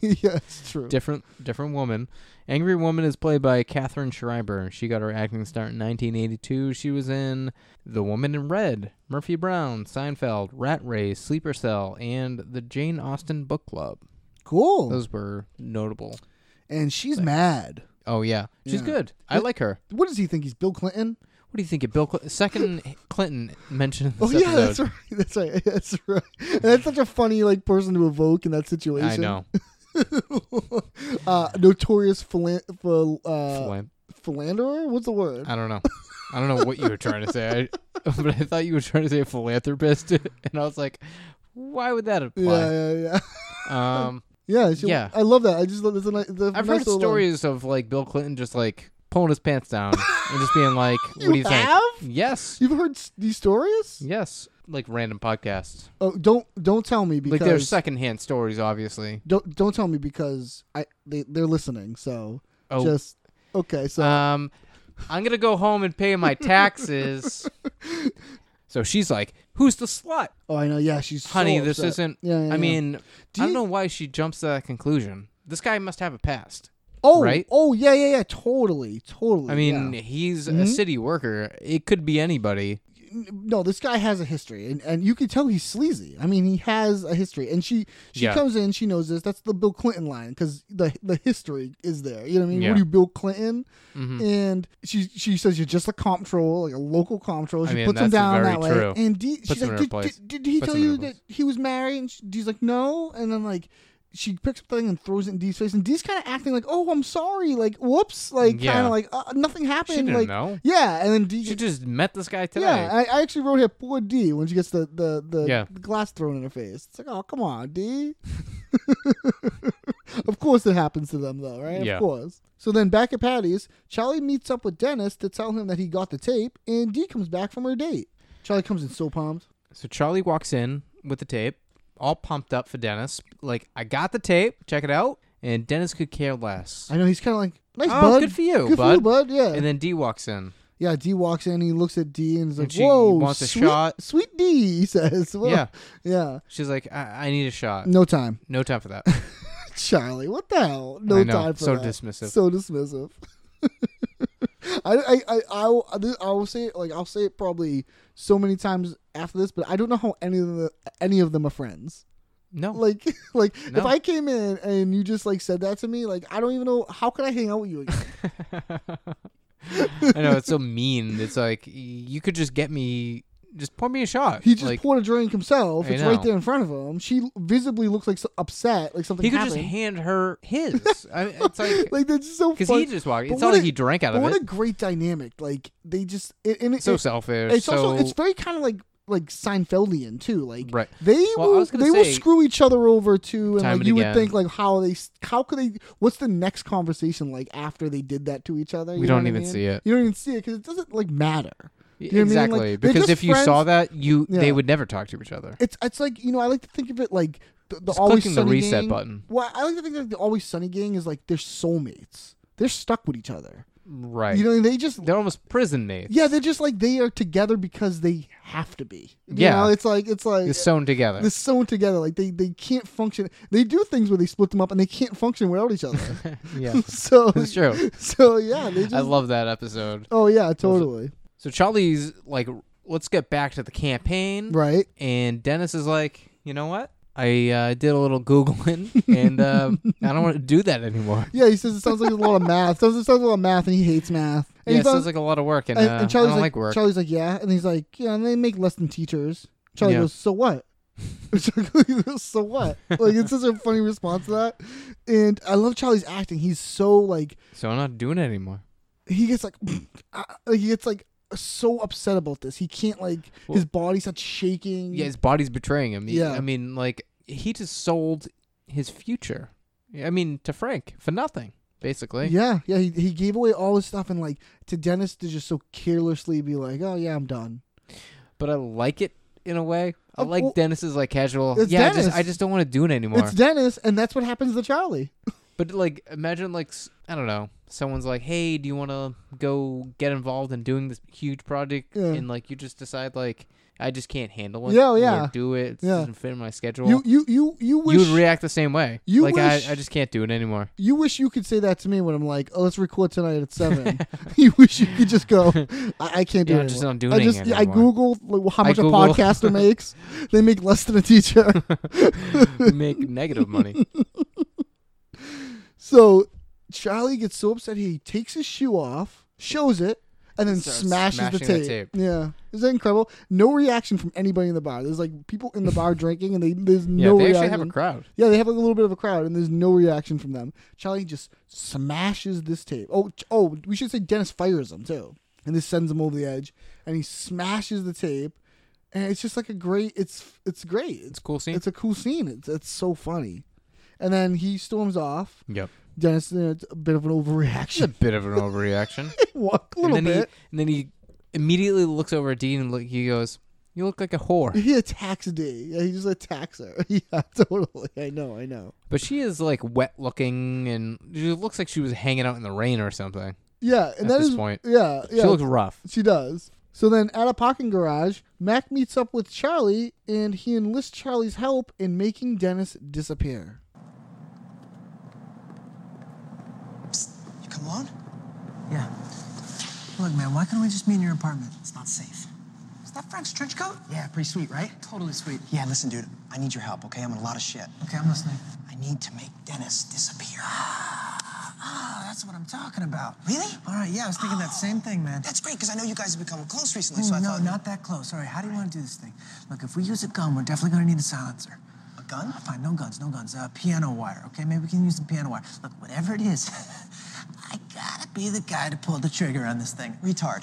[SPEAKER 5] it's true
[SPEAKER 1] different different woman. Angry Woman is played by Katherine Schreiber. She got her acting start in 1982. She was in The Woman in Red, Murphy Brown, Seinfeld, Rat Race, Sleeper Cell, and the Jane Austen Book Club.
[SPEAKER 5] cool
[SPEAKER 1] Those were notable.
[SPEAKER 5] and she's mad
[SPEAKER 1] Oh yeah. She's
[SPEAKER 5] Yeah.
[SPEAKER 1] good. I like her.
[SPEAKER 5] what does he think he's bill clinton
[SPEAKER 1] What do you think of Bill Clinton? Second Clinton mentioned. in
[SPEAKER 5] Oh
[SPEAKER 1] This
[SPEAKER 5] yeah,
[SPEAKER 1] episode.
[SPEAKER 5] that's right. [laughs] That's right. That's right. And that's such a funny like person to evoke in that situation.
[SPEAKER 1] I know.
[SPEAKER 5] [laughs] Uh, notorious philan- phil- uh,
[SPEAKER 1] Flan- Uh,
[SPEAKER 5] philanderer. What's the word?
[SPEAKER 1] I don't know. I don't know what you were trying to say, I, [laughs] but I thought you were trying to say philanthropist, [laughs] and I was like, why would that
[SPEAKER 5] yeah,
[SPEAKER 1] apply?
[SPEAKER 5] yeah, yeah, [laughs]
[SPEAKER 1] Um,
[SPEAKER 5] yeah. she-
[SPEAKER 1] Yeah.
[SPEAKER 5] I love that. I just love that's a nice. that's a
[SPEAKER 1] I've heard
[SPEAKER 5] nice little um, line.
[SPEAKER 1] stories of like Bill Clinton just like pulling his pants down and just being
[SPEAKER 5] [laughs]
[SPEAKER 1] like, "What do you
[SPEAKER 5] have?
[SPEAKER 1] think?" Yes,
[SPEAKER 5] You've heard s- these stories?
[SPEAKER 1] yes, like random podcasts.
[SPEAKER 5] Oh, don't don't tell me because
[SPEAKER 1] Like they're secondhand stories, obviously.
[SPEAKER 5] don't don't tell me because I they they're listening. So
[SPEAKER 1] Oh.
[SPEAKER 5] just okay. So
[SPEAKER 1] Um, I'm gonna go home and pay my
[SPEAKER 5] [laughs]
[SPEAKER 1] taxes. so she's like, "Who's the slut,
[SPEAKER 5] oh, I know. Yeah, she's so
[SPEAKER 1] honey? this
[SPEAKER 5] upset.
[SPEAKER 1] isn't."
[SPEAKER 5] Yeah, yeah,
[SPEAKER 1] I
[SPEAKER 5] yeah.
[SPEAKER 1] mean,
[SPEAKER 5] Do
[SPEAKER 1] I don't
[SPEAKER 5] you-
[SPEAKER 1] know why she jumps to that conclusion. This guy must have a past.
[SPEAKER 5] Oh,
[SPEAKER 1] right?
[SPEAKER 5] Oh, yeah, yeah, yeah. Totally, totally.
[SPEAKER 1] I mean, he's
[SPEAKER 5] Mm-hmm.
[SPEAKER 1] a city worker. It could be anybody.
[SPEAKER 5] yeah. no, this guy has a history, and, and you can tell he's sleazy. I mean, he has a history, and she she
[SPEAKER 1] Yeah.
[SPEAKER 5] comes in, she knows this. That's the Bill Clinton line because the the history is there. You know what I mean?
[SPEAKER 1] Yeah. Mm-hmm.
[SPEAKER 5] What are you, Bill Clinton? And she she says you're just a comptroller, like a local comptroller. She
[SPEAKER 1] mean,
[SPEAKER 5] puts him
[SPEAKER 1] that's
[SPEAKER 5] down
[SPEAKER 1] very
[SPEAKER 5] that
[SPEAKER 1] true.
[SPEAKER 5] way, and D, she's
[SPEAKER 1] him in
[SPEAKER 5] like,
[SPEAKER 1] her
[SPEAKER 5] did,
[SPEAKER 1] place.
[SPEAKER 5] did, did he
[SPEAKER 1] Puts
[SPEAKER 5] tell
[SPEAKER 1] him in her
[SPEAKER 5] you
[SPEAKER 1] place.
[SPEAKER 5] that he was married? And she, D's like, no, and then like. She picks up the thing and throws it in D's face, and D's kind of acting like, "Oh, I'm sorry," like, "Whoops," like,
[SPEAKER 1] Yeah.
[SPEAKER 5] kind of like, uh, "Nothing happened."
[SPEAKER 1] didn't
[SPEAKER 5] like,
[SPEAKER 1] know.
[SPEAKER 5] Yeah, and then D
[SPEAKER 1] She just met this guy today.
[SPEAKER 5] yeah, I, I actually wrote here poor D when she gets the the, the,
[SPEAKER 1] Yeah.
[SPEAKER 5] the glass thrown in her face. It's like, oh come on, D. [laughs] of course it happens to them though, right?
[SPEAKER 1] Yeah.
[SPEAKER 5] Of course. So then back at Patty's, Charlie meets up with Dennis to tell him that he got the tape, and D comes back from her date. Charlie comes in so pumped.
[SPEAKER 1] So Charlie walks in with the tape, all pumped up for Dennis. Like, I got the tape. Check it out. And Dennis could care less.
[SPEAKER 5] I know he's kind of like, nice
[SPEAKER 1] Oh,
[SPEAKER 5] bud,
[SPEAKER 1] good for you,
[SPEAKER 5] good for you,
[SPEAKER 1] bud."
[SPEAKER 5] bud. Yeah.
[SPEAKER 1] And then D walks in.
[SPEAKER 5] yeah, D walks in, he looks at D and is like,
[SPEAKER 1] she
[SPEAKER 5] whoa,
[SPEAKER 1] wants a
[SPEAKER 5] sweet,
[SPEAKER 1] shot.
[SPEAKER 5] sweet D. [laughs] He says, Whoa.
[SPEAKER 1] Yeah.
[SPEAKER 5] yeah,
[SPEAKER 1] She's like, I, I need a shot. No,
[SPEAKER 5] no time.
[SPEAKER 1] time
[SPEAKER 5] [laughs]
[SPEAKER 1] for that.
[SPEAKER 5] Charlie, what the hell? No
[SPEAKER 1] I know,
[SPEAKER 5] time for
[SPEAKER 1] so
[SPEAKER 5] that.
[SPEAKER 1] dismissive.
[SPEAKER 5] So dismissive. [laughs] I, I, I, I, will- this- I will say it like I'll say it probably so many times after this, but I don't know how any of the any of them are friends.
[SPEAKER 1] no.
[SPEAKER 5] Like [laughs] like
[SPEAKER 1] No.
[SPEAKER 5] if I came in and you just like said that to me, like I don't even know how could I hang out with you.
[SPEAKER 1] [laughs]
[SPEAKER 5] Again?
[SPEAKER 1] I know. It's so mean. It's like, y- you could just get me, just pour me a shot.
[SPEAKER 5] He just
[SPEAKER 1] like,
[SPEAKER 5] poured a drink himself.
[SPEAKER 1] I
[SPEAKER 5] It's
[SPEAKER 1] know.
[SPEAKER 5] right there in front of him. She visibly looks like so upset, like something
[SPEAKER 1] He could
[SPEAKER 5] happened.
[SPEAKER 1] just hand her
[SPEAKER 5] [laughs]
[SPEAKER 1] his. I mean, it's like,
[SPEAKER 5] like that's so
[SPEAKER 1] Because
[SPEAKER 5] fun.
[SPEAKER 1] he just walked.
[SPEAKER 5] But
[SPEAKER 1] It's not
[SPEAKER 5] what
[SPEAKER 1] like
[SPEAKER 5] a-
[SPEAKER 1] he drank out
[SPEAKER 5] but
[SPEAKER 1] of
[SPEAKER 5] what
[SPEAKER 1] it.
[SPEAKER 5] a great dynamic! Like they just it, and it,
[SPEAKER 1] so
[SPEAKER 5] it-
[SPEAKER 1] selfish.
[SPEAKER 5] It's
[SPEAKER 1] so
[SPEAKER 5] also it's very kind of like like Seinfeldian too. Like
[SPEAKER 1] Right.
[SPEAKER 5] they
[SPEAKER 1] Well, I
[SPEAKER 5] will
[SPEAKER 1] was gonna
[SPEAKER 5] they will
[SPEAKER 1] say-
[SPEAKER 5] screw each other over too, and
[SPEAKER 1] Time
[SPEAKER 5] like
[SPEAKER 1] and
[SPEAKER 5] you
[SPEAKER 1] again.
[SPEAKER 5] would think like how they s- how could they what's the next conversation like after they did that to each other? You know
[SPEAKER 1] don't
[SPEAKER 5] what I
[SPEAKER 1] even
[SPEAKER 5] mean?
[SPEAKER 1] see it.
[SPEAKER 5] You don't even see it because it doesn't like matter. You know what I mean? Like,
[SPEAKER 1] exactly.
[SPEAKER 5] they're
[SPEAKER 1] because
[SPEAKER 5] just
[SPEAKER 1] if you saw
[SPEAKER 5] friends-
[SPEAKER 1] that, you they
[SPEAKER 5] Yeah.
[SPEAKER 1] would never talk to each other.
[SPEAKER 5] it's it's like you know I like to think of it like the, the
[SPEAKER 1] Just
[SPEAKER 5] always
[SPEAKER 1] clicking the
[SPEAKER 5] sunny
[SPEAKER 1] reset
[SPEAKER 5] gang-
[SPEAKER 1] button.
[SPEAKER 5] Well, I like to think that the always sunny gang is like they're soulmates. They're stuck with each other.
[SPEAKER 1] Right.
[SPEAKER 5] You know they just
[SPEAKER 1] They're almost prison mates.
[SPEAKER 5] yeah they're just like they are together because they have to be. You
[SPEAKER 1] Yeah.
[SPEAKER 5] know, it's like it's like
[SPEAKER 1] They're sewn together.
[SPEAKER 5] they're sewn together. Like they they can't function. They do things where they split them up and they can't function
[SPEAKER 1] [laughs]
[SPEAKER 5] without each other. [laughs]
[SPEAKER 1] yeah.
[SPEAKER 5] so
[SPEAKER 1] That's true.
[SPEAKER 5] So yeah, they just.
[SPEAKER 1] I love that episode.
[SPEAKER 5] oh
[SPEAKER 1] [laughs]
[SPEAKER 5] yeah, totally.
[SPEAKER 1] So Charlie's like, let's get back to the campaign.
[SPEAKER 5] Right.
[SPEAKER 1] And Dennis is like, you know what? I uh, did a little googling, [laughs] and um, I don't want to do that anymore.
[SPEAKER 5] Yeah, he says it sounds like a lot of math. Sounds it sounds like a lot of math, and he hates math. [laughs] And
[SPEAKER 1] Yeah,
[SPEAKER 5] he
[SPEAKER 1] it
[SPEAKER 5] found-
[SPEAKER 1] sounds like a lot of work, and,
[SPEAKER 5] and,
[SPEAKER 1] uh,
[SPEAKER 5] and Charlie's
[SPEAKER 1] I don't
[SPEAKER 5] like,
[SPEAKER 1] like, work.
[SPEAKER 5] Charlie's like, yeah, and he's like, yeah, and they make less than teachers. Charlie
[SPEAKER 1] Yeah.
[SPEAKER 5] goes, so what? [laughs] Charlie goes, so what? Like it's such a funny response to that, and I love Charlie's acting. He's so like
[SPEAKER 1] so I'm not doing it anymore.
[SPEAKER 5] he gets like [clears throat] uh, he gets like so upset about this. He can't like his body starts shaking.
[SPEAKER 1] Yeah, his body's betraying him. He-
[SPEAKER 5] Mm. Yeah.
[SPEAKER 1] I mean, like he just sold his future. I mean, to Frank for nothing, basically.
[SPEAKER 5] yeah, yeah. He, he gave away all his stuff and like to Dennis to just so carelessly be like, oh yeah, I'm done.
[SPEAKER 1] But I like it in a way. I
[SPEAKER 5] Of
[SPEAKER 1] like
[SPEAKER 5] cour-
[SPEAKER 1] Dennis's like casual.
[SPEAKER 5] It's
[SPEAKER 1] yeah, I
[SPEAKER 5] Dennis.
[SPEAKER 1] just I just don't want to do it anymore.
[SPEAKER 5] It's Dennis, and that's what happens to Charlie.
[SPEAKER 1] but like, imagine like s- I don't know. Someone's like, "Hey, do you want to go get involved in doing this huge project?"
[SPEAKER 5] Yeah.
[SPEAKER 1] And like, you just decide like, "I just can't handle it."
[SPEAKER 5] Yeah,
[SPEAKER 1] or
[SPEAKER 5] yeah.
[SPEAKER 1] do it. It
[SPEAKER 5] Yeah.
[SPEAKER 1] doesn't fit in my schedule.
[SPEAKER 5] You you you you wish
[SPEAKER 1] You would react the same way.
[SPEAKER 5] You
[SPEAKER 1] like
[SPEAKER 5] wish-
[SPEAKER 1] I, I just can't do it
[SPEAKER 5] [laughs]
[SPEAKER 1] anymore.
[SPEAKER 5] you wish you could say that to me when I'm like, oh, let's record tonight at seven. [laughs] you wish you could just go, I, I can't do
[SPEAKER 1] Yeah,
[SPEAKER 5] it.
[SPEAKER 1] I'm just
[SPEAKER 5] anymore."
[SPEAKER 1] not doing
[SPEAKER 5] I
[SPEAKER 1] it
[SPEAKER 5] just, I
[SPEAKER 1] anymore.
[SPEAKER 5] Google like, how
[SPEAKER 1] I
[SPEAKER 5] much a
[SPEAKER 1] Google- [laughs]
[SPEAKER 5] podcaster makes. They make less than a teacher.
[SPEAKER 1] Make negative
[SPEAKER 5] [laughs]
[SPEAKER 1] money.
[SPEAKER 5] so Charlie gets so upset he takes his shoe off, shows it, and then
[SPEAKER 1] Starts
[SPEAKER 5] smashes the
[SPEAKER 1] smashing
[SPEAKER 5] tape.
[SPEAKER 1] the tape.
[SPEAKER 5] Yeah, is that incredible? No reaction from anybody in the bar. There's like people in
[SPEAKER 1] [laughs]
[SPEAKER 5] the bar drinking, and they there's
[SPEAKER 1] Yeah,
[SPEAKER 5] no.
[SPEAKER 1] they
[SPEAKER 5] reaction.
[SPEAKER 1] actually have a crowd.
[SPEAKER 5] Yeah, they have a little bit of a crowd, and there's no reaction from them. Charlie just smashes this tape. Oh, ch- oh, we should say Dennis fires him too, and this sends him over the edge, and he smashes the tape, and it's just like a great. It's it's great. It's
[SPEAKER 1] a cool scene.
[SPEAKER 5] It's a cool scene. It's it's so funny, and then he storms off.
[SPEAKER 1] Yep.
[SPEAKER 5] Dennis, you know, it's a bit of an
[SPEAKER 1] [laughs]
[SPEAKER 5] overreaction. [laughs]
[SPEAKER 1] Bit of an overreaction.
[SPEAKER 5] Walk [laughs] a
[SPEAKER 1] and
[SPEAKER 5] little
[SPEAKER 1] then
[SPEAKER 5] bit.
[SPEAKER 1] he and then he immediately looks over at Dean and look, he goes, "You look like a
[SPEAKER 5] [laughs]
[SPEAKER 1] whore."
[SPEAKER 5] He attacks Dee. Yeah, he just attacks her. [laughs] Yeah, totally. I know. I know.
[SPEAKER 1] But she is like wet looking, and she looks like she was hanging out in the rain or something.
[SPEAKER 5] Yeah, and
[SPEAKER 1] At
[SPEAKER 5] that
[SPEAKER 1] this
[SPEAKER 5] is-
[SPEAKER 1] point.
[SPEAKER 5] Yeah, yeah.
[SPEAKER 1] She looks rough.
[SPEAKER 5] She does. So then, at a parking garage, Mac meets up with Charlie, and he enlists Charlie's help in making Dennis disappear.
[SPEAKER 2] You come on?
[SPEAKER 6] Yeah.
[SPEAKER 2] Look, man, why can't we just meet in your apartment?
[SPEAKER 6] It's not safe.
[SPEAKER 2] Is that Frank's trench coat?
[SPEAKER 6] Yeah, pretty sweet, right?
[SPEAKER 2] Totally sweet.
[SPEAKER 6] Yeah, listen, dude, I need your help, okay? I'm in a lot of shit.
[SPEAKER 2] Okay, I'm listening.
[SPEAKER 6] I need to make Dennis disappear.
[SPEAKER 2] Ah, that's what I'm talking about.
[SPEAKER 6] Really?
[SPEAKER 2] All right, yeah, I was thinking that same thing, man.
[SPEAKER 6] That's great, because I know you guys have become close recently, so I
[SPEAKER 2] Mm, no,
[SPEAKER 6] thought.
[SPEAKER 2] not that close. All right, how do you want to do this thing? Look, if we use a gun, we're definitely going to need a silencer. Ah,
[SPEAKER 6] A gun?
[SPEAKER 2] Fine, no guns, no guns. Uh, piano wire, okay? Maybe we can use some piano wire. Look, whatever it is, I gotta be the guy to pull the trigger on this thing.
[SPEAKER 6] Retard.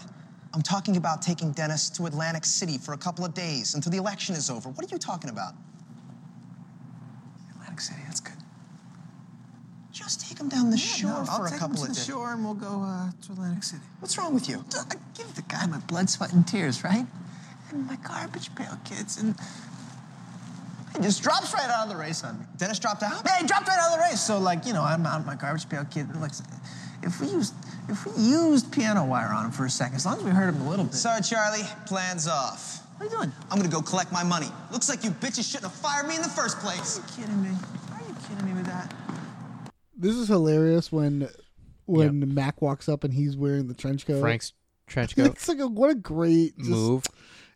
[SPEAKER 6] I'm talking about taking Dennis to Atlantic City for a couple of days until the election is over. What are you talking about?
[SPEAKER 2] Atlantic City, that's good.
[SPEAKER 6] Just take him down the
[SPEAKER 2] Yeah,
[SPEAKER 6] shore
[SPEAKER 2] no,
[SPEAKER 6] for
[SPEAKER 2] I'll
[SPEAKER 6] a
[SPEAKER 2] take
[SPEAKER 6] couple
[SPEAKER 2] him
[SPEAKER 6] of
[SPEAKER 2] to the
[SPEAKER 6] days.
[SPEAKER 2] shore and we'll go uh, to Atlantic City.
[SPEAKER 6] What's wrong with you?
[SPEAKER 2] I give the guy my blood, sweat, and tears, right? And my garbage pail kids, and
[SPEAKER 6] It just drops right out of the race on me. Dennis dropped out?
[SPEAKER 2] yeah, he dropped right out of the race. So like, you know, I'm out my garbage pail kid. Like, if we used if we used piano wire on him for a second, as long as we heard him a little bit.
[SPEAKER 6] Sorry, Charlie. Plans off.
[SPEAKER 2] what are you doing?
[SPEAKER 6] I'm gonna go collect my money. Looks like you bitches shouldn't have fired me in the first place.
[SPEAKER 2] Are you kidding me? Are you kidding me with that?
[SPEAKER 5] This is hilarious when when Mac walks up and he's wearing the trench coat.
[SPEAKER 1] Frank's trench coat
[SPEAKER 5] [laughs] It's like a, what a great [laughs] just-
[SPEAKER 1] move.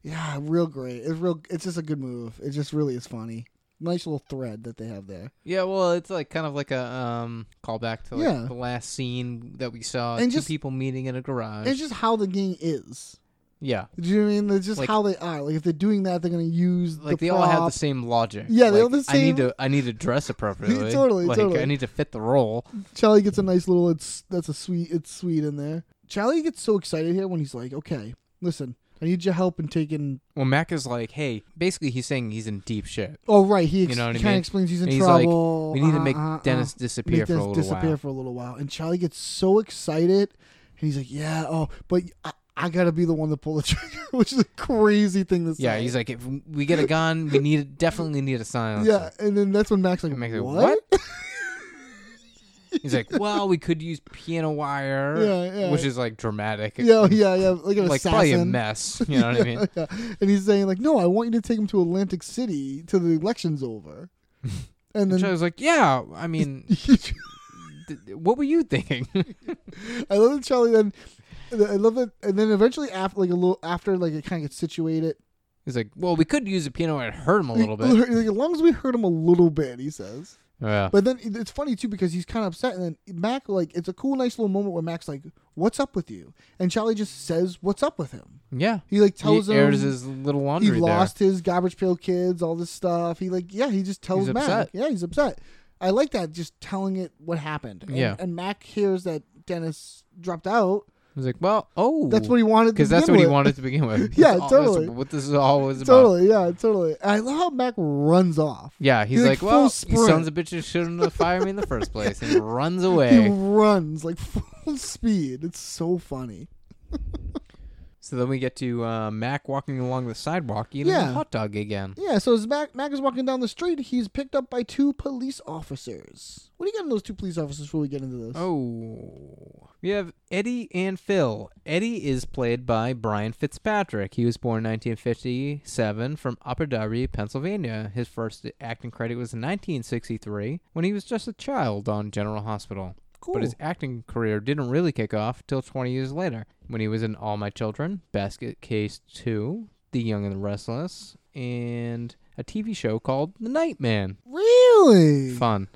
[SPEAKER 5] Yeah, real great. It's real. It's just a good move. It just really is funny. Nice little thread that they have there.
[SPEAKER 1] Yeah, well, it's like kind of like a um callback to like
[SPEAKER 5] Yeah.
[SPEAKER 1] the last scene that we saw
[SPEAKER 5] And
[SPEAKER 1] two
[SPEAKER 5] just-
[SPEAKER 1] people meeting in a garage.
[SPEAKER 5] It's just how the game is.
[SPEAKER 1] yeah.
[SPEAKER 5] Do you know what I mean? That's just
[SPEAKER 1] Like-
[SPEAKER 5] how they are. Like if they're doing that, they're gonna use
[SPEAKER 1] Like
[SPEAKER 5] the
[SPEAKER 1] they all have the
[SPEAKER 5] prop.
[SPEAKER 1] same logic.
[SPEAKER 5] Yeah, they
[SPEAKER 1] like,
[SPEAKER 5] all the
[SPEAKER 1] I
[SPEAKER 5] same-
[SPEAKER 1] need to I need to
[SPEAKER 5] [laughs]
[SPEAKER 1] dress appropriately.
[SPEAKER 5] Totally,
[SPEAKER 1] like,
[SPEAKER 5] totally.
[SPEAKER 1] I need to fit the role.
[SPEAKER 5] Charlie gets a nice little. It's that's a sweet. It's sweet in there. Charlie gets so excited here when he's like, "Okay, listen, I need your help in taking."
[SPEAKER 1] Well, Mac is like, hey, basically he's saying he's in deep shit.
[SPEAKER 5] Oh right, he ex-
[SPEAKER 1] You know what I
[SPEAKER 5] kind
[SPEAKER 1] mean?
[SPEAKER 5] of explains he's in
[SPEAKER 1] And he's like,
[SPEAKER 5] trouble.
[SPEAKER 1] "We need to
[SPEAKER 5] uh,
[SPEAKER 1] make
[SPEAKER 5] uh, uh,
[SPEAKER 1] Dennis disappear
[SPEAKER 5] make
[SPEAKER 1] for a
[SPEAKER 5] Dennis
[SPEAKER 1] little
[SPEAKER 5] disappear
[SPEAKER 1] while."
[SPEAKER 5] for a little while. And Charlie gets so excited, and he's like, "Yeah, oh, but I, I gotta be the one to pull the [laughs] trigger," which is a crazy thing to say.
[SPEAKER 1] Yeah, he's like, if we get a gun, we
[SPEAKER 5] [laughs]
[SPEAKER 1] need definitely need a silencer.
[SPEAKER 5] yeah, and then that's when Mac's like,
[SPEAKER 1] Mac's like,
[SPEAKER 5] "What?"
[SPEAKER 1] He's like, well, we could use piano wire,
[SPEAKER 5] Yeah, yeah.
[SPEAKER 1] which is like dramatic.
[SPEAKER 5] [laughs] yeah, yeah, yeah. Like an
[SPEAKER 1] like probably
[SPEAKER 5] assassin.
[SPEAKER 1] a mess. You know what I mean?
[SPEAKER 5] [laughs] Yeah. And he's saying like, "No, I want you to take him to Atlantic City till the
[SPEAKER 1] [laughs]
[SPEAKER 5] election's over." And
[SPEAKER 1] So I
[SPEAKER 5] then
[SPEAKER 1] was like, yeah, I
[SPEAKER 5] [laughs]
[SPEAKER 1] mean, th- what were you thinking? [laughs]
[SPEAKER 5] I love that Charlie. Then I love that, and then eventually after like a little after like it kind of gets situated.
[SPEAKER 1] He's like, well, we could use a piano and hurt him a little bit.
[SPEAKER 5] [laughs] Like, as long as we hurt him a little bit, he says.
[SPEAKER 1] Yeah.
[SPEAKER 5] But then it- it's funny too because he's kind of upset, and then Mac like it's a cool, nice little moment where Mac's like, "What's up with you?" and Charlie just says, "What's up with him?"
[SPEAKER 1] yeah.
[SPEAKER 5] He like tells
[SPEAKER 1] he
[SPEAKER 5] him
[SPEAKER 1] airs his little
[SPEAKER 5] he
[SPEAKER 1] laundry there.
[SPEAKER 5] lost his garbage pail kids, all this stuff. He like yeah, he just tells
[SPEAKER 1] He's
[SPEAKER 5] Mac.
[SPEAKER 1] upset.
[SPEAKER 5] Yeah, he's upset. I like that, just telling it what happened. And,
[SPEAKER 1] Yeah.
[SPEAKER 5] and Mac hears that Dennis dropped out.
[SPEAKER 1] He's like, well, oh,
[SPEAKER 5] That's what he wanted. to
[SPEAKER 1] because that's
[SPEAKER 5] begin
[SPEAKER 1] what he
[SPEAKER 5] with.
[SPEAKER 1] wanted to begin with.
[SPEAKER 5] [laughs] Yeah,
[SPEAKER 1] That's all- that's
[SPEAKER 5] totally.
[SPEAKER 1] what this is all was about.
[SPEAKER 5] totally, yeah, totally. I love how Mac runs off.
[SPEAKER 1] Yeah, he's, like,
[SPEAKER 5] full
[SPEAKER 1] well, you
[SPEAKER 5] sprint.
[SPEAKER 1] sons of bitches shouldn't have fired me in the first place,
[SPEAKER 5] [laughs]
[SPEAKER 1] and he runs
[SPEAKER 5] He
[SPEAKER 1] away.
[SPEAKER 5] runs like [laughs] full speed. It's so funny.
[SPEAKER 1] So then we get to uh, Mac walking along the sidewalk eating
[SPEAKER 5] Yeah.
[SPEAKER 1] a hot dog again.
[SPEAKER 5] Yeah, so as Mac, Mac is walking down the street, he's picked up by two police officers. What do you got on those two police officers before we get into this?
[SPEAKER 1] Oh. We have Eddie and Phil. Eddie is played by Brian Fitzpatrick. He was born in 1957 from Upper Darby, Pennsylvania. His first acting credit was in 1963 when he was just a child on General Hospital. But his acting career didn't really kick off till 20 years later when he was in All My Children, Basket Case 2, The Young and the Restless, and a TV show called The Nightman.
[SPEAKER 5] Really?
[SPEAKER 1] Fun.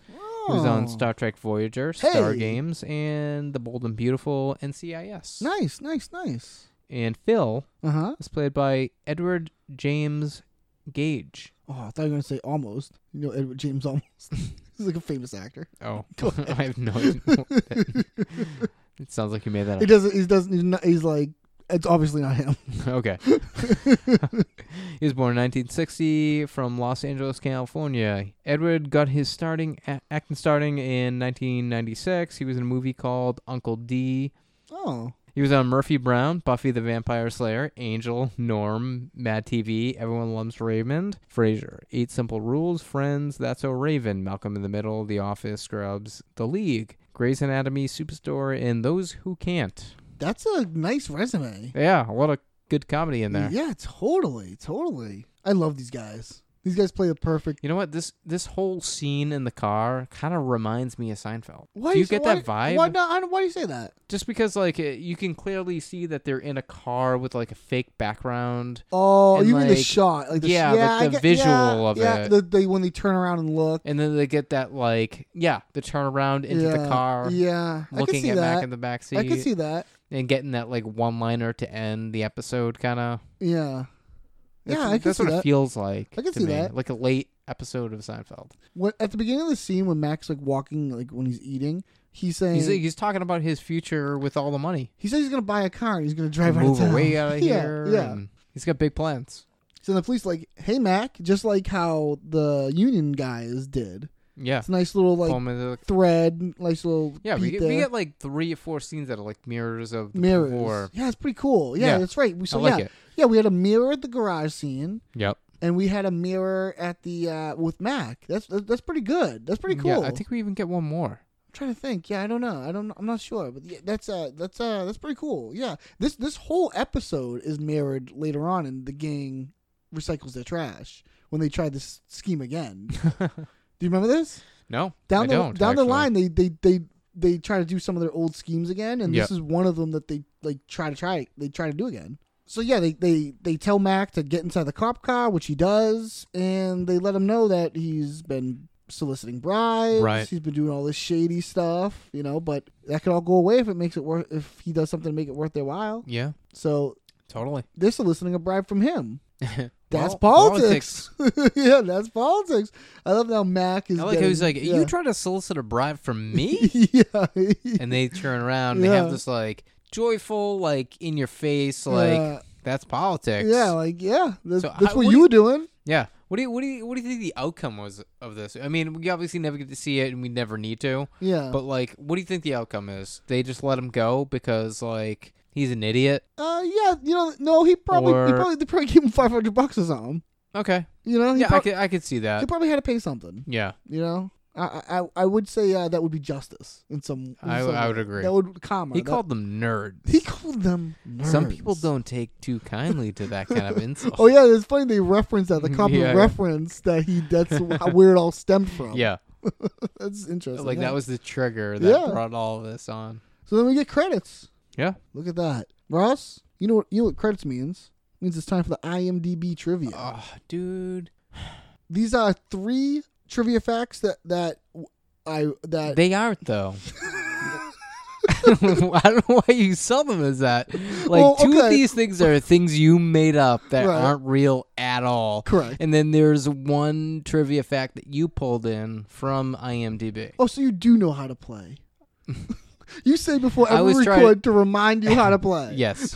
[SPEAKER 1] who's
[SPEAKER 5] Oh.
[SPEAKER 1] on Star Trek Voyager, Star
[SPEAKER 5] Hey.
[SPEAKER 1] Games, and The Bold and Beautiful, NCIS.
[SPEAKER 5] Nice, nice, nice.
[SPEAKER 1] And Phil
[SPEAKER 5] Uh huh.
[SPEAKER 1] is played by Edward James Gage.
[SPEAKER 5] Oh, I thought you were gonna say almost. You know Edward James [laughs] almost. He's like a famous actor.
[SPEAKER 1] Oh, [laughs] I have no idea. what that-
[SPEAKER 5] [laughs]
[SPEAKER 1] it sounds like you made that
[SPEAKER 5] He
[SPEAKER 1] up.
[SPEAKER 5] doesn't. He doesn't. He's, not, he's like. It's obviously not him.
[SPEAKER 1] [laughs]
[SPEAKER 5] [laughs]
[SPEAKER 1] Okay. he was born in 1960 from Los Angeles, California. Edward got his starting a- acting starting in 1996. He was in a movie called Uncle D.
[SPEAKER 5] Oh,
[SPEAKER 1] He was on Murphy Brown, Buffy the Vampire Slayer, Angel, Norm, Mad TV, Everyone Loves Raymond, Frasier, Eight Simple Rules, Friends, That's So Raven, Malcolm in the Middle, The Office, Scrubs, The League, Grey's Anatomy, Superstore, and Those Who Can't.
[SPEAKER 5] that's a nice resume.
[SPEAKER 1] Yeah, a lot of good comedy in there.
[SPEAKER 5] Yeah, totally, totally. I love these guys. These guys play the perfect.
[SPEAKER 1] You know what? This this whole scene in the car kind of reminds me of Seinfeld.
[SPEAKER 5] Why
[SPEAKER 1] do you
[SPEAKER 5] is-
[SPEAKER 1] get
[SPEAKER 5] why-
[SPEAKER 1] that vibe?
[SPEAKER 5] Why not? I don't- Why do you say that?
[SPEAKER 1] Just because like it, you can clearly see that they're in a car with like a fake background,
[SPEAKER 5] Oh,
[SPEAKER 1] And,
[SPEAKER 5] you mean the
[SPEAKER 1] like,
[SPEAKER 5] shot, like the,
[SPEAKER 1] yeah,
[SPEAKER 5] yeah,
[SPEAKER 1] like
[SPEAKER 5] I
[SPEAKER 1] the
[SPEAKER 5] get-
[SPEAKER 1] visual
[SPEAKER 5] yeah,
[SPEAKER 1] of
[SPEAKER 5] yeah,
[SPEAKER 1] it.
[SPEAKER 5] The, they when they turn around and look
[SPEAKER 1] and then they get that like yeah, the turnaround into the
[SPEAKER 5] Yeah,
[SPEAKER 1] car,
[SPEAKER 5] Yeah, I could
[SPEAKER 1] looking
[SPEAKER 5] see
[SPEAKER 1] at
[SPEAKER 5] that.
[SPEAKER 1] Mac in the back seat,
[SPEAKER 5] I could see that.
[SPEAKER 1] and getting that like one liner to end the episode, kind of.
[SPEAKER 5] Yeah, yeah, I could
[SPEAKER 1] that's
[SPEAKER 5] see
[SPEAKER 1] what
[SPEAKER 5] that.
[SPEAKER 1] it feels like.
[SPEAKER 5] I could
[SPEAKER 1] to
[SPEAKER 5] see
[SPEAKER 1] me,
[SPEAKER 5] that.
[SPEAKER 1] like a late episode of Seinfeld.
[SPEAKER 5] When- at the beginning of the scene when Mac's like walking, like when he's eating, he's saying
[SPEAKER 1] He's he's talking about his future with all the money,
[SPEAKER 5] he says he's gonna buy a car and he's gonna drive out
[SPEAKER 1] move
[SPEAKER 5] of town.
[SPEAKER 1] away out of
[SPEAKER 5] [laughs] yeah,
[SPEAKER 1] here.
[SPEAKER 5] Yeah.
[SPEAKER 1] and he's got big plans.
[SPEAKER 5] So the police like, hey Mac, just like how the union guys did.
[SPEAKER 1] Yeah.
[SPEAKER 5] It's a nice little like
[SPEAKER 1] Pullman, they're like,
[SPEAKER 5] thread, nice little
[SPEAKER 1] yeah, we
[SPEAKER 5] beat
[SPEAKER 1] get,
[SPEAKER 5] there.
[SPEAKER 1] we get like three or four scenes that are like mirrors of the
[SPEAKER 5] mirrors.
[SPEAKER 1] before.
[SPEAKER 5] Yeah, it's pretty cool. Yeah,
[SPEAKER 1] Yeah.
[SPEAKER 5] that's right. We so
[SPEAKER 1] like
[SPEAKER 5] yeah,
[SPEAKER 1] it.
[SPEAKER 5] yeah, we had a mirror at the garage scene.
[SPEAKER 1] Yep.
[SPEAKER 5] and we had a mirror at the uh with Mac. That's that's that's pretty good. That's pretty cool.
[SPEAKER 1] Yeah, I think we even get one more.
[SPEAKER 5] am trying to think. Yeah, I don't know. I don't. I'm not sure. But yeah, that's uh that's uh that's pretty cool. Yeah, this this whole episode is mirrored later on, and the gang recycles their trash when they try this scheme again. do you remember this?
[SPEAKER 1] No,
[SPEAKER 5] Down
[SPEAKER 1] I
[SPEAKER 5] the
[SPEAKER 1] don't,
[SPEAKER 5] down
[SPEAKER 1] actually.
[SPEAKER 5] the line, they they they they try to do some of their old schemes again, and
[SPEAKER 1] Yeah.
[SPEAKER 5] this is one of them that they like try to try they try to do again. So yeah, they they they tell Mac to get inside the cop car, which he does, and they let him know that he's been soliciting bribes.
[SPEAKER 1] Right.
[SPEAKER 5] He's been doing all this shady stuff, you know. But that could all go away if it makes it worth if he does something to make it worth their while.
[SPEAKER 1] Yeah,
[SPEAKER 5] So
[SPEAKER 1] totally.
[SPEAKER 5] they're soliciting a bribe
[SPEAKER 1] [laughs]
[SPEAKER 5] from him. That's
[SPEAKER 1] Well,
[SPEAKER 5] politics. [laughs] yeah, that's politics. I love how Mac is.
[SPEAKER 1] I like how he's like,
[SPEAKER 5] getting- yeah.
[SPEAKER 1] you try to solicit a bribe
[SPEAKER 5] [laughs]
[SPEAKER 1] from me,
[SPEAKER 5] yeah.
[SPEAKER 1] and they turn around and they
[SPEAKER 5] Yeah.
[SPEAKER 1] have this like joyful, like in your face, like
[SPEAKER 5] Yeah.
[SPEAKER 1] that's politics.
[SPEAKER 5] yeah, like yeah, that's,
[SPEAKER 1] So
[SPEAKER 5] that's
[SPEAKER 1] how-
[SPEAKER 5] what
[SPEAKER 1] what
[SPEAKER 5] you
[SPEAKER 1] do
[SPEAKER 5] were doing.
[SPEAKER 1] yeah. What do you what do you what do you think the outcome was of this? I mean, we obviously never get to see it, and we never need to.
[SPEAKER 5] Yeah,
[SPEAKER 1] But like, what do you think the outcome is? They just let him go because like he's an idiot.
[SPEAKER 5] uh, yeah, you know, no, he probably, he
[SPEAKER 1] Or-
[SPEAKER 5] probably, they probably gave him five hundred bucks or something.
[SPEAKER 1] Okay.
[SPEAKER 5] You know, he,
[SPEAKER 1] Yeah, I
[SPEAKER 5] prob-
[SPEAKER 1] could I could see
[SPEAKER 5] he
[SPEAKER 1] that.
[SPEAKER 5] probably had to pay something.
[SPEAKER 1] Yeah.
[SPEAKER 5] You know, I, I, I- I would say uh, that would be justice in some. in
[SPEAKER 1] I-
[SPEAKER 5] some
[SPEAKER 1] I would
[SPEAKER 5] way.
[SPEAKER 1] agree.
[SPEAKER 5] That would calmer.
[SPEAKER 1] He
[SPEAKER 5] that-
[SPEAKER 1] called them nerds.
[SPEAKER 5] he called them. Nerds.
[SPEAKER 1] Some people don't take too kindly to that kind
[SPEAKER 5] [laughs]
[SPEAKER 1] of insult.
[SPEAKER 5] Oh yeah, it's funny they
[SPEAKER 1] [laughs]
[SPEAKER 5] reference that the cop
[SPEAKER 1] Yeah, yeah.
[SPEAKER 5] referenced that he
[SPEAKER 1] [laughs]
[SPEAKER 5] that's how, where it all stemmed from.
[SPEAKER 1] Yeah.
[SPEAKER 5] [laughs] that's interesting.
[SPEAKER 1] Like
[SPEAKER 5] Oh, yeah.
[SPEAKER 1] that was the trigger that
[SPEAKER 5] Yeah.
[SPEAKER 1] brought all of this on.
[SPEAKER 5] So then we get credits.
[SPEAKER 1] Yeah.
[SPEAKER 5] Look at that, Ross. You know what? You know what credits means? means it's time for the IMDb trivia.
[SPEAKER 1] Oh, dude.
[SPEAKER 5] These are three trivia facts that that I that
[SPEAKER 1] They aren't
[SPEAKER 5] [laughs]
[SPEAKER 1] though. [laughs] I don't know why you sell them as that. Like
[SPEAKER 5] Well,
[SPEAKER 1] two
[SPEAKER 5] okay.
[SPEAKER 1] of these things are things you made up that
[SPEAKER 5] Right.
[SPEAKER 1] aren't real at all.
[SPEAKER 5] Correct.
[SPEAKER 1] And then there's one trivia fact that you pulled in from IMDb.
[SPEAKER 5] oh, so you do know how
[SPEAKER 1] [laughs]
[SPEAKER 5] to play. you say before
[SPEAKER 1] I
[SPEAKER 5] every
[SPEAKER 1] was
[SPEAKER 5] record
[SPEAKER 1] trying-
[SPEAKER 5] to remind you how
[SPEAKER 1] [laughs]
[SPEAKER 5] to play.
[SPEAKER 1] Yes.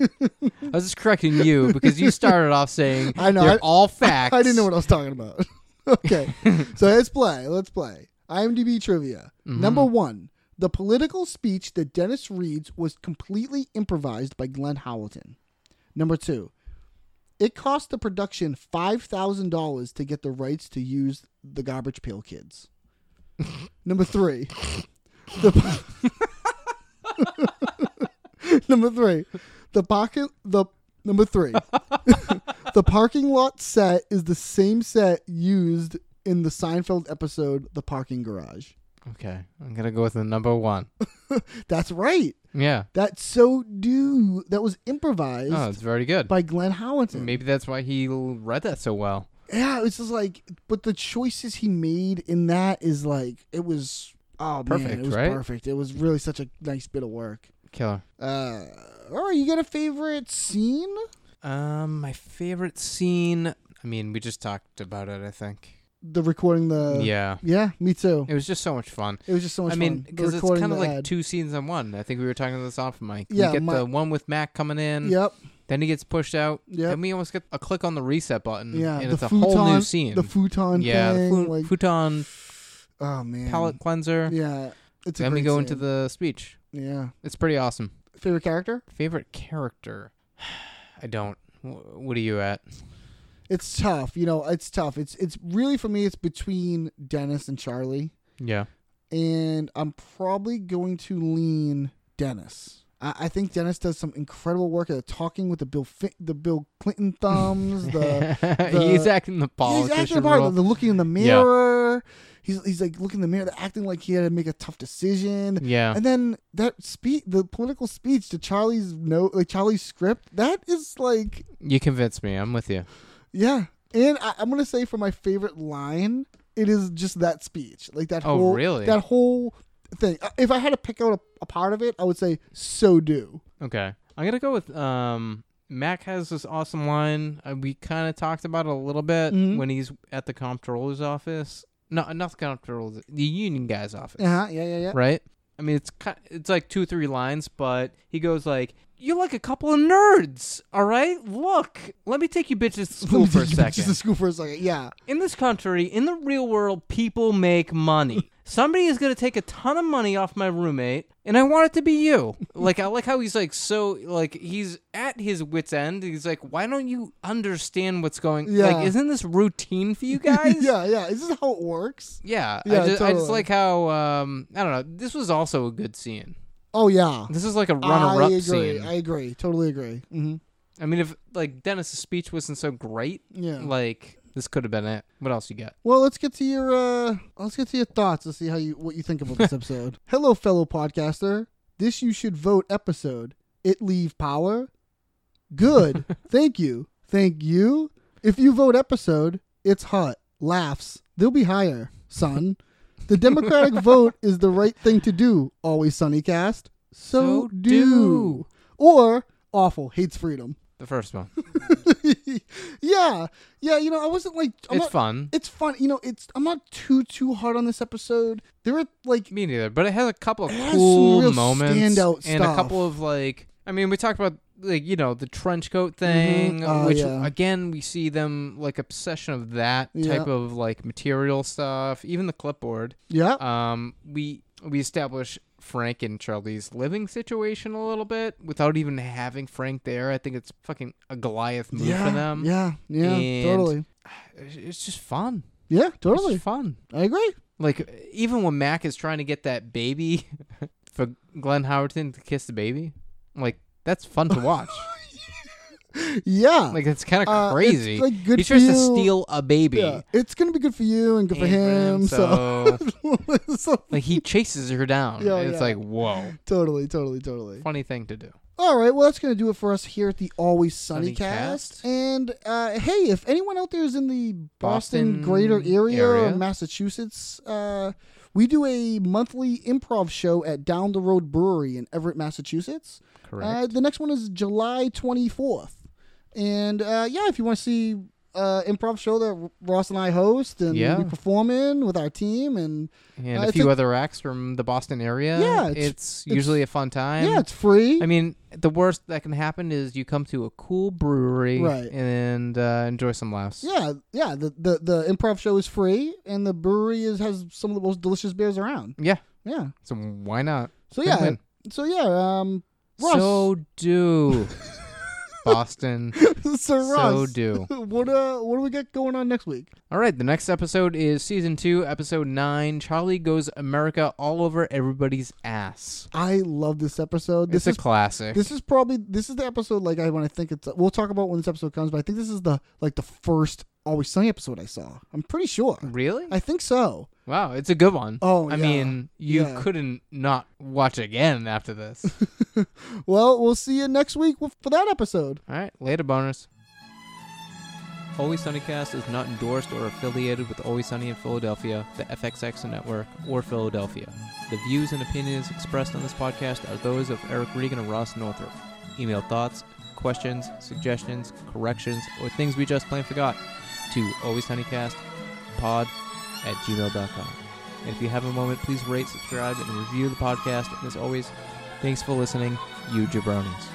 [SPEAKER 1] I was just correcting you because you started off saying
[SPEAKER 5] [laughs] I know,
[SPEAKER 1] they're
[SPEAKER 5] I-
[SPEAKER 1] all facts.
[SPEAKER 5] I didn't know what I was talking about. [laughs] okay, so let's play. Let's play. IMDb trivia number one: the political speech that Dennis reads was completely improvised by Glenn Howerton. Number two: it cost the production five thousand dollars to get the rights to use the Garbage Pail Kids. number three: the [laughs] number three: the pocket the number three. The parking lot set is the same set used in the Seinfeld episode The Parking Garage.
[SPEAKER 1] Okay. I'm going to go with the number one.
[SPEAKER 5] That's right.
[SPEAKER 1] Yeah.
[SPEAKER 5] That's so do that was improvised
[SPEAKER 1] Oh, it's very good.
[SPEAKER 5] by Glenn Howerton.
[SPEAKER 1] Maybe that's why he l- read that so well.
[SPEAKER 5] Yeah, it's just like, but the choices he made in that is like, it was oh man,
[SPEAKER 1] Perfect,
[SPEAKER 5] it was
[SPEAKER 1] right?
[SPEAKER 5] perfect. It was really such a nice bit of work.
[SPEAKER 1] Killer.
[SPEAKER 5] Uh, all right, you got a favorite scene?
[SPEAKER 1] Um, my favorite scene. I mean, we just talked about it. I think.
[SPEAKER 5] The recording the
[SPEAKER 1] yeah.
[SPEAKER 5] yeah, me too.
[SPEAKER 1] It was just so much fun.
[SPEAKER 5] It was just Uh, so much
[SPEAKER 1] I mean,
[SPEAKER 5] fun. The
[SPEAKER 1] because it's
[SPEAKER 5] recording,
[SPEAKER 1] kind of
[SPEAKER 5] the
[SPEAKER 1] like
[SPEAKER 5] ad.
[SPEAKER 1] two scenes in one. I think we were talking about this off mic.
[SPEAKER 5] Yeah,
[SPEAKER 1] you get
[SPEAKER 5] my-
[SPEAKER 1] the one with Mac coming in.
[SPEAKER 5] Yep.
[SPEAKER 1] Then he gets pushed out.
[SPEAKER 5] Yep.
[SPEAKER 1] Then we almost get a click on the reset button.
[SPEAKER 5] Yeah,
[SPEAKER 1] Mm-hmm. And
[SPEAKER 5] the
[SPEAKER 1] it's a
[SPEAKER 5] futon,
[SPEAKER 1] whole new scene.
[SPEAKER 5] The futon
[SPEAKER 1] yeah,
[SPEAKER 5] thing,
[SPEAKER 1] the fu-
[SPEAKER 5] like,
[SPEAKER 1] futon
[SPEAKER 5] oh man,
[SPEAKER 1] palette cleanser.
[SPEAKER 5] Yeah, it's a
[SPEAKER 1] then we
[SPEAKER 5] great
[SPEAKER 1] go into
[SPEAKER 5] scene.
[SPEAKER 1] the speech.
[SPEAKER 5] yeah
[SPEAKER 1] It's pretty awesome.
[SPEAKER 5] favorite character.
[SPEAKER 1] Favorite character? [sighs] I don't. Wh- What are you at?
[SPEAKER 5] It's tough, you know. It's tough. It's it's really for me. It's between Dennis and Charlie,
[SPEAKER 1] Yeah.
[SPEAKER 5] and I'm probably going to lean Dennis. I, I think Dennis does some incredible work at talking with the Bill Fi- the Bill Clinton thumbs.
[SPEAKER 1] [laughs]
[SPEAKER 5] The
[SPEAKER 1] he's acting [laughs] the
[SPEAKER 5] He's
[SPEAKER 1] politician
[SPEAKER 5] acting about
[SPEAKER 1] role.
[SPEAKER 5] the looking in the mirror. He's he's like looking in the mirror, acting like he had to make a tough decision.
[SPEAKER 1] Yeah.
[SPEAKER 5] And then that speech, the political speech to Charlie's note, like Charlie's script, that is like,
[SPEAKER 1] you convinced me. I'm with you.
[SPEAKER 5] yeah. And I, I'm gonna say for my favorite line, it is just that speech, like that
[SPEAKER 1] Oh,
[SPEAKER 5] whole,
[SPEAKER 1] really?
[SPEAKER 5] that whole thing. Uh, If I had to pick out a, a part of it, I would say so do.
[SPEAKER 1] Okay. I'm gonna go with um. Mac has this awesome line. Uh, we kind of talked about it a little bit when he's at the comptroller's office. No, not the comptroller's, the union guy's office.
[SPEAKER 5] Uh-huh, yeah, yeah, yeah.
[SPEAKER 1] Right. I mean, it's ki- it's like two three lines, but he goes like, "You're like a couple of nerds, all right? Look, let me take you bitches to [laughs] school for a
[SPEAKER 5] [laughs] Just to
[SPEAKER 1] second.
[SPEAKER 5] school for a second. Yeah.
[SPEAKER 1] In this country, in the real world, people make
[SPEAKER 5] [laughs]
[SPEAKER 1] money. Somebody is going to take a ton of money off my roommate, and I want it to be
[SPEAKER 5] [laughs]
[SPEAKER 1] you. Like I like how he's like so like he's at his wits end. He's like, "Why don't you understand what's going?
[SPEAKER 5] Yeah.
[SPEAKER 1] Like, isn't this routine for you guys?
[SPEAKER 5] [laughs] yeah, yeah. Is this how it works?
[SPEAKER 1] Yeah,
[SPEAKER 5] Yeah,
[SPEAKER 1] I, just, I
[SPEAKER 5] totally.
[SPEAKER 1] just like how um I don't know. This was also a good scene.
[SPEAKER 5] Oh yeah.
[SPEAKER 1] This is like a
[SPEAKER 5] I
[SPEAKER 1] runner-up
[SPEAKER 5] agree.
[SPEAKER 1] scene.
[SPEAKER 5] I
[SPEAKER 1] I,
[SPEAKER 5] agree. Totally agree. hmm
[SPEAKER 1] mean, if like Dennis's speech wasn't so great,
[SPEAKER 5] Yeah.
[SPEAKER 1] like this could have been it. What else you got?
[SPEAKER 5] Well, let's get to your uh, let's get to your thoughts. Let's see how you what you think about
[SPEAKER 1] [laughs]
[SPEAKER 5] this episode. Hello, fellow podcaster. This you should vote episode. It leave power.
[SPEAKER 1] [laughs]
[SPEAKER 5] Good. Thank you. Thank you. If you vote episode, it's hot. Laughs. They'll be higher, son.
[SPEAKER 1] [laughs]
[SPEAKER 5] The Democratic vote is the right thing to do. Always sunny cast.
[SPEAKER 1] So
[SPEAKER 5] So, do.
[SPEAKER 1] do.
[SPEAKER 5] Or awful hates freedom.
[SPEAKER 1] The first one.
[SPEAKER 5] yeah, yeah. You know, I wasn't like I'm
[SPEAKER 1] it's
[SPEAKER 5] not-
[SPEAKER 1] fun.
[SPEAKER 5] It's fun. You know, it's I'm not too too hard on this episode. There are like
[SPEAKER 1] Me neither. But it has a couple of
[SPEAKER 5] It has some
[SPEAKER 1] cool
[SPEAKER 5] real
[SPEAKER 1] moments
[SPEAKER 5] standout
[SPEAKER 1] and
[SPEAKER 5] stuff.
[SPEAKER 1] a couple of like. I mean, we talked about like you know the trench coat thing,
[SPEAKER 5] Oh,
[SPEAKER 1] which
[SPEAKER 5] yeah.
[SPEAKER 1] again we see them like obsession of that
[SPEAKER 5] Yeah.
[SPEAKER 1] type of like material stuff, even the clipboard.
[SPEAKER 5] yeah,
[SPEAKER 1] um, we we establish Frank and Charlie's living situation a little bit without even having Frank there. I think it's fucking a Goliath move
[SPEAKER 5] yeah,
[SPEAKER 1] for them.
[SPEAKER 5] yeah, yeah.
[SPEAKER 1] And-
[SPEAKER 5] Totally.
[SPEAKER 1] It's- it's just fun.
[SPEAKER 5] Yeah,
[SPEAKER 1] It's
[SPEAKER 5] totally.
[SPEAKER 1] just fun.
[SPEAKER 5] I agree.
[SPEAKER 1] Like even when Mac is trying to get that baby [laughs] for Glenn Howerton to kiss the baby, like that's fun to
[SPEAKER 5] [laughs]
[SPEAKER 1] watch.
[SPEAKER 5] Yeah,
[SPEAKER 1] like it's kind of
[SPEAKER 5] Uh, it's,
[SPEAKER 1] crazy.
[SPEAKER 5] like, good
[SPEAKER 1] he tries
[SPEAKER 5] for
[SPEAKER 1] to
[SPEAKER 5] you.
[SPEAKER 1] steal a baby.
[SPEAKER 5] yeah. It's gonna be good for you and good for him.
[SPEAKER 1] And
[SPEAKER 5] so, [laughs] So,
[SPEAKER 1] [laughs] like he chases her down.
[SPEAKER 5] Yeah,
[SPEAKER 1] and it's
[SPEAKER 5] yeah.
[SPEAKER 1] like whoa,
[SPEAKER 5] totally, totally, totally.
[SPEAKER 1] funny thing to do.
[SPEAKER 5] All right, well, that's going to do it for us here at the Always Sunny,
[SPEAKER 1] Sunny
[SPEAKER 5] cast.
[SPEAKER 1] Cast.
[SPEAKER 5] And uh, hey, if anyone out there is in the Boston,
[SPEAKER 1] Boston
[SPEAKER 5] greater area, or
[SPEAKER 1] area.
[SPEAKER 5] Massachusetts, uh, we do a monthly improv show at Down the Road Brewery in Everett, Massachusetts. Uh,
[SPEAKER 1] Correct.
[SPEAKER 5] the next one is July 24th. And uh, yeah, if you want to see uh, improv show that Ross and I host and
[SPEAKER 1] Yeah.
[SPEAKER 5] we perform in with our team and
[SPEAKER 1] and
[SPEAKER 5] Uh,
[SPEAKER 1] a
[SPEAKER 5] it's
[SPEAKER 1] few
[SPEAKER 5] a-
[SPEAKER 1] other acts from the Boston area.
[SPEAKER 5] Yeah,
[SPEAKER 1] it's,
[SPEAKER 5] it's- it's-
[SPEAKER 1] usually a fun time.
[SPEAKER 5] yeah, it's free.
[SPEAKER 1] I mean, the worst that can happen is you come to a cool brewery
[SPEAKER 5] Right.
[SPEAKER 1] and uh, enjoy some laughs.
[SPEAKER 5] Yeah, yeah. The, the the improv show is free, and the brewery is has some of the most delicious beers around.
[SPEAKER 1] Yeah.
[SPEAKER 5] Yeah.
[SPEAKER 1] So why not?
[SPEAKER 5] So
[SPEAKER 1] Good
[SPEAKER 5] yeah.
[SPEAKER 1] win.
[SPEAKER 5] So yeah. Um. Ross.
[SPEAKER 1] So do [laughs] Boston.
[SPEAKER 5] [laughs] so Ross,
[SPEAKER 1] do.
[SPEAKER 5] [laughs] what uh what do we got going on next week?
[SPEAKER 1] All right, the next episode is season two, episode nine. Charlie goes America all over everybody's ass.
[SPEAKER 5] I love this episode. This
[SPEAKER 1] it's
[SPEAKER 5] is
[SPEAKER 1] a classic.
[SPEAKER 5] this is probably this is the episode like I when I think it's we'll talk about when this episode comes, but I think this is the like the first Always Sunny episode I saw. I'm pretty sure.
[SPEAKER 1] really?
[SPEAKER 5] I think so.
[SPEAKER 1] wow, it's a good one.
[SPEAKER 5] Oh,
[SPEAKER 1] I
[SPEAKER 5] yeah.
[SPEAKER 1] mean, you
[SPEAKER 5] Yeah.
[SPEAKER 1] couldn't not watch again after this.
[SPEAKER 5] Well, we'll see you next week for that episode.
[SPEAKER 1] All right, later, boners. Always Sunnycast is not endorsed or affiliated with Always Sunny in Philadelphia, the FXX Network, or Philadelphia. The views and opinions expressed on this podcast are those of Eric Regan and Ross Northrup. Email thoughts, questions, suggestions, corrections, or things we just plain forgot to alwayssunnycastpod at gmail.com. And if you have a moment, please rate, subscribe, and review the podcast. And as always, thanks for listening, you jabronis.